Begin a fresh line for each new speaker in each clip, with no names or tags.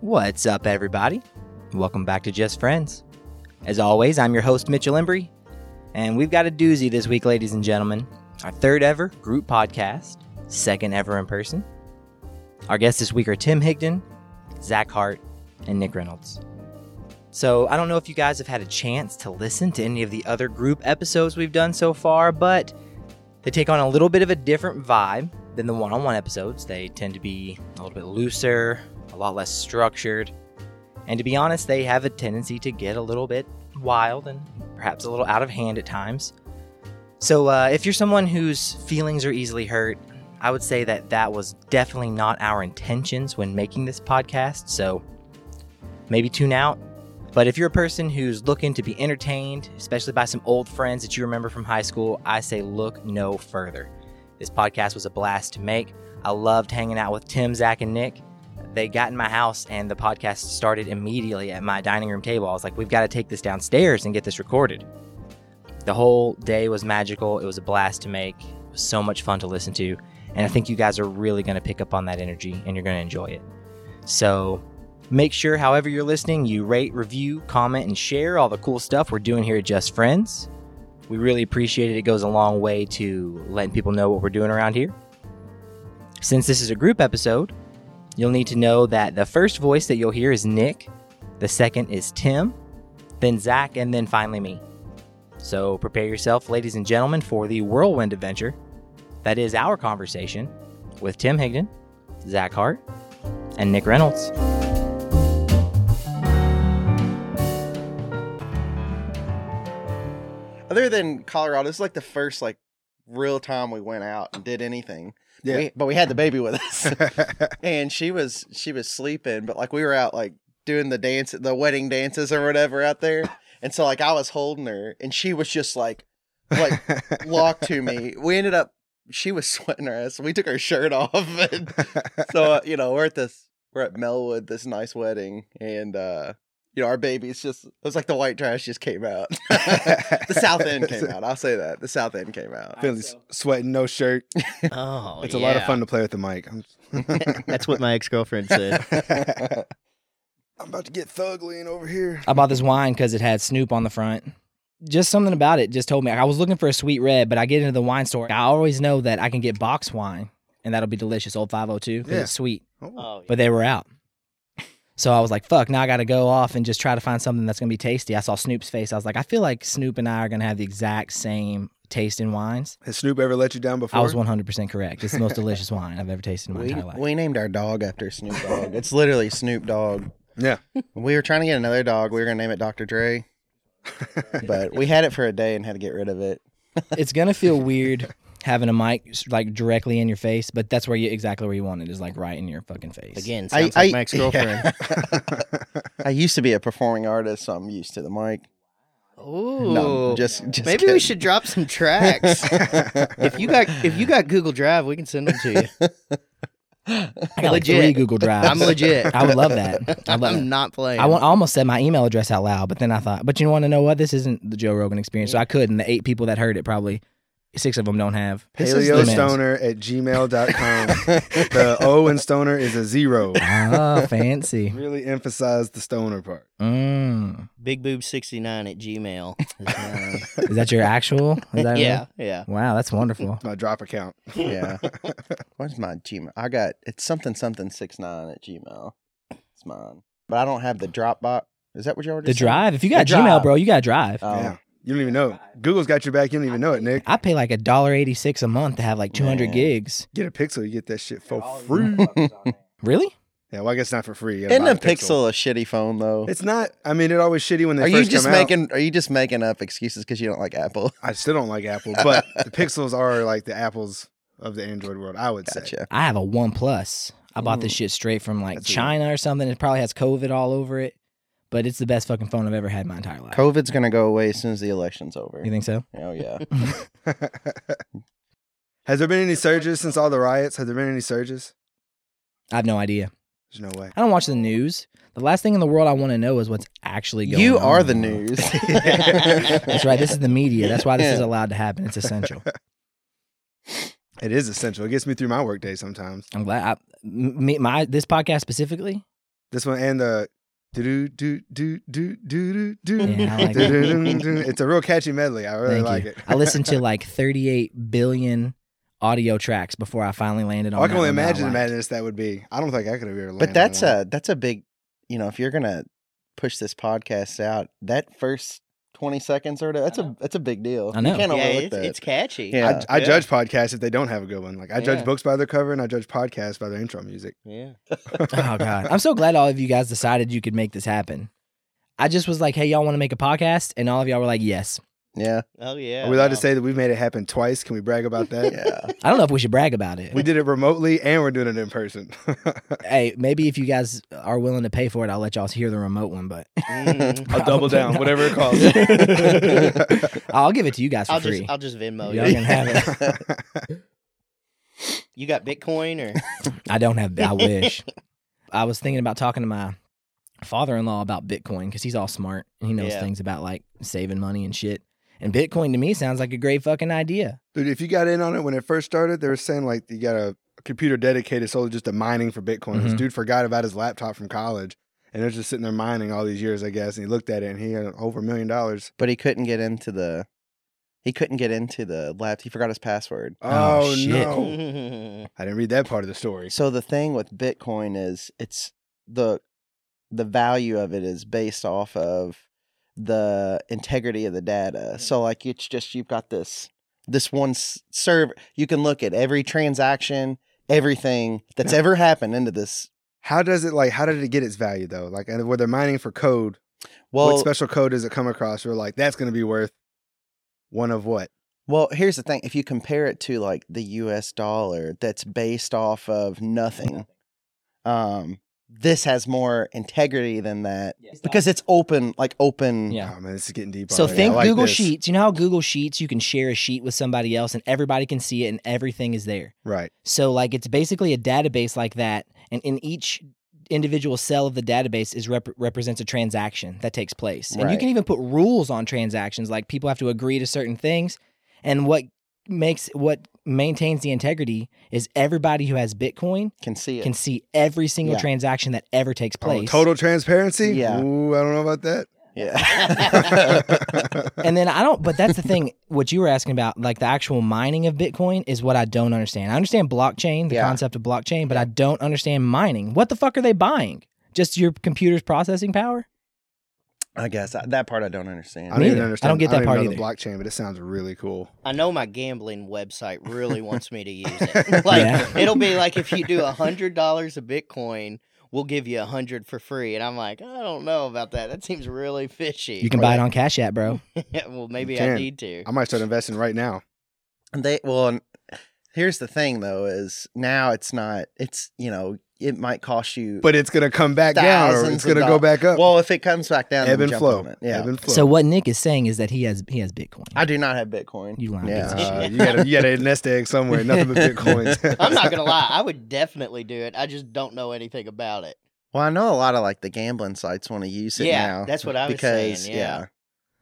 What's up, everybody? Welcome back to Just Friends. As always, I'm your host, Mitchell Embry, and we've got a doozy this week, ladies and gentlemen. Our third ever group podcast, second ever in person. Our guests this week are Tim Higdon, Zach Hart, and Nick Reynolds. So, I don't know if you guys have had a chance to listen to any of the other group episodes we've done so far, but they take on a little bit of a different vibe than the one on one episodes. They tend to be a little bit looser, a lot less structured. And to be honest, they have a tendency to get a little bit wild and perhaps a little out of hand at times. So, uh, if you're someone whose feelings are easily hurt, I would say that that was definitely not our intentions when making this podcast. So, maybe tune out. But if you're a person who's looking to be entertained, especially by some old friends that you remember from high school, I say look no further. This podcast was a blast to make. I loved hanging out with Tim, Zach, and Nick. They got in my house, and the podcast started immediately at my dining room table. I was like, we've got to take this downstairs and get this recorded. The whole day was magical. It was a blast to make. It was so much fun to listen to. And I think you guys are really going to pick up on that energy and you're going to enjoy it. So Make sure, however, you're listening, you rate, review, comment, and share all the cool stuff we're doing here at Just Friends. We really appreciate it. It goes a long way to letting people know what we're doing around here. Since this is a group episode, you'll need to know that the first voice that you'll hear is Nick, the second is Tim, then Zach, and then finally me. So prepare yourself, ladies and gentlemen, for the whirlwind adventure that is our conversation with Tim Higdon, Zach Hart, and Nick Reynolds.
other than Colorado, this is like the first like real time we went out and did anything.
Yeah.
We- but we had the baby with us, and she was she was sleeping. But like we were out like doing the dance, the wedding dances or whatever out there, and so like I was holding her, and she was just like like locked to me. We ended up she was sweating her ass. We took her shirt off, and so uh, you know we're at this we're at Melwood, this nice wedding, and uh you know our baby's just it was like the white trash just came out. the South End came out. I'll say that the South End came out.
Finley's sweating, no shirt.
Oh,
It's a lot of fun to play with the mic. I'm,
That's what my ex girlfriend said.
I'm about to get thug lean over here.
I bought this wine because it had Snoop on the front. Just something about it just told me. I was looking for a sweet red, but I get into the wine store. I always know that I can get box wine, and that'll be delicious, old 502, because
Yeah.
it's sweet.
Oh,
But they were out. So I was like, fuck, now I got to go off and just try to find something that's going to be tasty. I saw Snoop's face. I was like, I feel like Snoop and I are going to have the exact same taste in wines.
Has Snoop ever let you down before?
I was 100% correct. It's the most delicious wine I've ever tasted in my
We,
entire life.
we named our dog after Snoop Dogg. It's literally Snoop Dogg.
Yeah.
We were trying to get another dog. We were gonna name it Dr. Dre, but we had it for a day and had to get rid of it.
it's gonna feel weird having a mic like directly in your face, but that's where you exactly where you want it is like right in your fucking face.
Again,
I-
sounds
I-
like my ex girlfriend.
I used to be a performing artist, so I'm used to the mic.
Ooh.
No, just, just
Maybe we
kidding.
should drop some tracks. if you got if you got Google Drive, we can send them to you.
I got like
Legit.
three Google Drives.
I'm legit.
I would love that. I
I'm,
love.
not playing.
I, want, I almost said my email address out loud, but then I thought, but you want to know what? This isn't the Joe Rogan experience, so I could. And the eight people that heard it, probably six of them don't have. is the-
PaleoStoner at gmail.com. the
Oh,
O in Stoner is a zero.
Oh, fancy.
Really emphasize the Stoner part.
Mm.
Big Boob 69 at Gmail. is mine.
Is that your actual? Is that
yeah, yeah.
Wow, that's wonderful.
My drop account.
yeah. What's my Gmail? I got it's something something six nine at Gmail. It's mine, but I don't have the Dropbox. Is that what you already?
The
said?
drive. If you got
The drive.
Gmail, bro, you got drive.
Oh.
Yeah. You don't even know. it. Google's got your back. You don't even know it, Nick.
I pay like a dollar eighty six a month to have like two hundred
Man.
gigs.
Get a Pixel. You get that shit for free.
Really?
Yeah, well, I guess not for free. You gotta
Isn't
buy
a pixel a shitty phone though?
It's not. I mean, it always shitty when they
are you
first
just
come out.
making? Are you just making up excuses because you don't like Apple?
I still don't like Apple, but the Pixels are like the Apples of the Android world. I would say.
Gotcha.
I have a One Plus. I bought this shit straight from like
Mm. That's a-
China or something. It probably has COVID all over it, but it's the best fucking phone I've ever had in my entire life.
COVID's gonna go away as soon as the election's over.
You think so?
Oh yeah.
Has there been any surges since all the riots? Has there been any surges?
I have no idea.
There's no way.
I don't watch the news. The last thing in the world I want to know is what's actually going on.
you are
in
the
world.
news.
That's right. This is the media. That's why this is allowed to happen. It's essential.
It is essential. It gets me through my workday sometimes.
I'm glad. I, m- me, my this podcast specifically
This one and the do do do do do do do
Yeah, I like
it.
do. It's a real catchy medley. I really
Thank
like
you.
it.
I listened to like 38 billion audio tracks before I finally landed on.
Oh, I can
that
only
one that I
imagine the
liked.
madness that would be. I don't think I could have ever. landed on
But that's
one.
a that's a big, you know, if you're gonna push this podcast out, that first twenty seconds or whatever, that's a that's a big deal.
I know.
You can't
yeah,
overlook
it's,
that.
it's catchy.
Yeah.
I, I
yeah.
judge podcasts if they don't have a good one. Like I
Yeah.
judge books by their cover, and I judge podcasts by their intro music.
yeah.
oh god i'm so glad all of you guys decided you could make this happen i just was like hey y'all want to make a podcast and all of y'all were like yes
Yeah.
Oh yeah.
Are we allowed to
wow.
say that we've made it happen twice? Can we brag about that?
Yeah.
i don't know if we should brag about it
We did it remotely, and we're doing it in person.
hey maybe if you guys are willing to pay for it i'll let y'all hear the remote one but
Mm.
I'll double down,
Probably
whatever it
not. i'll give it to you guys for
I'll
free
just I'll just Venmo
Y'all
you.
can have it.
You got Bitcoin or
i don't have i wish i was thinking about talking to my father-in-law about bitcoin because he's all smart and he knows
Yeah.
things about like saving money and shit and bitcoin to me sounds like a great fucking idea
Dude, if you got in on it when it first started, they were saying like you got a computer dedicated solely just to mining for Bitcoin. This
Mhm.
dude forgot about his laptop from college, and they're just sitting there mining all these years, I guess. And he looked at it, and he had over a million dollars.
But he couldn't get into the he couldn't get into the lab. He forgot his password.
Oh, shit.
no!
Oh.
I didn't read that part of the story.
So the thing with Bitcoin is it's the the value of it is based off of the integrity of the data. So like it's just you've got this this one s- server you can look at every transaction, everything that's ever happened into this.
How does it like? How did it get its value though? Like, and where they're mining for code, what
Well,
special code does it come across? We're like, that's going to be worth one of what?
well, here's the thing: if you compare it to like the U.S. dollar, that's based off of nothing. Um, this has more integrity than that because it's open, like open.
yeah
Oh man, this is getting deep.
So
already. I
think
like
Google
this.
Sheets. You know how Google Sheets you can share a sheet with somebody else and everybody can see it and everything is there.
Right.
So like it's basically a database like that and in each individual cell of the database is rep- represents a transaction that takes place. And you
Right.
can even put rules on transactions like people have to agree to certain things and what makes what maintains the integrity is everybody who has Bitcoin
Can see it.
can see every single
Yeah.
transaction that ever takes
Oh,
place.
total transparency.
Yeah.
Ooh, I don't know about that.
Yeah.
and then I don't. But that's the thing. What you were asking about, like the actual mining of Bitcoin, is what I don't understand. I understand blockchain, the
Yeah.
concept of blockchain, but I don't understand mining. What the fuck are they buying? Just your computer's processing power?
I guess I, that part I don't understand.
I don't even
neither. I
understand.
don't get that
even
part
know the blockchain, but it sounds really cool.
I know my gambling website really wants me to use it. Like
Yeah.
it'll be like if you do a hundred dollars of Bitcoin, we'll give you a hundred for free. And I'm like, I don't know about that. That seems really fishy.
You can buy it on Cash App, bro.
Yeah, well, maybe
You
I
can.
need to.
I might start investing right now.
And they well, and here's the thing though: is now it's not. It's you know it might cost you.
But it's gonna come back down, or
Thousands
it's
of
gonna go
dollars.
back up.
well, if it comes back down,
ebb
then
and
jump
flow.
on it. Yeah,
Ebb and flow.
So what Nick is saying is that he has he has Bitcoin.
I do not have Bitcoin.
You lying
yeah.
piece
Uh, you got a you got a nest egg somewhere. Nothing but bitcoins.
I'm not gonna lie, I would definitely do it. I just don't know anything about it.
Well, I know a lot of like the gambling sites want to use it
yeah,
now
that's what I was
because
saying. Yeah.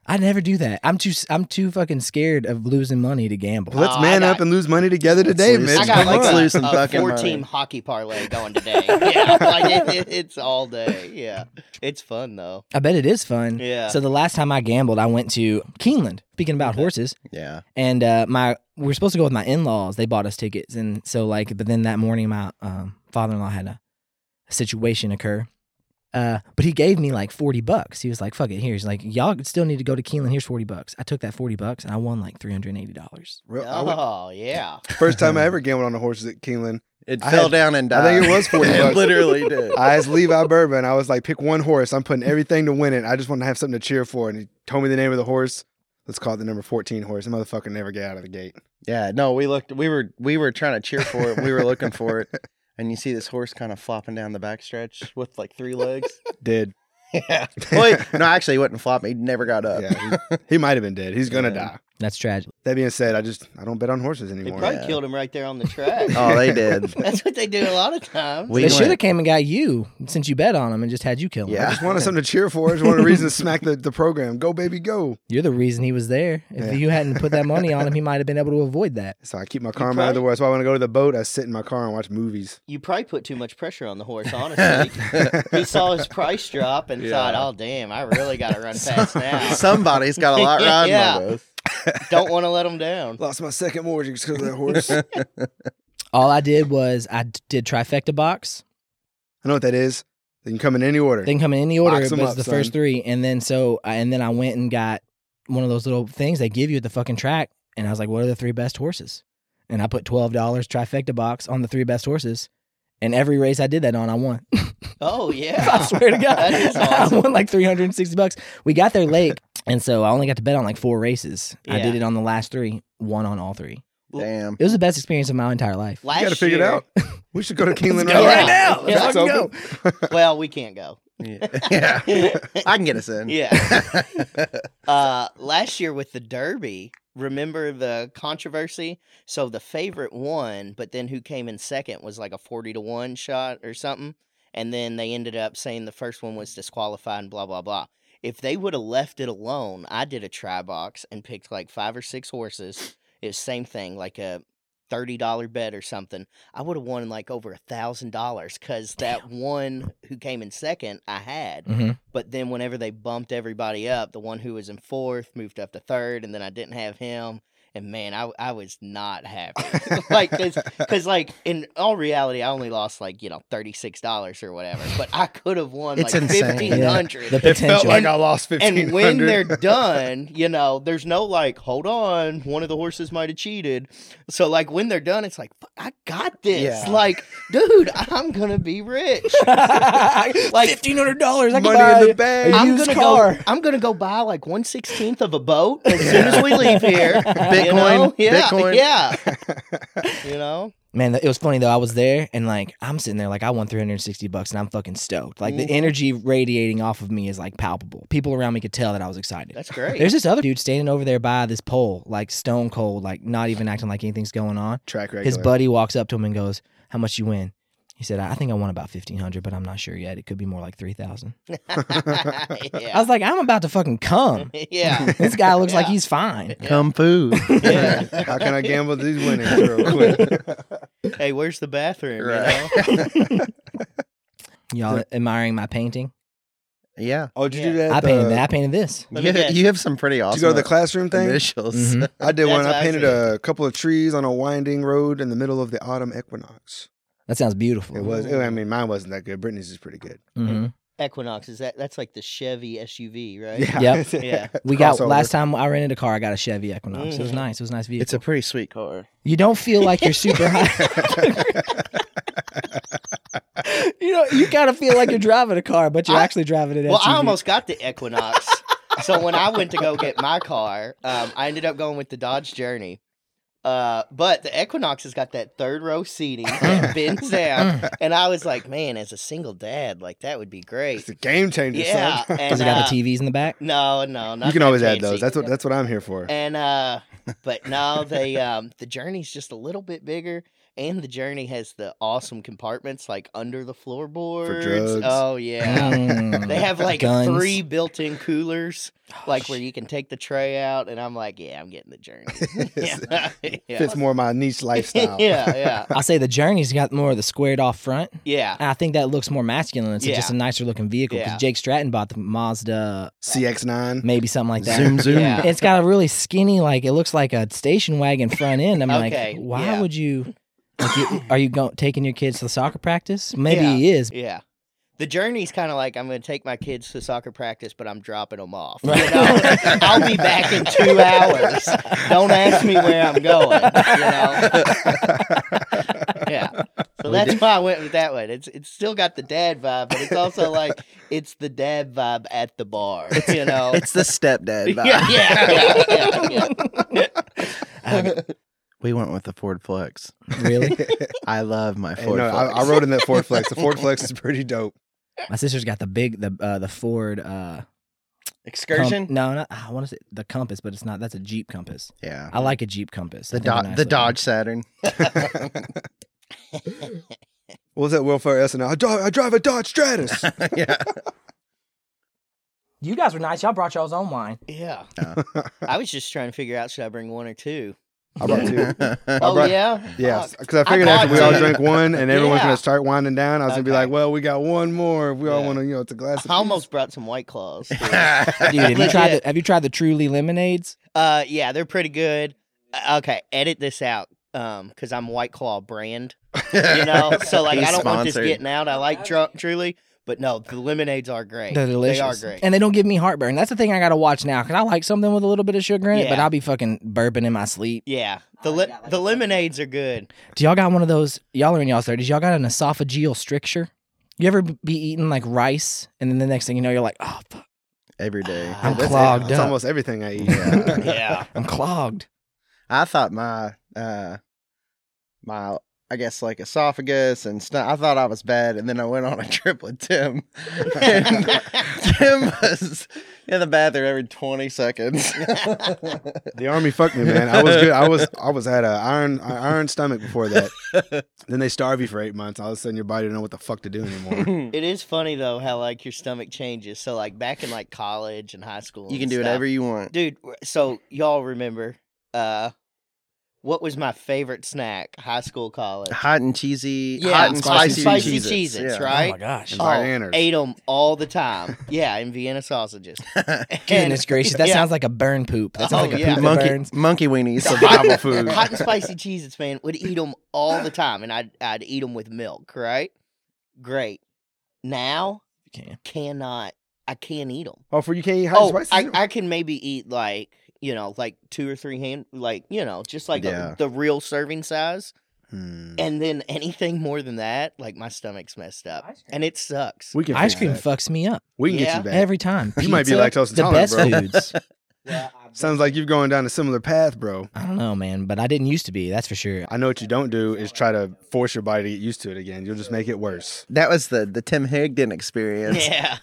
I never do that. I'm too I'm too fucking scared of losing money to gamble.
Let's
Oh, I
man
got-
up and lose money together
Let's
today,
lose
Mitch.
I got
Come
like
on.
a,
Let's lose some
a
fucking money.
four-team hockey parlay going today. yeah, like it, it, it's all day. Yeah, it's fun though.
I bet it is fun.
Yeah.
So the last time I gambled, I went to Keeneland. Speaking about
Okay.
horses,
yeah,
and uh, my we were supposed to go with my in laws. They bought us tickets, and so like, but then that morning, my um, father in law had a, situation occur. Uh, but he gave me like forty bucks. He was like, "Fuck it, here's like y'all still need to go to Keeneland. Here's forty bucks." I took that forty bucks and I won like three hundred eighty dollars.
Real- I went-
oh yeah.
First time I ever gambled on the horses at Keeneland.
it
I
fell
had-
down and died.
I think it was 40
it
bucks.
literally did.
I asked Levi Bourbon. I was like, pick one horse. I'm putting everything to win it. I just want to have something to cheer for. And he told me the name of the horse. Let's call it the number 14 horse. The motherfucker never get out of the gate.
Yeah, no, we looked. We were we were trying to cheer for it. We were looking for it, and you see this horse kind of flopping down the backstretch with like three legs.
Dead.
yeah. Well, he- no, actually, he wouldn't flop. He never got up.
Yeah, he, he might have been dead. He's gonna
Yeah.
die.
That's tragic.
That being said, I just I don't bet on horses
They
anymore.
probably
Yeah.
killed him right there on the track.
Oh, they did.
That's what they do a lot of times.
We
they
went-
should have came and got you since you bet on them and just had you kill him.
Yeah.
I just wanted something to cheer for. I just wanted a reason to smack the, the program. Go baby, go.
You're the reason he was there. If
Yeah.
you hadn't put that money on him, he might have been able to avoid that.
So I keep my car out of the way. That's why when I go to the boat, I sit in my car and watch movies.
you probably put too much pressure on the horse, honestly. he saw his price drop and thought, oh, damn, I really got to run fast now.
Somebody's got a lot riding
Yeah.
on us.
Don't want to let him down.
Lost my second mortgage because of that horse. I
All I did was I d- did trifecta box.
know what that is. They can come in any order.
They can come in any order.
Box
It
'em
was
up,
the
son.
first three, and then so I- and then I went and got one of those little things they give you at the fucking track, and I was like, "What are the three best horses?" And I put twelve dollars trifecta box on the three best horses, and every race I did that on, I won.
Oh, yeah.
I swear to God,
That is
I
awesome.
won like three hundred and sixty bucks. We got there late, and so I only got to bet on like four races. I did
Yeah.
it on the last three, one on all three.
Damn.
It was the best experience of my entire life.
Last
you got to figure
year-
it out. We should go to Kingland
Let's go
Yeah.
right now. Let's
Yeah.
That's
fucking go.
open.
Well, we can't go.
Yeah. yeah. I can get us in.
yeah. Uh, last year with the Derby, remember the controversy? So the favorite won, but then who came in second was like a 40 to 1 shot or something. And then they ended up saying the first one was disqualified and blah, blah, blah. If they would have left it alone, I did a try box and picked like five or six horses. It was same thing, like a $30 bet or something. I would have won like over a $1,000 because that one who came in second, I had.
hmm
But then whenever they bumped everybody up, the one who was in fourth moved up to third, and then I didn't have him. And man, I I was not happy. like, because like in all reality, I only lost like you know thirty six dollars or whatever, but I could have won
It's
like
insane.
fifteen hundred.
The
It felt
potential.
like I lost fifteen hundred.
And when they're done, you know, there's no like, hold on, one of the horses might have cheated. So like when they're done, it's like, "Fuck, I got this.
Yeah.
Like, dude, I'm gonna be rich.
Mm-hmm. like fifteen hundred dollars. I can buy
money in the bag.
a
I'm
used
gonna
car.
go. I'm gonna go buy like one sixteenth of a boat as soon as we leave here.
Bitcoin,
you know? yeah,
Bitcoin.
yeah. you know,
Man, it was funny though. I was there and like I'm sitting there like I won 360 bucks and I'm fucking stoked. Like the
Mhm.
energy radiating off of me is like palpable. People around me could tell that I was excited.
that's great.
There's this other dude standing over there by this pole, like stone cold, like not even acting like anything's going on.
track record.
His buddy walks up to him and goes, "How much you win?" He said, "I I think I won about 1500, but I'm not sure yet. It could be more like 3000." I
yeah.
was like, "I'm about to fucking come."
yeah.
This guy looks like
Yeah.
he's fine.
Come food.
Yeah.
How can I gamble these winnings real quick?
Hey, where's the bathroom?
Right.
You know?
Y'all admiring my painting?
yeah.
Oh, did you do
Yeah.
that?
I
the-
painted that. I painted this.
Let me
You,
guess.
you have some pretty
Did
awesome
you go to the classroom thing?
initials.
Mhm.
I did
That's
one.
what
I
I
painted
said.
a couple of trees on a winding road in the middle of the autumn equinox.
That sounds beautiful.
It was. I mean, mine wasn't that good. Brittany's is pretty good.
hmm
Equinox is that? That's like the Chevy SUV, right?
Yep.
Yeah.
We got
Crossover.
last time I rented a car. I got a Chevy Equinox. It was
Mhm.
nice. It was a nice vehicle.
It's a pretty sweet car.
you don't feel like you're super high. you know, you kind of feel like you're driving a car, but you're
I-
actually driving it.
Well, I almost got the Equinox. so when I went to go get my car, um, I ended up going with the Dodge Journey. Uh, but the Equinox has got that third row seating that bends down, and I was like, man, as a single dad, like that would be
It's
great.
a game changer.
Yeah,
son.
and,
Does it got
uh,
the TVs in the back?
No, no, not
You can
that
always add
fancy.
those. That's what. That's what I'm here for.
And uh but now they um the journey's just a little bit bigger and the journey has the awesome compartments like under the floorboards.
drugs.
Oh yeah.
Mm.
they have like
Guns.
three built-in coolers
Oh,
like where
shit.
you can take the tray out and I'm like, yeah, I'm getting the journey. yeah. yeah.
Fits more my niche lifestyle.
yeah, yeah.
I say the journey's got more of the squared off front.
Yeah.
And I think that looks more masculine. It's
Yeah.
just a nicer looking vehicle because
Yeah.
Jake Stratton bought the Mazda,
CX9.
maybe something like that.
Zoom, zoom.
Yeah.
it's got a really skinny, like it looks like a station wagon front end. I'm
Okay,
like, why
yeah.
would you? Like you are you going taking your kids to soccer practice? Maybe he is.
Yeah. The journey's kind of like I'm going to take my kids to soccer practice, but I'm dropping them off. You
Right.
know? I'll be back in two hours. Don't ask me where I'm going. You know? Yeah. So that's why I went with that one. It's it's still got the dad vibe, but it's also like it's the dad vibe at the bar. You know.
It's the stepdad vibe.
yeah, yeah, yeah, yeah,
We went with the Ford Flex.
Really?
I love my
Hey,
Ford
no, I,
Flex.
I rode in that Ford Flex. The Ford Flex is pretty dope.
My sister's got the big the uh, the Ford uh
Excursion?
Com- no, no, I want to say the compass, but it's not. That's a Jeep compass.
yeah.
Uh-huh.
I like a Jeep compass.
The,
I think they're
Do-
nice
the
looking.
Dodge Saturn.
What was that Will Ferrell SNL? I drive, I drive a Dodge Stratus.
yeah.
You guys were nice. Y'all brought y'all's own wine.
Yeah.
Yeah.
I was just trying to figure out should I bring one or two.
I brought two.
Oh
brought-
yeah.
Yeah,
Fuck.
because I figured after we all
bought
drank one and everyone's
Yeah.
gonna start winding down, I was gonna be
Okay.
like, "Well, we got one more. If we all
Yeah.
want to, you know, it's a glass." of
I almost brought some white claws. too.
Dude, have you
Legit.
tried the have you tried the truly lemonades?
uh, yeah, they're pretty good. Uh, Okay, edit this out. Um, because I'm White Claw brand, you know. So like,
He's
I don't want this
sponsored.
getting out. I like drunk truly, but no, the lemonades are great.
They're delicious.
They are great.
And they don't give me heartburn. That's the thing I gotta watch now. Cause I like something with a little bit of sugar in it, but
Yeah.
I'll be fucking burping in my sleep.
yeah, the li- the lemonades are good.
Do y'all got one of those? Y'all are in y'all's thirties. Y'all got an esophageal stricture. You ever b- be eating like rice, and then the next thing you know, you're like, oh, fuck,
Every day.
I'm
That's it.
clogged
That's
up.
almost everything I eat.
Yeah.
Yeah,
I'm clogged.
I thought my uh my I guess like esophagus and stuff. I thought I was bad, and then I went on a trip with Tim. And Tim was in the bathroom every twenty seconds.
The army fucked me, man. I was good. I was I was at a iron a iron stomach before that. then they starve you for eight months. All of a sudden, your body don't know what the fuck to do anymore.
you
it is funny though how like your stomach changes. So like back in like college and high school,
can
and
do
stuff,
whatever you want.
dude r- so y'all remember uh what was my favorite snack high school college
Hot and cheesy,
Yeah,
hot and
spicy
spicy,
spicy
cheeses. yeah.
Cheez-Its,
Oh
Right?
my gosh.
Oh, Vienna's.
ate them all the time yeah and vienna sausages
Goodness
And-
gracious, that
yeah,
sounds like a burn poop. That sounds
Oh,
like a
yeah.
poop that
monkey
burns.
monkey weenies.
It's survival food.
hot and spicy cheeses man would eat them all the time and i'd, I'd eat them with milk right great now
Okay.
cannot i can't eat them
Oh, for you can't eat hot
oh
and
I,
spicy.
I can maybe eat like you know like two or three hand like you know just like a-
Yeah.
the real serving size
Hmm.
And then anything more than that, like my stomach's messed up, and it sucks.
we can
Ice
fix
cream
that.
fucks me up
we can
Yeah.
get you back.
every time.
You might be
Pizza,
lactose
The
intolerant,
best
bro.
foods.
Sounds like you've going down a similar path, bro.
I don't know, man, but I didn't used to be. That's for sure.
I know what you don't do is try to force your body to get used to it again. You'll just make it worse.
That was the the Tim Higdon experience
yeah,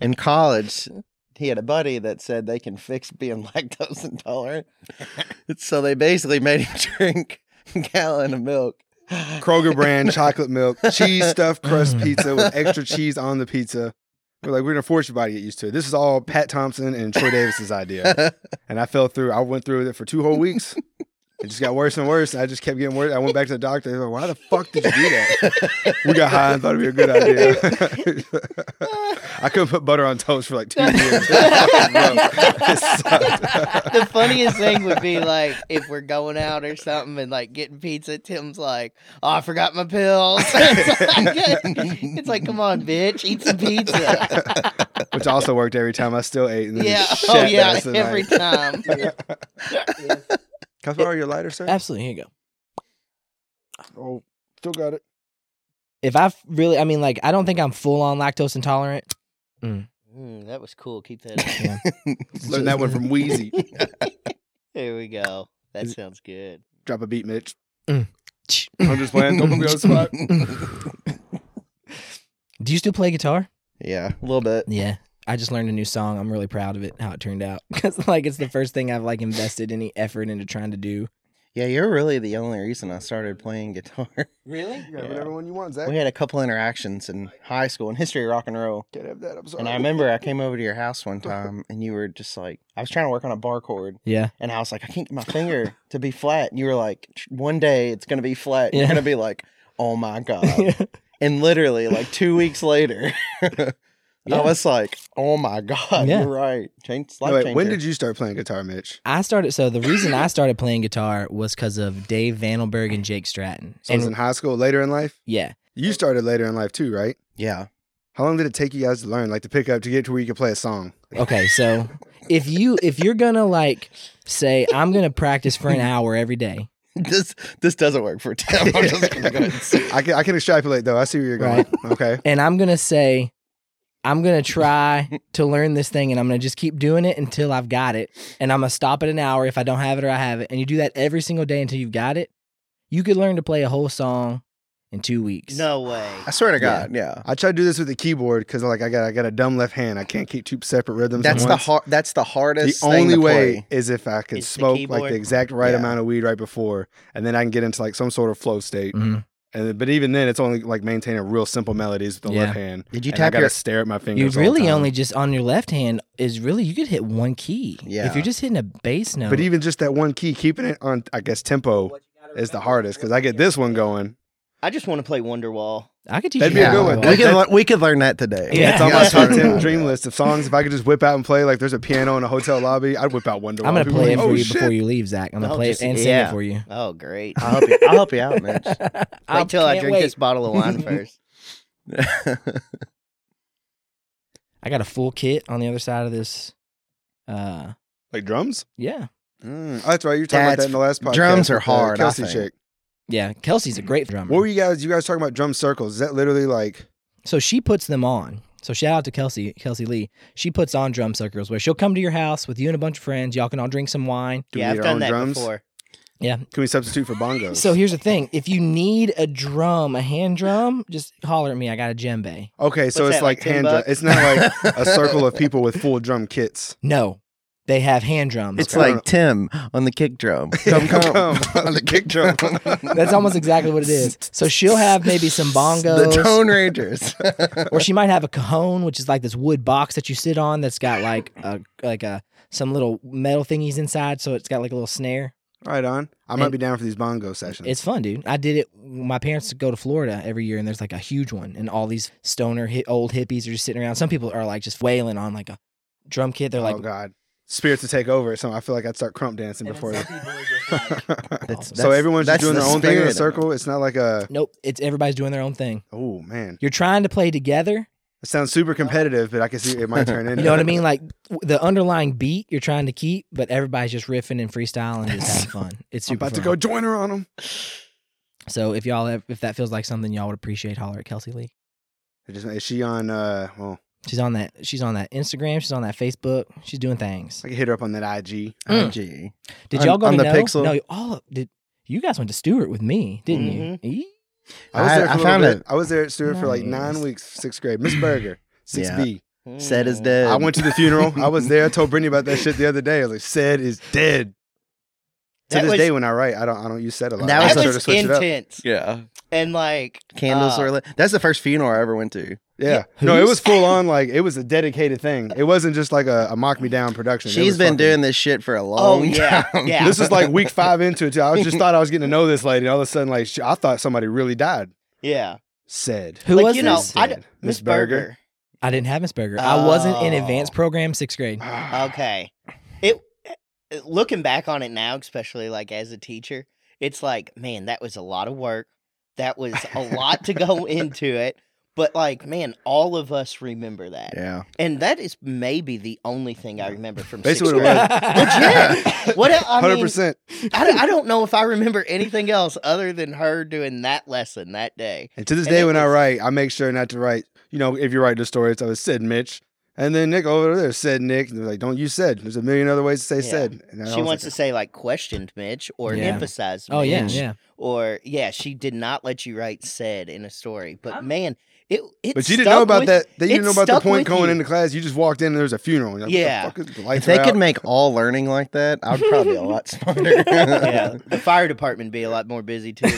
in college. He had a buddy that said they can fix being lactose intolerant, so they basically made him drink a gallon of milk.
Kroger brand chocolate milk, cheese stuffed
Mm.
crust pizza with extra cheese on the pizza. We're like, we're gonna force your body to get used to it. This is all Pat Thompson and Troy Davis's idea. And I fell through. I went through with it for two whole weeks. It just got worse and worse. I just kept getting worse. I went back to the doctor. They were Like, Why the fuck did you do that? We got high and thought it'd be a good idea. I couldn't put butter on toast for like two years. It sucked.
the funniest thing would be like if we're going out or something and like getting pizza. Tim's like, "Oh, I forgot my pills." it's, like, it's like, "Come on, bitch, eat some pizza."
Which also worked every time. I still ate. And then
yeah,
just
oh
shat the
yeah,
rest of the
every
night.
time.
Can I borrow your lighter, sir?
Absolutely. Here you go.
Oh, still got it.
If I really, I mean, like, I don't think I'm full on lactose intolerant.
Mm, that was cool. Keep that. up.
Learned that one from Wheezy.
There we go. That sounds good.
Drop a beat, Mitch.
Mm.
I'm just playing. Don't put me on the spot.
Do you still play guitar?
yeah, a little bit.
Yeah. I just learned a new song. I'm really proud of it, how it turned out. Because, like, it's the first thing I've, like, invested any effort into trying to do.
Yeah, you're really the only reason I started playing guitar.
Really?
You have whatever one you want, Zach.
We had a couple interactions in high school in history of rock and roll.
Can't have that. I'm sorry.
And I remember I came over to your house one time and you were just like, I was trying to work on a bar chord
Yeah.
and I was like, I can't get my finger to be flat. And you were like, "Tr- one day it's going to be flat. You're
Yeah.
going to be like, oh my God.
Um,
and literally, like two weeks later, I
Yeah.
was like, oh my God,
Yeah.
you're right. Change,
No,
life
wait, when
changer.
did you start playing guitar, Mitch?
I started, so the reason I started playing guitar was because of Dave Vandelberg and Jake Stratton.
So it was in high school, later in life.
yeah.
You started later in life too, right?
Yeah.
How long did it take you guys to learn, like to pick up, to get to where you could play a song?
Okay. So if you, if you're going to, like, say, I'm going to practice for an hour every day,
This this doesn't work for Tim. I'm just going to go ahead and say
I can, I can extrapolate though. I see where you're going. Okay.
and I'm gonna say, I'm gonna try to learn this thing, and I'm gonna just keep doing it until I've got it, and I'm gonna stop at an hour if I don't have it or I have it, and you do that every single day until you've got it. You could learn to play a whole song in two weeks.
No way.
I swear to
Yeah.
God, yeah.
I try to do this with the keyboard because like I got I got a dumb left hand. I can't keep two separate rhythms. at
That's the
once.
hard. That's the hardest.
the only
thing to
way
play.
is if I can
Is the
smoke like
keyboard.
the exact right
Yeah.
amount of weed right before, and then I can get into like some sort of flow state.
Mhm.
And then- but even then, it's only like maintaining real simple melodies with the
Yeah.
left hand.
Did you
and I
tap
gotta
your?
stare at my
You
fingers. all the
really
time.
only just on your left hand is really you could hit one key.
Yeah.
If you're just hitting a bass note.
But even just that one key, keeping it on, I guess tempo is the hardest because I get this one going.
I just want to play Wonderwall.
I could teach
That'd
you
be a
how
good
to
one.
walk.
We
Like
could,
that-
lear- we could learn that today.
Yeah.
It's on my
Yeah.
top ten dream list of songs. If I could just whip out and play, like there's a piano in a hotel lobby, I'd whip out Wonderwall.
I'm gonna
People
play
are
it
like,
for
"Oh,
you
shit."
before you leave, Zach. I'm gonna
No,
play
just-
it and sing
yeah.
it for you.
Oh, great.
I'll help you. I'll help you out, Mitch.
I
Wait till I
can't
drink
wait.
this bottle of wine first.
I got a full kit on the other side of this. Uh,
Like drums?
yeah,
Mm, that's right. You were talking about
That's-
that in the last podcast.
drums are
with the
hard, I
Kelsey
think.
chick.
yeah. Kelsey's a
Mm-hmm.
great drummer.
What were you guys? You guys talking about drum circles? Is that literally like?
so she puts them on. So shout out to Kelsey, Kelsey Lee. She puts on drum circles where she'll come to your house with you and a bunch of friends. Y'all can all drink some wine.
Do we need
yeah, I've
our
done
own
that
drums?
before.
Yeah.
Can we substitute for bongos?
So here's the thing: if you need a drum, a hand drum, just holler at me. I got a djembe.
okay, so
What's
it's
that, like
like
10
hand. Drum.
bucks?
It's not like a circle of people with full drum kits.
No, they have hand drums.
It's like Tim on the kick drum. Come, come.
on the kick drum.
That's almost exactly what it is. So she'll have maybe some bongos.
The Tone Rangers.
or she might have a cajon, which is like this wood box that you sit on that's got like a like a some little metal thingies inside, so it's got like a little snare.
right on. I might
And-
be down for these bongo sessions.
It's fun, dude. I did it. My parents go to Florida every year, and there's like a huge one, and all these stoner hi- old hippies are just sitting around. Some people are like just wailing on like a drum kit. They're like,
oh god, spirits to take over. So I feel like I'd start crump dancing
And then
before.
some
that.
people are just That's-
so everyone's just
that's
doing
the
their own thing in
spirit
a
of it.
circle. It's not like a
nope, it's everybody's doing their own thing.
oh man.
You're trying to play together.
It sounds super competitive, but I can see it might turn into.
You know what I mean? Like w- the underlying beat you're trying to keep, but everybody's just riffing and freestyling and just having fun. It's
I'm
super
about to
fun.
go join her on them.
So if y'all have, if that feels like something y'all would appreciate, holler at Kelsey Lee.
Is she on? Uh, well,
She's on that. She's on that Instagram. She's on that Facebook. She's doing things.
I can hit her up on that IG.
Mm.
Gee.
Did
On-
y'all go
on
to no?
the Pixel?
No, all of- did. You guys went to Stewart with me, didn't
Mm-hmm.
you? E?
I was
I-
there. For
I
a little
found
bit.
it.
I was there at Stewart for like
Nice.
nine weeks, sixth grade. Miss Berger, six B.
Said is
Mm.
I
dead.
went to the funeral. I was there. I told Brittany about that shit the other day. I was like, "Said is dead." To
That
this
was-
day, when I write, I don't, I don't use said a lot.
That
I
was
That
try
a-
to
was
switch it up.
intense.
Yeah.
And like
Candles
Ah.
uh,
were lit. That's the first funeral I ever went to.
Yeah, no, it was full on. Like it was a dedicated thing. It wasn't just like a, a mock me down production. It
She's
was
been
fucking-
doing this shit for a long
Oh yeah,
time.
yeah.
This is like week five into it. Too. I was just thought I was getting to know this lady. And all of a sudden, like she, I thought somebody really died.
yeah.
Said
Who
like,
was
you know,
this?
I
I,
d-
Said.
Miss
Miss
Burger.
Berger.
didn't have Miss Burger. I wasn't in
Oh.
advanced program sixth grade.
Okay. It it- looking back on it now, especially like as a teacher, it's like, man, that was a lot of work. That was a lot to go into it. But like, man, all of us remember that.
Yeah.
And that is maybe the only thing I remember from
Basically
sixth
what it
grade. Legit. What el- I
hundred
mean,
percent.
I, don't- I don't know if I remember anything else other than her doing that lesson that day.
And to this
And
day,
it
when I
was-
write, I make sure not to write. You know, if you write the story, it's always said Mitch, and then Nick over there said Nick, and they're like, "Don't you said?" There's a million other ways to say
Yeah.
said. And I
She
was
wants
like,
to say like questioned Mitch or
Yeah.
emphasized
Oh yeah,
Mitch.
yeah.
or yeah, she did not let you write said in a story. But
I'm-
man, it it
But you didn't
stuck
know about
with-
that. That you
it
didn't know about the
stuck
point
with
going
you.
into class. You just walked in and there was a funeral. You're Like,
Yeah.
What the fuck is, the lights
If they
are
could
out.
make all learning like that, I'd probably be a lot smarter.
yeah, the fire department be a lot more busy too.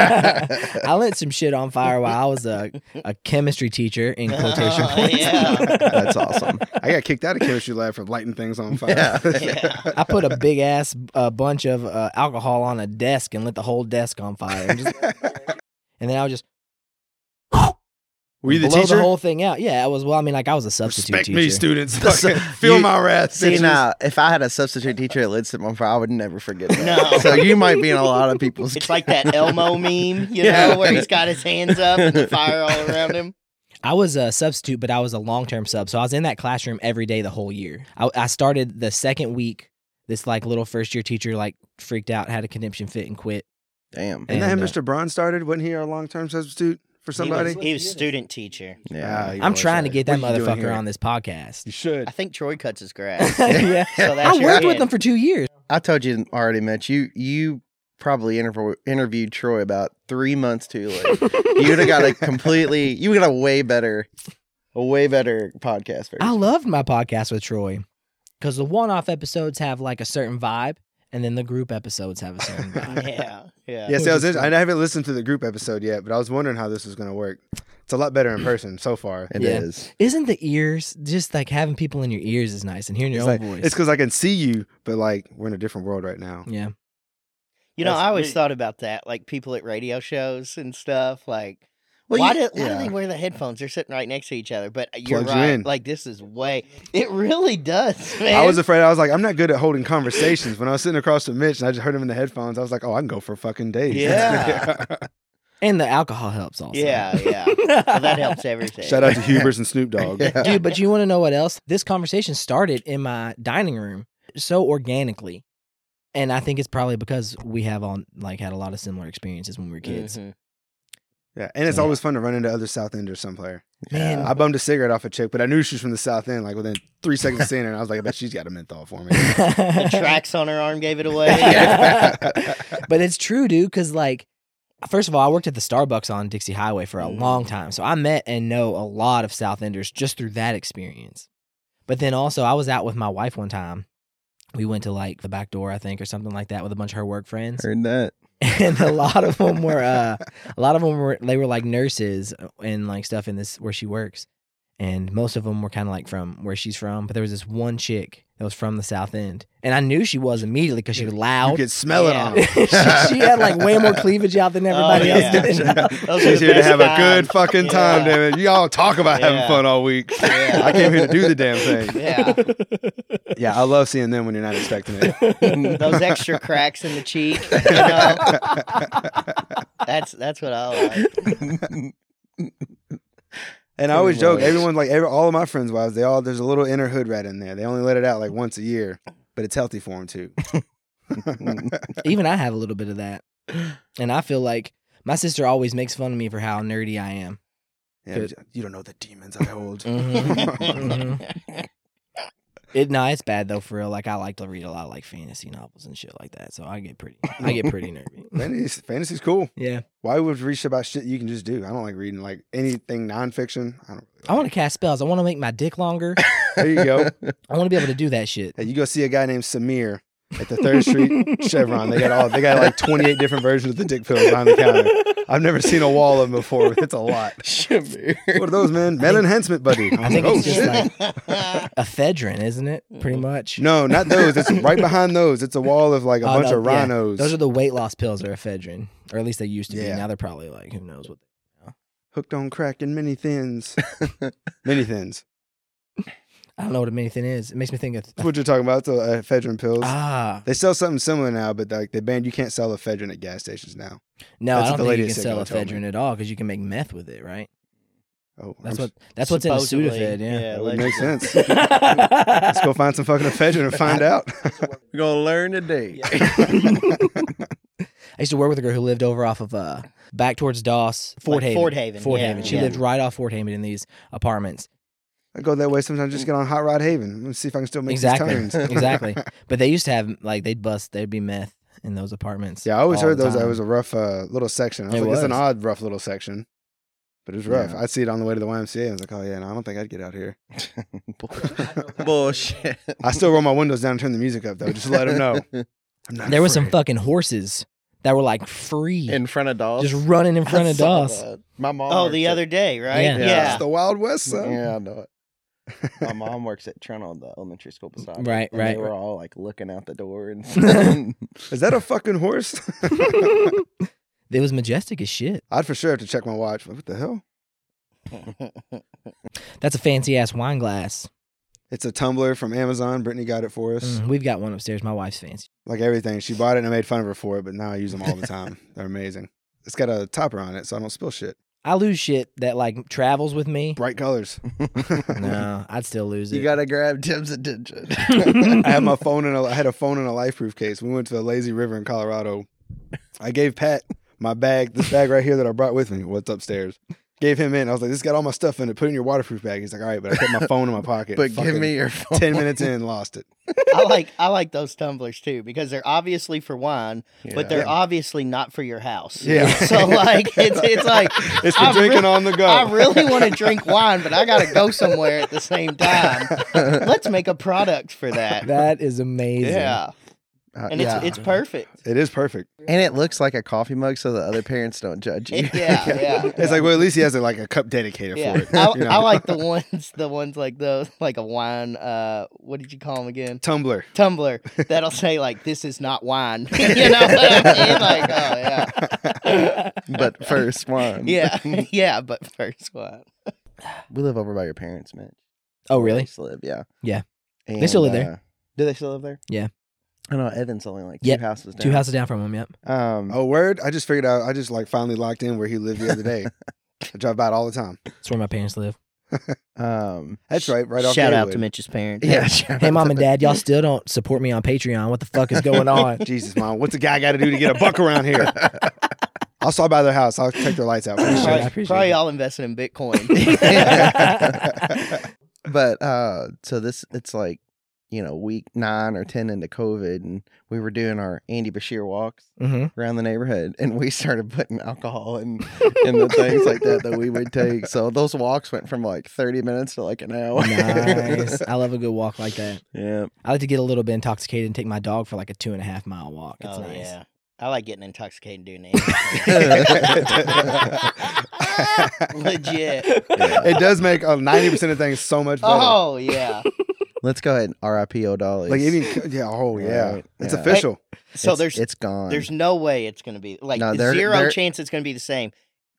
I lit some shit on fire while I was a, a chemistry teacher in quotation
Oh,
points.
yeah.
That's awesome.
I got kicked out of chemistry lab for lighting things on fire.
Yeah.
yeah.
I put a big ass uh, bunch of uh, alcohol on a desk and lit the whole desk on fire. And, just, and then I would just
Were you the
blow
teacher?
the whole thing out. Yeah, I was. Well, I mean, like I was a substitute
Respect
teacher.
me, students.
The su-
Fucking Feel
you-
my wrath.
See
bitches.
now, if I had a substitute teacher at Lidsip on fire, I would never forget that.
No.
So you might be in a lot of people's.
It's like that Elmo meme, you
Yeah.
know, where he's got his hands up and the fire all around him.
I was a substitute, but I was a long term sub, so I was in that classroom every day the whole year. I, I started the second week. This like little first year teacher like freaked out, had a conniption fit, and quit.
Damn.
And then
And, uh,
Mr. Braun started. Wasn't he our long term substitute for somebody?
he was, he was student teacher.
Ah,
Yeah.
he
I'm
was,
trying to
uh,
get that
what you doing here?
motherfucker on this podcast.
You should.
I think Troy cuts his grass.
yeah,
So that's
I
your
worked with
hand.
them for two years.
I told you already, Mitch. You you probably interv- interviewed Troy about three months too late. you would have got a completely, you would have got a way better, a way better podcast version.
I loved my podcast with Troy because the one off episodes have like a certain vibe, and then the group episodes have a certain vibe.
yeah, yeah.
Yes,
Which
that was
is
it. I haven't listened to the group episode yet, but I was wondering how this was going to work. It's a lot better in person so far.
It
Yeah.
is.
Isn't the ears just like having people in your ears is nice and hearing your
It's
own
like,
voice?
it's because I can see you, but like we're in a different world right now.
yeah,
You know,
That's
I always
neat.
thought about that, like people at radio shows and stuff. Like,
Well,
why,
you-
do, why do they
yeah.
wear the headphones? They're sitting right next to each other. But uh, you're
Plugs you
right.
in.
like, this is way. It really does, man.
I was afraid. I was like, I'm not good at holding conversations. when I was sitting across from Mitch and I just heard him in the headphones, I was like, oh, I can go for fucking days.
Yeah.
and the alcohol helps also.
yeah, yeah. Well, that helps everything.
Shout out to Hubers and Snoop Dogg.
Yeah.
dude. But you want to know what else? This conversation started in my dining room so organically, and I think it's probably because we have all like had a lot of similar experiences when we were kids.
Mhm.
Yeah, and it's
Yeah.
always fun to run into other South Enders somewhere.
Mm-hmm.
Man.
I bummed a cigarette off a chick, but I knew she was from the South End. Like within three seconds of seeing her, and I was like, I bet she's got a menthol for me.
The tracks on her arm gave it away.
but it's true, dude, because like, first of all, I worked at the Starbucks on Dixie Highway for a
Mm.
long time. So I met and know a lot of South Enders just through that experience. But then also, I was out with my wife one time. We went to like the back door, I think, or something like that with a bunch of her work friends.
Heard that.
And a lot of them were, uh, a lot of them were, they were like nurses uh, and like stuff in this where she works. And most of them were kind of like from where she's from. But there was this one chick that was from the South End. And I knew she was immediately because she was loud.
you could smell
Yeah.
it on. her.
she, she had like way more cleavage out than everybody
Oh,
else
yeah.
did.
Those are
She's
the
here to
best
have a
times.
good fucking time,
Yeah.
damn it. You all talk about
Yeah.
having fun all week.
Yeah.
I came here to do the damn thing.
Yeah.
Yeah, I love seeing them when you're not expecting it.
Those extra cracks in the cheek. You know? That's that's what I like.
And I always
Oh,
joke,
Lord.
everyone like every, all of my friends' wives, they all there's a little inner hood rat in there. They only let it out like once a year, but it's healthy for them too.
Even I have a little bit of that, and I feel like my sister always makes fun of me for how nerdy I am.
Yeah,
Good.
you don't know the demons I hold. Mm-hmm.
It no, it's bad though for real. Like I like to read a lot of like fantasy novels and shit like that, so I get pretty, I get pretty nerdy.
Fantasy, fantasy's cool.
yeah,
Why would reach about shit you can just do? I don't like reading like anything nonfiction. I don't.
I want to cast spells. I want to make my dick longer.
There you go.
I want to be able to do that shit.
Hey, you go see a guy named Samir at the Third Street Chevron. They got all. They got like 28 different versions of the dick pill behind the counter. I've never seen a wall of them before. But it's a lot. What are those, man? Male enhancement, buddy.
I think
oh
it's just
shit.
like ephedrine, isn't it? Pretty
Mm-hmm.
much.
no, not those. It's right behind those. It's a wall of like a
Oh,
bunch
no,
of
yeah.
rhinos.
Those are the weight loss pills or ephedrine, or at least they used to be.
Yeah.
Now they're probably like, who knows what.
hooked on crack and mini thins. mini thins.
I don't know what a mini thing is. It makes me think of
That's what you're talking about. The uh, ephedrine pills.
ah.
They sell something similar now, but like they banned you can't sell ephedrine at gas stations now.
No,
That's
I don't
what the
think
lady
you can
at
sell
Cigna told me.
ephedrine at all because you can make meth with it, right?
Oh,
That's
I'm
what that's what's in the
Supposedly,
Sudafed. Yeah.
That would make
allegedly.
sense. Let's go find some fucking ephedrine and find out.
We're gonna learn today.
I used to work with a girl who lived over off of uh back towards Doss, Fort
Like
Haven.
Fort Haven,
Fort
yeah,
Haven. She
yeah.
lived right off Fort Haven in these apartments.
I go that way sometimes. Just get on Hot Rod Haven. Let's see if I can still make
exactly.
these turns.
exactly. But they used to have like they'd bust, there'd be meth in those apartments.
Yeah, I always
all
heard
the
those. That
time.
was a rough uh, little section. I was
It
like, it's an
was.
odd, rough little section, but it's rough.
Yeah.
I'd see it on the way to the YMCA. I was like, oh yeah, no, I don't think I'd get out here.
Bullshit.
I still roll my windows down and turn the music up though. Just to let them know. I'm not
there was some
afraid.
fucking horses that were like free
In front of dolls.
just running in
I
front of
saw
Doss.
that. My mom.
Oh,
works
the
at-
other day, right?
Yeah.
It's the Wild West, son.
Yeah, I know it. My mom works at Trenton, the elementary school beside. me,
Right,
and
right,
They were
right.
all like looking out the door and.
Is that a fucking horse?
It was majestic as shit.
I'd for sure have to check my watch. What the hell?
That's a fancy ass wine glass.
It's a tumbler from Amazon. Brittany got it for us.
Mm, we've got one upstairs. My wife's fancy.
Like everything, she bought it and I made fun of her for it. But now I use them all the time. They're amazing. It's got a topper on it, so I don't spill shit.
I lose shit that like travels with me.
Bright colors.
No, I'd still lose it.
You gotta grab Tim's attention.
I had my phone in a I had a phone in a life proof case. We went to the lazy river in Colorado. I gave Pat my bag, this bag right here that I brought with me. What's upstairs? Gave him in. I was like, this got all my stuff in it. Put it in your waterproof bag. He's like, all right, but I put my phone in my pocket.
but give
Fucking
me your phone.
ten minutes in, lost it.
I like I like those tumblers too because they're obviously for wine, but they're
Yeah.
obviously not for your house.
Yeah. Oh.
So like it's it's like
It's for
I
drinking
really-
on the go.
I really want to drink wine, but I gotta go somewhere at the same time. Let's make a product for that.
That is amazing.
yeah.
Uh,
And
yeah.
it's it's perfect.
it is perfect.
and it looks like a coffee mug, so the other parents don't judge you.
Yeah, yeah.
It's like well, at least he has a, like a cup dedicated for
Yeah,
it.
I,
you know?
I like the ones, the ones like those, like a wine. Uh, what did you call them again?
Tumblr.
Tumbler that'll say like, "This is not wine," you know. What I mean? Like, oh yeah,
but first one.
yeah, yeah. But first one,
we live over by your parents, Mitch.
Oh,
Where I
really?
used to live, yeah.
Yeah.
And,
They still live there.
uh, do they still live there?
Yeah.
I know Evan's only like
Yep.
two houses down.
Two houses down from him. Yep.
Um,
Oh word! I just figured out. I just like finally locked in where he lived the other day. I drive by it all the time.
That's where my parents live.
um,
That's right. Right off.
Shout out
Gatewood.
to Mitch's parents.
yeah. shout
Hey,
out
mom
to
and
the-
dad, y'all still don't support me on Patreon. What the fuck is going on?
Jesus, mom. What's a guy got to do to get a buck around here? I'll stop by their house. I'll take their lights out. For
Appreciate it,
probably,
I appreciate
probably
it.
all invested in Bitcoin.
But uh, so this it's like you know week nine or ten into COVID, and we were doing our Andy Bashir walks
hmm
around the neighborhood, and we started putting alcohol and and the things like that that we would take. So those walks went from like thirty minutes to like an hour.
Nice. I love a good walk like that.
yeah.
I like to get a little bit intoxicated and take my dog for like a two and a half mile walk. It's
oh
nice.
yeah, I like getting intoxicated and doing anything. Legit.
it does make um, ninety percent of things so much better.
Oh yeah.
Let's go ahead. and R.I.P. O'Dolly.
Like even yeah. Oh yeah.
Right,
It's
yeah.
official.
So
It's-
there's
it's gone.
There's no way it's going to be like
No, they're-
0
they're-
chance it's going to be the same.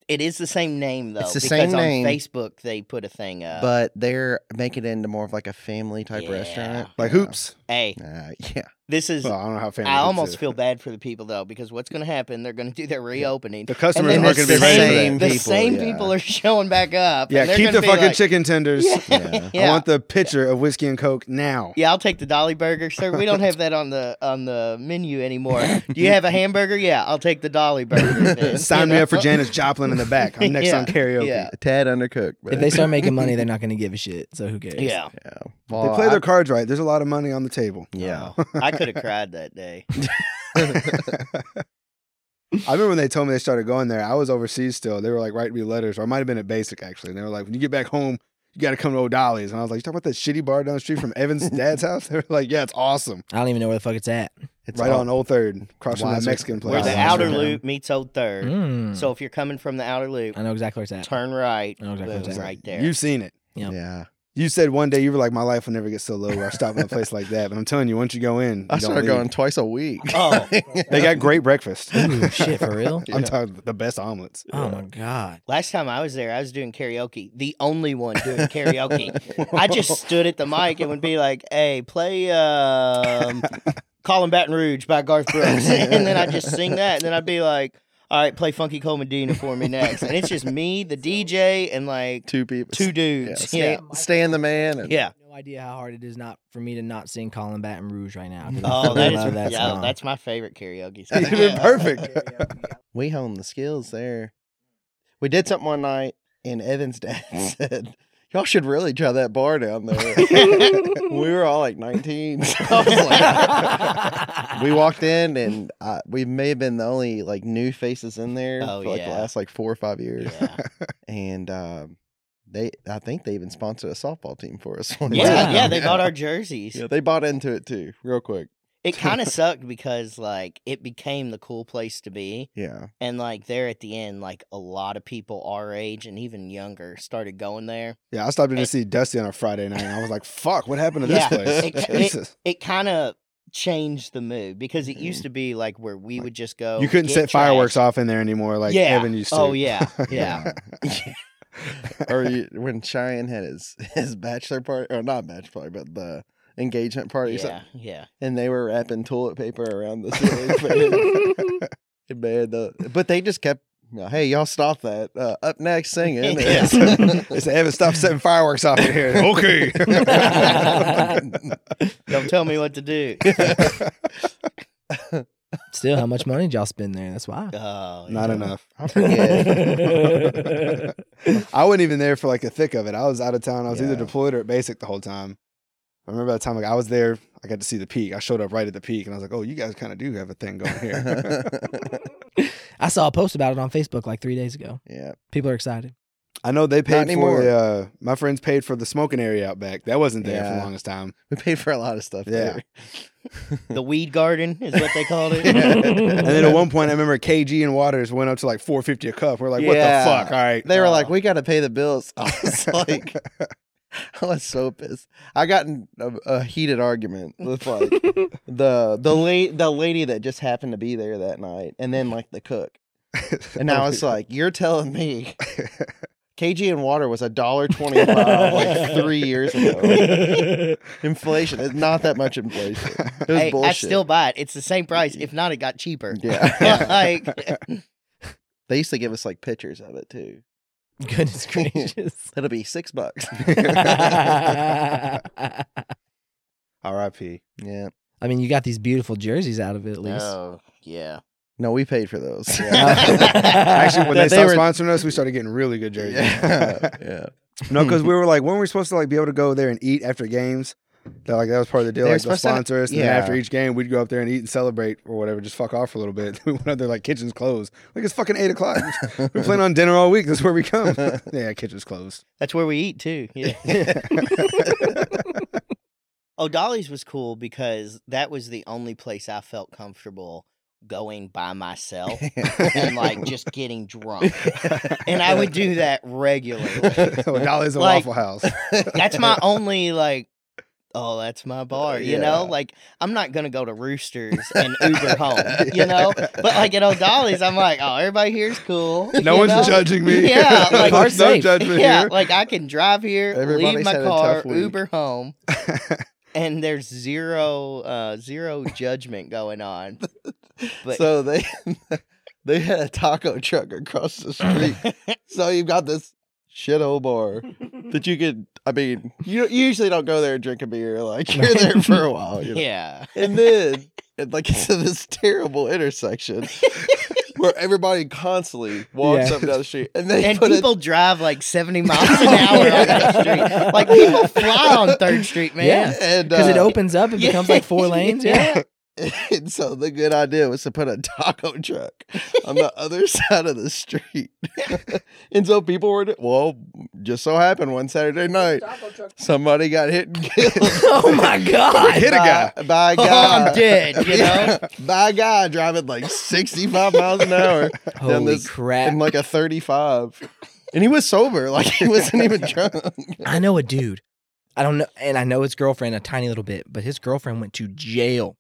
It is the same name though.
It's the
because
same
on
name.
Facebook they put a thing up.
but they're making it into more of like a family type
uh, Yeah.
restaurant.
Like
Yeah.
hoops.
hey,
Uh, yeah.
this is
Well, I don't know how famous.
I almost feel bad for the people though because what's going to happen? They're going to do their reopening.
the customers
And
aren't
it's
going to be
the
ready. for that.
same
the
people,
same
yeah.
people are showing back up. and
Yeah,
they're
keep
gonna
the
be
fucking
like,
chicken tenders.
Yeah.
Yeah.
I
Yeah.
want the pitcher of whiskey and coke now.
yeah, I'll take the Dolly Burger, sir. We don't have that on the on the menu anymore. Do you have a hamburger? Yeah, I'll take the Dolly Burger. then,
Sign
you
me
know?
up for Janis Joplin in the back. I'm next
Yeah.
on karaoke.
Yeah.
Tad undercooked. But
If they start making money, they're not going to give a shit. So who cares?
Yeah,
yeah.
They
Well,
play
Oh, I-
their cards right. There's a lot of money on the table.
Yeah.
Oh, I could have cried that day.
I remember when they told me they started going there. I was overseas still. They were like writing me letters, or I might have been at basic actually. And they were like, when you get back home, you got to come to O'Dolly's. And I was like, you talking about that shitty bar down the street from Evan's dad's house? They were like, yeah, it's awesome.
I don't even know where the fuck it's at.
It's
right
all-
on Old Third, across from that
Wiser-
Mexican place.
Where the
Wow.
outer
Yeah.
loop meets Old Third.
Mm.
So if you're coming from the outer loop,
I know exactly where it's at.
turn right.
I know exactly
boom,
what that is.
right there.
You've seen it.
Yeah.
Yeah.
You said one day you were like, my life will never get so low where I stop in a place like that. But I'm telling you, once you go in, you
I
don't
started
leave.
going twice a week.
oh,
They got great breakfast.
Ooh, shit, for real?
I'm talking the best omelets.
Oh my god.
last time I was there, I was doing karaoke. The only one doing karaoke. I just stood at the mic and would be like, "Hey, play um, Colin Baton Rouge by Garth Brooks," and then I'd just sing that, and then I'd be like. All right, play Funky Cole Medina for me next, and it's just me, the DJ, and like
Two people.
two
Yeah.
dudes.
Stan,
Yeah,
Stan the man. And,
I
yeah.
have no idea how hard it is not for me to not sing Colin Baton Rouge right now. 'cause I
Oh, that
fucking
is
love that
yeah,
song.
that's my favorite karaoke. Song.
It'd been perfect.
We hone the skills there. We did something one night, and Evan's dad said, Y'all should really try that bar down there. we were all like 19. So I was like- we walked in, and uh, we may have been the only like new faces in there
Oh,
for like the
yeah.
last like four or five years.
Yeah.
And um, they, I think they even sponsored a softball team for us. One
Yeah,
Wow.
time.
yeah, they bought our jerseys.
Yeah, they bought into it too, real quick.
It kind of sucked because like it became the cool place to be,
Yeah.
and like there at the end, like a lot of people our age and even younger started going there.
Yeah, I stopped in to see Dusty on a Friday night, and I was like, "Fuck, what happened to
Yeah,
this
it-
place?"
it-
Jesus.
It kind of changed the mood because it used to be like where we would just go.
you couldn't
get
set fireworks
trashed.
off in there anymore, like
Yeah.
Evan used to.
Oh yeah, yeah.
or you, when Cheyenne had his his bachelor party, or not bachelor party, but the engagement party, or
Yeah,
something,
yeah.
and they were wrapping toilet paper around the ceiling. fan. Man, the- but they just kept, you know, hey, y'all stop that. Uh, up next, singing. is-"
They said, Evan, stop setting fireworks off in here. okay.
Don't tell me what to do.
Still, how much money did y'all spend there? That's why.
Oh,
Not
yeah.
enough.
I forget.
I wasn't even there for like the thick of it. I was out of town. I was
Yeah.
either deployed or at basic the whole time. I remember that time like I was there. I I got to see the peak. I showed up right at the peak, and I was like, "Oh, you guys kind of do have a thing going here."
I saw a post about it on Facebook like three days ago.
yeah.
People are excited.
I know they paid for
anymore.
the, uh, my friends paid for the smoking area out back. That wasn't there for the
Yeah.
longest time.
We paid for a lot of stuff
Yeah.
The weed garden is what they called it.
there.
And then at one point, I remember KG and Waters went up to like four fifty a cup. We're like,
Yeah.
"What the fuck?" All right, Oh.
They were
Aw.
like, "We got to pay the bills." I was like, I was so pissed. I got in a, a heated argument with like the the la- the lady that just happened to be there that night, and then like the cook. And I was like, "You're telling me." KG and water was a dollar twenty five like three years ago. Inflation, it's not that much inflation. It was
Hey,
bullshit.
I still buy it. It's the same price. If not, it got cheaper.
yeah.
like
they used to give us like pictures of it too.
Goodness gracious.
It'll be six bucks.
I
R.I.P.
yeah.
mean, you got these beautiful jerseys out of it at least.
Oh yeah.
No, we paid for those.
Actually,
That
when they,
they
started
were-
sponsoring us, we started getting really good jerseys.
Yeah. yeah.
no, because we were like, when were we supposed to like be able to go there and eat after games? That like that was part of the deal.
They were
Like they'll
supposed to-
sponsor us, and then
yeah.
after each game, we'd go up there and eat and celebrate or whatever. Just fuck off for a little bit. We went up there like kitchen's closed. Like it's fucking eight o'clock. we plan on dinner all week. That's where we come. yeah, kitchen's closed.
That's where we eat too. Yeah. oh, Dolly's was cool because that was the only place I felt comfortable going by myself and like just getting drunk. And I would do that regularly.
oh, Dolly's a
Like-
Waffle House.
That's my only like oh, that's my bar, you know?
Uh, Yeah.
Like I'm not gonna go to Roosters and Uber home, you know? But like at O'Dolly's, I'm like, oh everybody here's cool.
No
you
one's
know?
judging me.
Yeah, like-
We're
no
safe.
judgment
Yeah,
here.
like I can drive here,
Everybody's
leave my
had a
car,
tough week.
Uber home, and there's zero uh zero judgment going on. But
so they they had a taco truck across the street. so you've got this shithole bar that you could. I mean, you, you usually don't go there and drink a beer. Like you're there for a while. You know?
yeah.
And then, and like it's in this terrible intersection where everybody constantly walks
Yeah.
up and down the street, and they
And
put
people drive like 70 miles an hour on that street. Like people fly on 3rd Street, man.
Yeah.
a, and
Because it
uh,
opens up, it
yeah.
becomes like four lanes. Yeah.
And so the good idea was to put a taco truck on the other side of the street. and so people were, well, just so happened one Saturday night, somebody got hit and killed
oh my God.
Hit a guy.
by a
Oh,
guy.
I'm dead, you know?
by a guy driving like 65 miles an hour
Holy
this-
crap.
and like a 35. And he was sober, like he wasn't even drunk.
I know a dude. I don't know, and I know his girlfriend a tiny little bit, but his girlfriend went to jail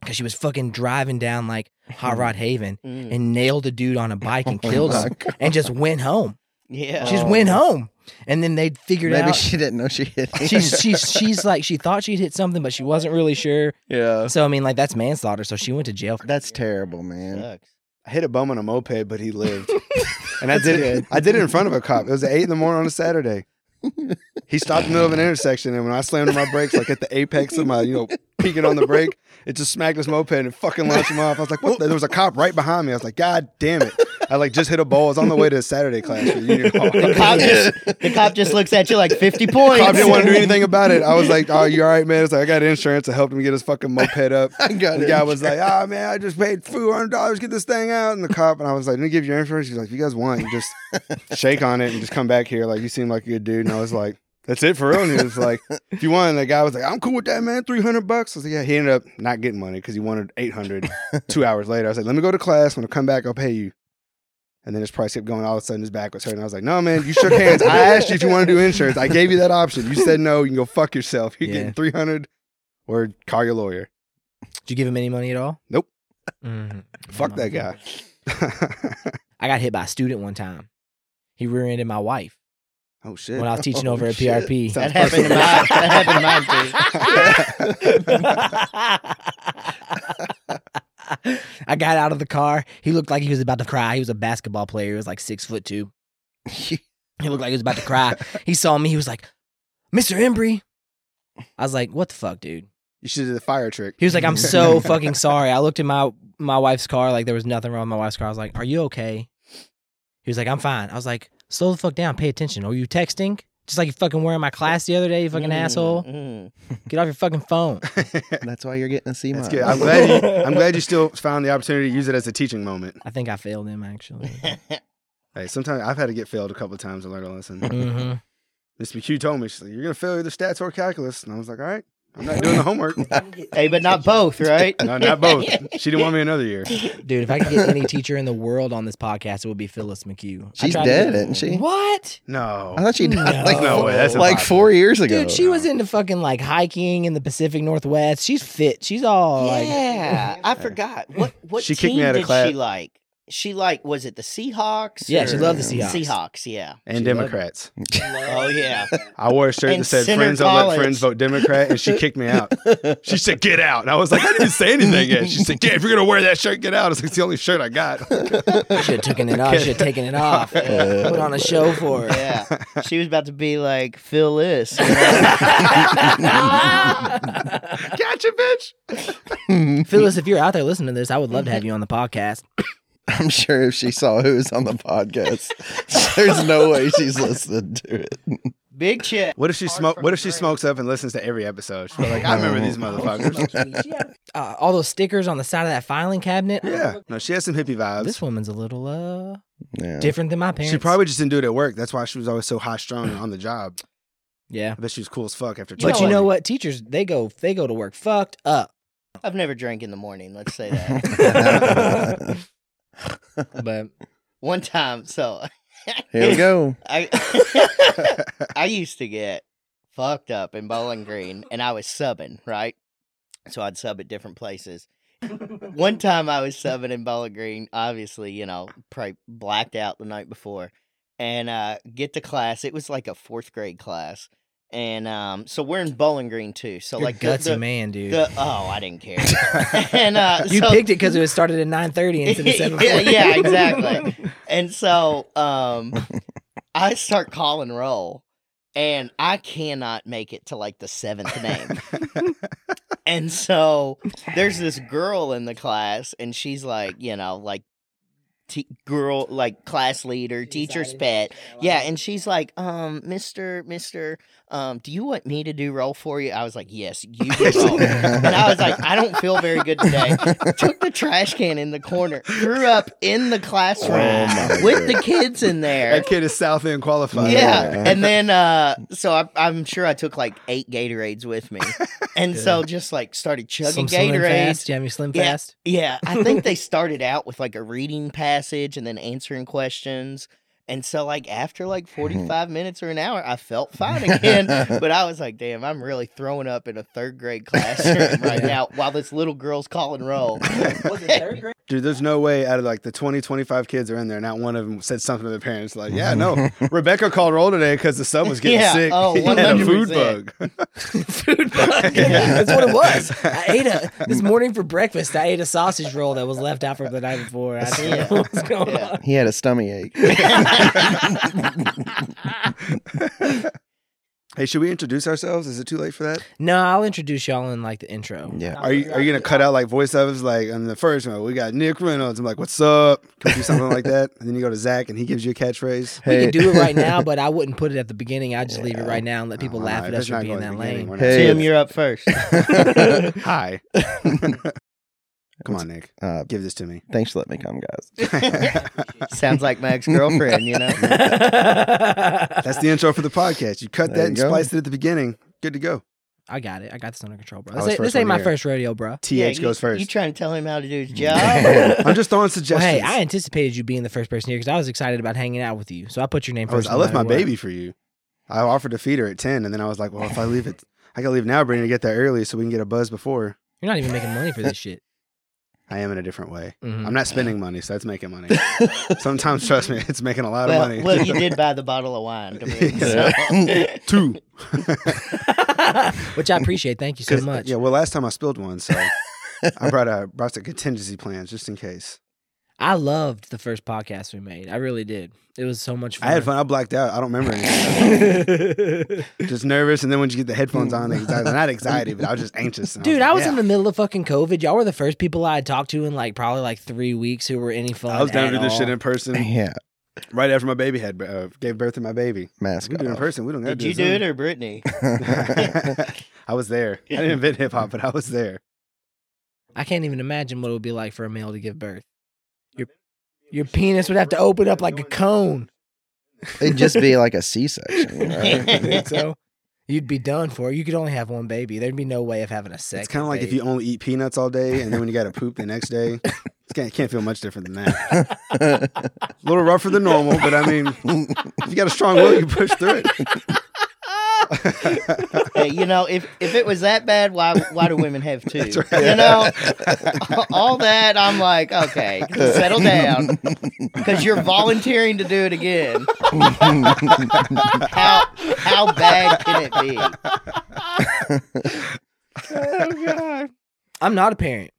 because she was fucking driving down like Hot Rod Haven
Mm,
and nailed a dude on a bike and
Oh
killed
my
him and just went home.
yeah.
She just
Oh.
went home, and then they figured
Maybe
out.
she didn't know she hit him.
She's she's she's like she thought she'd hit something, but she wasn't really sure.
yeah.
So I mean, like that's manslaughter. So she went to jail. For
That's terrible, man.
Oh, Sucks.
I hit a bum on a moped, but he lived. and I did it. I did it in front of a cop. It was at eight in the morning on a Saturday. He stopped in the middle of an intersection, and when I slammed on my brakes, like at the apex of my, you know, peeking on the brake, it just smacked his moped and fucking launched him off. I was like, "What?" the- There was a cop right behind me. I was like, "God damn it!" I like just hit a ball. I was on the way to a Saturday class for union hall.
The cop, just, the cop just looks at you like 50 points.
Cop didn't want to do anything about it. I was like, "Oh, you all right, man?" It's like I got insurance. I helped him get his fucking moped up.
I got
The
it.
guy was like, "Ah, man, I just paid four hundred dollars get this thing out." And the cop and I was like, "Let me give you your insurance." He's like, "If you guys want, you just shake on it and just come back here. Like you seem like a good dude." And I was like, "That's it for real." And he was like, "If you want," and the guy was like, "I'm cool with that, man. Three hundred bucks." I was like, "Yeah." He ended up not getting money because he wanted eight hundred. Two hours later, I was like, "Let me go to class. When I come back, I'll pay you." And then his price kept going. All of a sudden, his back was hurt. And I was like, "No, man, you shook hands. I asked you if you want to do insurance. I gave you that option. You said no. You can go fuck yourself. You're
Yeah.
getting three hundred, or call your lawyer."
Did you give him any money at all?
Nope.
Mhm.
Fuck that guy.
I got hit by a student one time. He rear-ended my wife
oh shit.
when I was teaching
Oh,
over at
shit.
PRP.
Sounds
That happened to mine. That happened to mine, too.
I got out of the car. He looked like he was about to cry. He was a basketball player. He was like six foot two. He looked like he was about to cry. He saw me. He was like, Mr. Embry. I was like, what the fuck, dude?
you should do the fire trick.
He was like, I'm so fucking sorry. I looked at my my wife's car, like there was nothing wrong with my wife's car. I was like, Are you okay? He was like, I'm fine. I was like, slow the fuck down, pay attention. Are you texting? Just like you fucking were in my class the other day, you fucking
Mm,
asshole.
mm.
Get off your fucking phone.
That's why you're getting a C minus.
That's good. I'm glad, you, I'm glad you still found the opportunity to use it as a teaching moment.
I think I failed him actually.
Hey, sometimes I've had to get failed a couple of times to learn a lesson.
hmm
Miss McHugh told me, she's like, you're going to fail either stats or calculus. And I was like, all right, I'm not doing the homework.
Mm-hmm.
hey, but not both, right?
No, not both. She didn't want me another year.
Dude, if I could get any teacher in the world on this podcast, it would be Phyllis McHugh. I
She's
tried to
dead,
get-
isn't she?
What?
No.
I thought she died like,
No
four-
way, that's
like
impossible.
four years ago.
Dude, she was into fucking like hiking in the Pacific Northwest. She's fit. She's all like
yeah, Oh, I forgot. What what
She
team
kicked me out of
did
class.
she like? She like was it the Seahawks?
Yeah, she
or-
loved the Seahawks.
Seahawks, yeah.
And Democrats.
Oh yeah.
I wore a shirt
And
that said,
Center
friends don't let
College.
friends vote Democrat. And she kicked me out. She said, get out. And I was like, I didn't even say anything yet. She said, yeah, if you're going to wear that shirt, get out. It's like, it's the only shirt I got.
should have taken it off. Should have taken it off. Put on a show for her.
Yeah. She was about to be like Phil this.
gotcha, bitch.
Phyllis, if you're out there listening to this, I would love to have you on the podcast.
I'm sure if she saw who was on the podcast, there's no way she's listening to it.
Big chip.
What if she smoke? What if she smokes up and listens to every episode? She's like, I remember these motherfuckers.
Uh, all those stickers on the side of that filing cabinet.
Yeah, no, she has some
This
hippie vibes.
woman's a little uh
Yeah.
different than my parents.
She probably just didn't do it at work. That's why she was always so high strung on the job.
yeah.
I bet she was cool as fuck after.
But
church.
you know what? Teachers, they go they go to work fucked up.
I've never drank in the morning, let's say that.
But
One time, so
Here we go.
I I used to get fucked up in Bowling Green, and I was subbing right, so I'd sub at different places. One time I was subbing in Bowling Green, obviously, you know, probably blacked out the night before, and uh, get to class. It was like a fourth grade class, and um, so we're in Bowling Green too. So
you're a
like the-
gutsy
the-
man, dude.
the- oh, I didn't care. and uh,
you
so-
picked it because it was started at nine thirty instead of seven.
yeah, yeah, exactly. And so um I start calling roll and I cannot make it to like the seventh name. and so there's this girl in the class and she's like, you know, like te- girl like class leader, teacher's pet. Yeah, and she's like, um, Mister, Mister, um, do you want me to do roll for you? I was like, yes, you do roll. and I was like, I don't feel very good today. Took the trash can in the corner, threw up in the classroom
Oh my
with the
God.
kids in there.
that kid is South End qualified.
Yeah.
Yeah.
And then, uh, so I, I'm sure I took like eight Gatorades with me. And so just like started
Some
chugging
slim
Gatorades.
fast. Jamie Slim
Yeah.
Fast.
Yeah, I think they started out with like a reading passage and then answering questions. And so like after like
Mm-hmm.
45 minutes or an hour, I felt fine again. but I was like, damn, I'm really throwing up in a third grade classroom right
Yeah.
now while this little girl's calling roll.
dude, there's no way out of like the 20, 25 kids are in there, not one of them said something to their parents. Like, yeah, no, Rebecca called roll today because the son was getting
Yeah.
sick.
Oh,
he had a food
100%.
bug.
Food bug. That's what it was. I ate a this morning for breakfast. I ate a sausage roll that was left out from the night before. I don't
Yeah.
know what's going
Yeah.
on.
He had a stomach ache.
Hey, should we introduce ourselves? Is it too late for that?
No, I'll introduce y'all in like the intro.
Yeah.
Are you are you gonna cut out like voiceovers like in the first one? We got Nick Reynolds. I'm like, what's up? Can we do something like that? And then you go to Zach and he gives you a catchphrase.
We
Hey.
could do it right now, but I wouldn't put it at the beginning. I'd just leave it right now and let people
Oh,
laugh
no,
at
that's
us for
not
being
going to
that
the
lame.
beginning. We're
Hey.
Tim, you're up first.
not- Hi. Come on, Nick.
Uh,
Give this to me.
thanks for letting me come, guys.
Sounds like my ex girlfriend, you know?
That's the intro for the podcast. You cut
There
that
you
and
go.
spliced it at the beginning. Good to go.
I got it. I got this under control, bro.
I was
This, ain't-
first
this ain't
one
my
here.
first rodeo, bro.
TH
Yeah,
goes
you,
first. Mm.
You trying to tell him how to do his job?
I'm just throwing
Well, hey,
suggestions.
I anticipated you being the first person here because I was excited about hanging out with you. So I put your name
I, was-
first.
I
no
left my
matter what.
baby for you. I offered to feed her at 10, and then I was like, well, if I leave it, I gotta leave now, Brittany, to get there early so we can get a buzz before.
You're not even making money for this shit.
I am in a different way.
Mhm.
I'm not spending money, so that's making money. Sometimes, trust me, it's making a lot of
well,
money.
well, you did buy the bottle of wine. Come in, so.
Two.
Which I appreciate. Thank you so
'Cause- uh,
much.
Yeah, well, last time I spilled one, so I brought a, brought some contingency plans just in case.
I loved the first podcast we made. I really did. It was so much fun.
I had fun. I blacked out. I don't remember anything. just nervous, and then when you get the headphones on, anxiety, not anxiety, but I was just anxious. and
Dude, I was in
like,
the middle of fucking COVID. Y'all were the first people I had talked to in like probably like three weeks who were any fun.
yeah. I was down
at
to do this
all.
shit in person.
yeah.
right after my baby had uh, gave birth to my baby.
Mask
We do it in
off.
person. We don't. gotta
Did you do
Zoom.
it or Brittany?
I was there. I didn't invent hip hop, but I was there.
I can't even imagine what it would be like for a male to give birth. Your your penis would have to open up like a cone.
It'd just be like a C-section. you know?
I think so you'd be done for. You could only have one baby. There'd be no way of having a second.
It's kind of like if
baby.
you only eat peanuts all day, and then when you got to poop the next day, it's can't, can't feel much different than that. A little rougher than normal, but I mean, if you got a strong will, you push through it.
Hey, you know, if if it was that bad, why why do women have two?
That's right.
You know, all that I'm like, okay, settle down, because you're volunteering to do it again. How how bad can it be?
Oh god. I'm not a parent.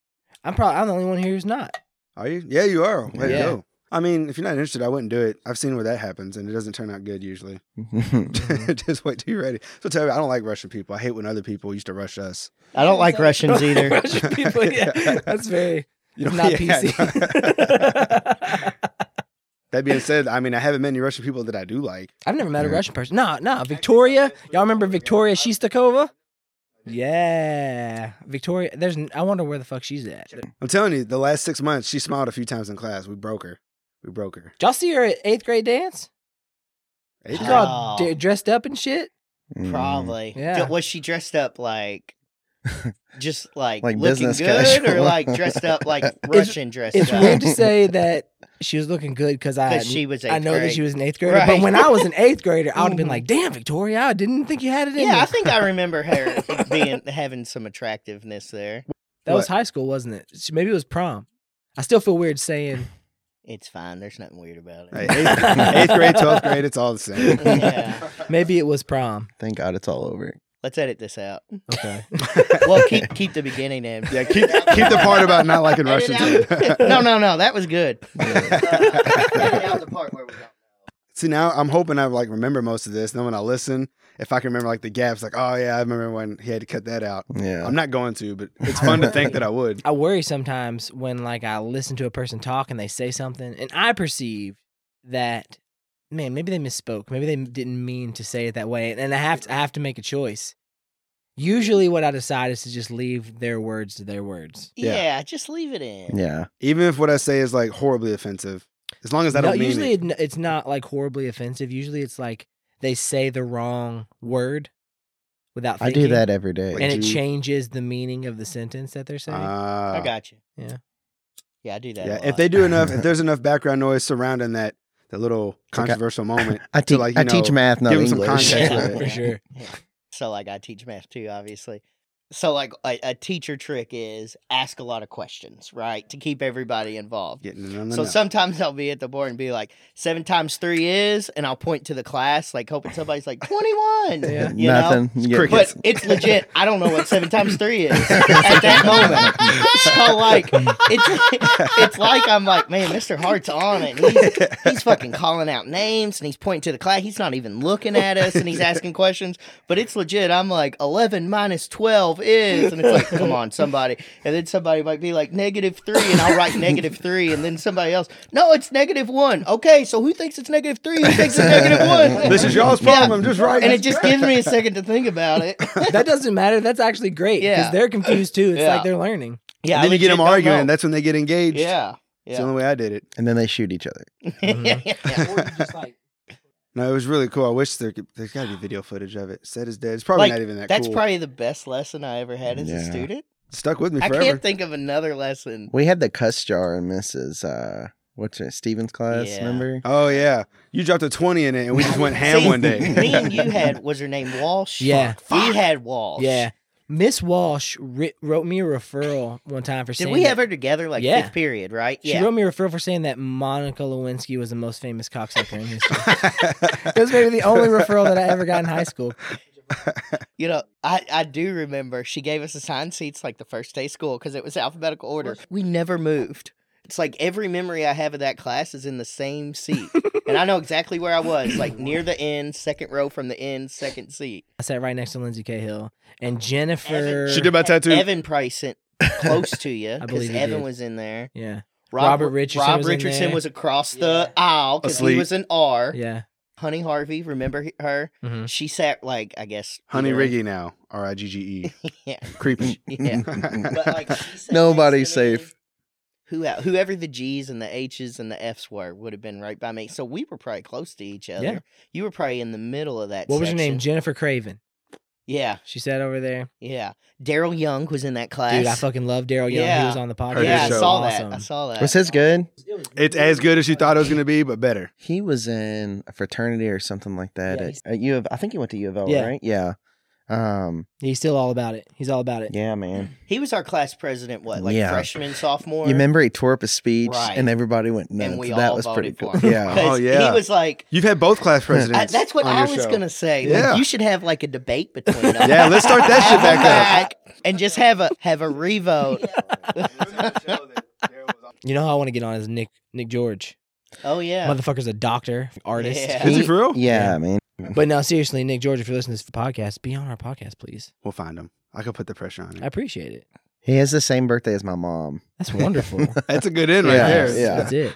I'm probably I'm the only one here who's not.
Are you? Yeah, you are. Way
Yeah.
to go. I mean, if you're not interested, I wouldn't do it. I've seen where that happens, and it doesn't turn out good usually.
Mm-hmm.
Just wait till you're ready. So tell me, I don't like rushing people. I hate when other people used to rush us.
I don't like Russians either.
Russian people, yeah. That's very
You
not PC.
that being said, I mean, I haven't met any Russian people that I do like.
I've never met a Russian person. No, no, Victoria. Y'all remember Victoria Shistakova? Yeah, Victoria. There's. n- I wonder where the fuck she's at.
I'm telling you, the last six months, she smiled a few times in class. We broke her. We broke her.
Y'all see her at eighth grade dance?
Hey,
She's
God.
all d- dressed up and shit.
Probably.
Mm-hmm. Yeah.
D- Was she dressed up like? Just like,
Like
looking
business
good, or
casual.
like dressed up like Russian dressed
It's
up
weird to say that she was looking good because I.
because she was.
I
eighth
know
grade.
that she was an eighth grader, but
Right.
when I was an eighth grader, I would have been
Mhm.
like, "Damn, Victoria, I didn't think you had it in
Yeah,
you."
I think I remember her being having some attractiveness there.
That was high school, wasn't it? She- Maybe it was prom. I still feel weird saying.
It's fine. There's nothing weird about
Hey,
it.
eighth, eighth grade, twelfth grade, it's all the same.
yeah.
Maybe it was prom.
Thank God it's all over.
Let's edit this out.
Okay.
Well, keep keep the beginning in.
Yeah, keep keep the part about not liking
Edit
Russians.
out-
in.
no, no, no. That was good. Edit out the part where we don't.
See, now I'm hoping I like remember most of this. And then when I listen, if I can remember like the gaps, like, oh yeah, I remember when he had to cut that out.
Yeah.
I'm not going to, but it's fun to think that I would.
I worry sometimes when like I listen to a person talk and they say something and I perceive that man maybe they misspoke maybe they didn't mean to say it that way and I have to, I have to make a choice. Usually what I decide is to just leave their words to their words.
Yeah.
Yeah. just leave it in.
Yeah.
Even if what I say is like horribly offensive, as long as I
No,
don't mean
usually
it.
it. n- it's not like horribly offensive. Usually it's like they say the wrong word without
I
thinking.
do that every day.
Like,
and it
do-
changes the meaning of the sentence that they're saying.
Ah.
I got you.
Yeah.
Yeah, I do that.
Yeah,
a
if
lot.
they do enough, if there's enough background noise surrounding that that little
like I-
controversial moment,
I,
to,
te-
like, you
I teach
know,
math, not
give 'em some
English.
context
Yeah.
with
For
it.
sure.
So like I teach math too, obviously. So like a, a teacher trick is ask a lot of questions, right, to keep everybody involved.
Getting it on the
So
nut.
sometimes I'll be at the board and be like, seven times three is, and I'll point to the class, like hoping somebody's like, 21.
Yeah.
You Know?
Nothing. Yeah.
But it's legit. I don't know what seven times three is at that moment. So like, it's it's like I'm like, man, Mr. Hart's on it. And he's, he's fucking calling out names and he's pointing to the class. He's not even looking at us and he's asking questions. But it's legit. I'm like, eleven minus twelve is, and it's like, come on, somebody. And then somebody might be like negative three, and I'll write negative three, and then somebody else, no, it's negative one. Okay, so who thinks it's negative three? Who thinks it's negative one?
this is y'all's
Yeah.
problem. Just right.
And it just gives me a second to think about it.
that doesn't matter. That's actually great because
Yeah.
they're confused too. It's
Yeah.
like they're learning.
Yeah,
then you get them arguing.
That
That's when they get engaged.
yeah,
It's the
yeah.
only way I did it.
and then they shoot each other.
Mm-hmm. No, it was really cool. I wish there could, there's got to be video footage of it. Set is dead. It's probably
Like,
not even that
That's
cool.
probably the best lesson I ever had as a
Yeah.
student.
stuck with me
I
forever.
can't think of another lesson.
We had the cuss jar in Mrs. Uh, what's her Stevens class?
Yeah.
Remember?
oh yeah, you dropped a twenty in it, and we just went ham
See,
one day.
me and you had was her name Walsh.
Yeah.
we had Walsh.
Yeah. Miss Walsh writ, wrote me a referral one time for
Did
saying
we have
that-
her together like
Yeah.
fifth period? Right.
She
yeah.
wrote me a referral for saying that Monica Lewinsky was the most famous cocksucker in history. It was maybe the only referral that I ever got in high school.
you know, I I do remember she gave us assigned seats like the first day of school because it was alphabetical order. We never moved. It's like every memory I have of that class is in the same seat, and I know exactly where I was, like near the end, second row from the end, second seat.
I sat right next to Lindsay Cahill and Jennifer.
she did my tattoo.
Evan probably E- sent close to you
believe
because
he
Evan
did.
was in there.
Yeah.
Rob-
Robert Richardson
Rob
was in
Richardson
there.
was across
Yeah.
the aisle because he
Asleep.
was an R.
Yeah.
Honey Harvey, remember he- her?
Mhm.
She sat like I guess
Honey
either-
Riggy now. R I G G E.
Yeah.
Creepy.
Yeah. But like she sat
Nobody's
next to me.
safe.
Who uh, whoever the G's and the H's and the F's were would have been right by me. So we were probably close to each other.
Yeah.
You were probably in the middle of that.
What was your name?
section.
Jennifer Craven.
Yeah,
She sat over there.
yeah. Daryl Young was in that class.
Dude, I fucking love Daryl Young. He
Yeah.
was on the podcast.
Heard
yeah, I
his show.
saw
Awesome.
that. I saw that.
Was his good?
it's as good as you thought it was going to be, but better.
He was in a fraternity or something like that.
Yeah,
at, at U of, I think he went to U of L,
Yeah.
right? Yeah. Um.
He's still all about it. He's all about it.
Yeah, man.
He was our class president. What, like
Yeah.
freshman, sophomore?
You remember he tore up a speech
Right.
and everybody went nuts.
we
that
all
was pretty
voted
cool.
for him.
Yeah.
'Cause
Oh, yeah.
He was like,
You've had both class presidents.
I- Uh, that's what
on
I
your
was
show.
gonna say.
Yeah.
Like, you should have like a debate between us.
Yeah, let's start that shit
Have them
back
back and just have a have a revote.
You know who I want to get on is Nick Nick George.
Oh yeah,
Motherfucker's a doctor, artist.
Yeah.
Is he for real?
Yeah,
Yeah.
man.
But no, seriously, Nick George, if you're listening to this podcast, be on our podcast, please.
We'll find him. I could put the pressure on
I
him.
appreciate it.
He has the same birthday as my mom.
That's wonderful.
That's a good end right
Yeah,
there.
yeah.
That's it.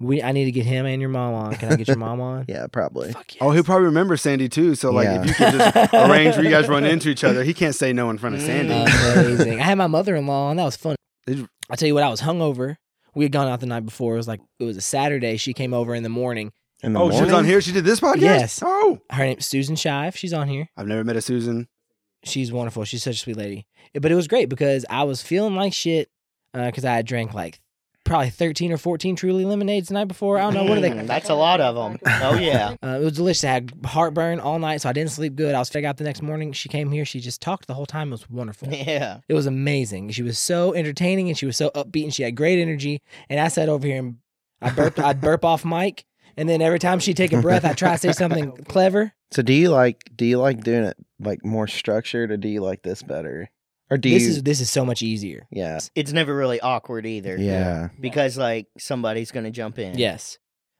We I need to get him and your mom on. Can I get your mom on?
Yeah, probably.
Fuck yes.
Oh, he'll probably remember Sandy too. So like,
Yeah.
if you could just arrange where you guys run into each other, he can't say no in front of Sandy.
Mm. Amazing. I had my mother in law on. That was fun.
Did you-
I'll tell you what, I was hungover. We had gone out the night before. It was like it was a Saturday. She came over in the morning.
In the
oh, she was
morning?
on here. She did this podcast.
Yes.
Oh,
Her name's Susan Shive. She's on here.
I've never met a Susan.
She's wonderful. She's such a sweet lady. But it was great because I was feeling like shit because I had drank like probably 13 or 14 truly lemonades the night before. I don't know. What are they?
Mm, That's a lot of them. Oh yeah.
Uh, it was delicious. I had heartburn all night, so I didn't sleep good. I was figured out the next morning. She came here. She just talked the whole time. It was wonderful.
Yeah,
It was amazing. She was so entertaining and she was so upbeat and she had great energy. And I sat over here and I burped, I'd burp off mic. And then every time she'd take a breath, I'd try to say something clever.
So do you like do you like doing it like more structured or do you like this better? Or do
This
you
is this is so much easier.
yeah.
it's never really awkward either.
Yeah.
because like somebody's gonna jump in.
Yes.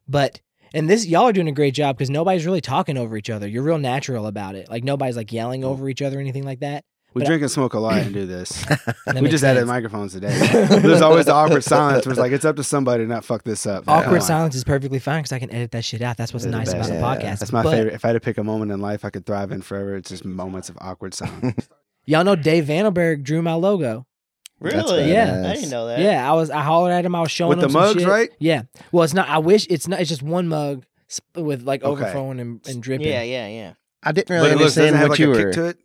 But and this y'all are doing a great job because nobody's really talking over each other. You're real natural about it. Like nobody's like
Oh.
yelling over each other or anything like that.
We
But I-
drink and smoke a lot and do this.
That
we
makes
just added
sense.
microphones today. There's always the awkward silence where it's like it's up to somebody to not fuck this up. uh, Like, come
Awkward
on.
silence is perfectly fine because I can edit that shit out. That's what's
They're the
nice about
best.
the
Yeah.
podcast.
That's my
But
favorite. If I had to pick a moment in life I could thrive in forever, it's just moments of awkward silence.
Y'all know Dave Vandenberg drew my logo.
That's
really?
Yeah.
I didn't know that.
Yeah, I was. I hollered at him. I was showing
With
him
the
some
mugs,
shit.
right?
Yeah. Well, it's not. I wish it's not. It's just one mug sp- with like
Okay.
overflowing and, and dripping.
yeah, yeah, yeah.
I didn't
but
really
it looks, doesn't
understand
have
what
like
you
a
were.
kick to it.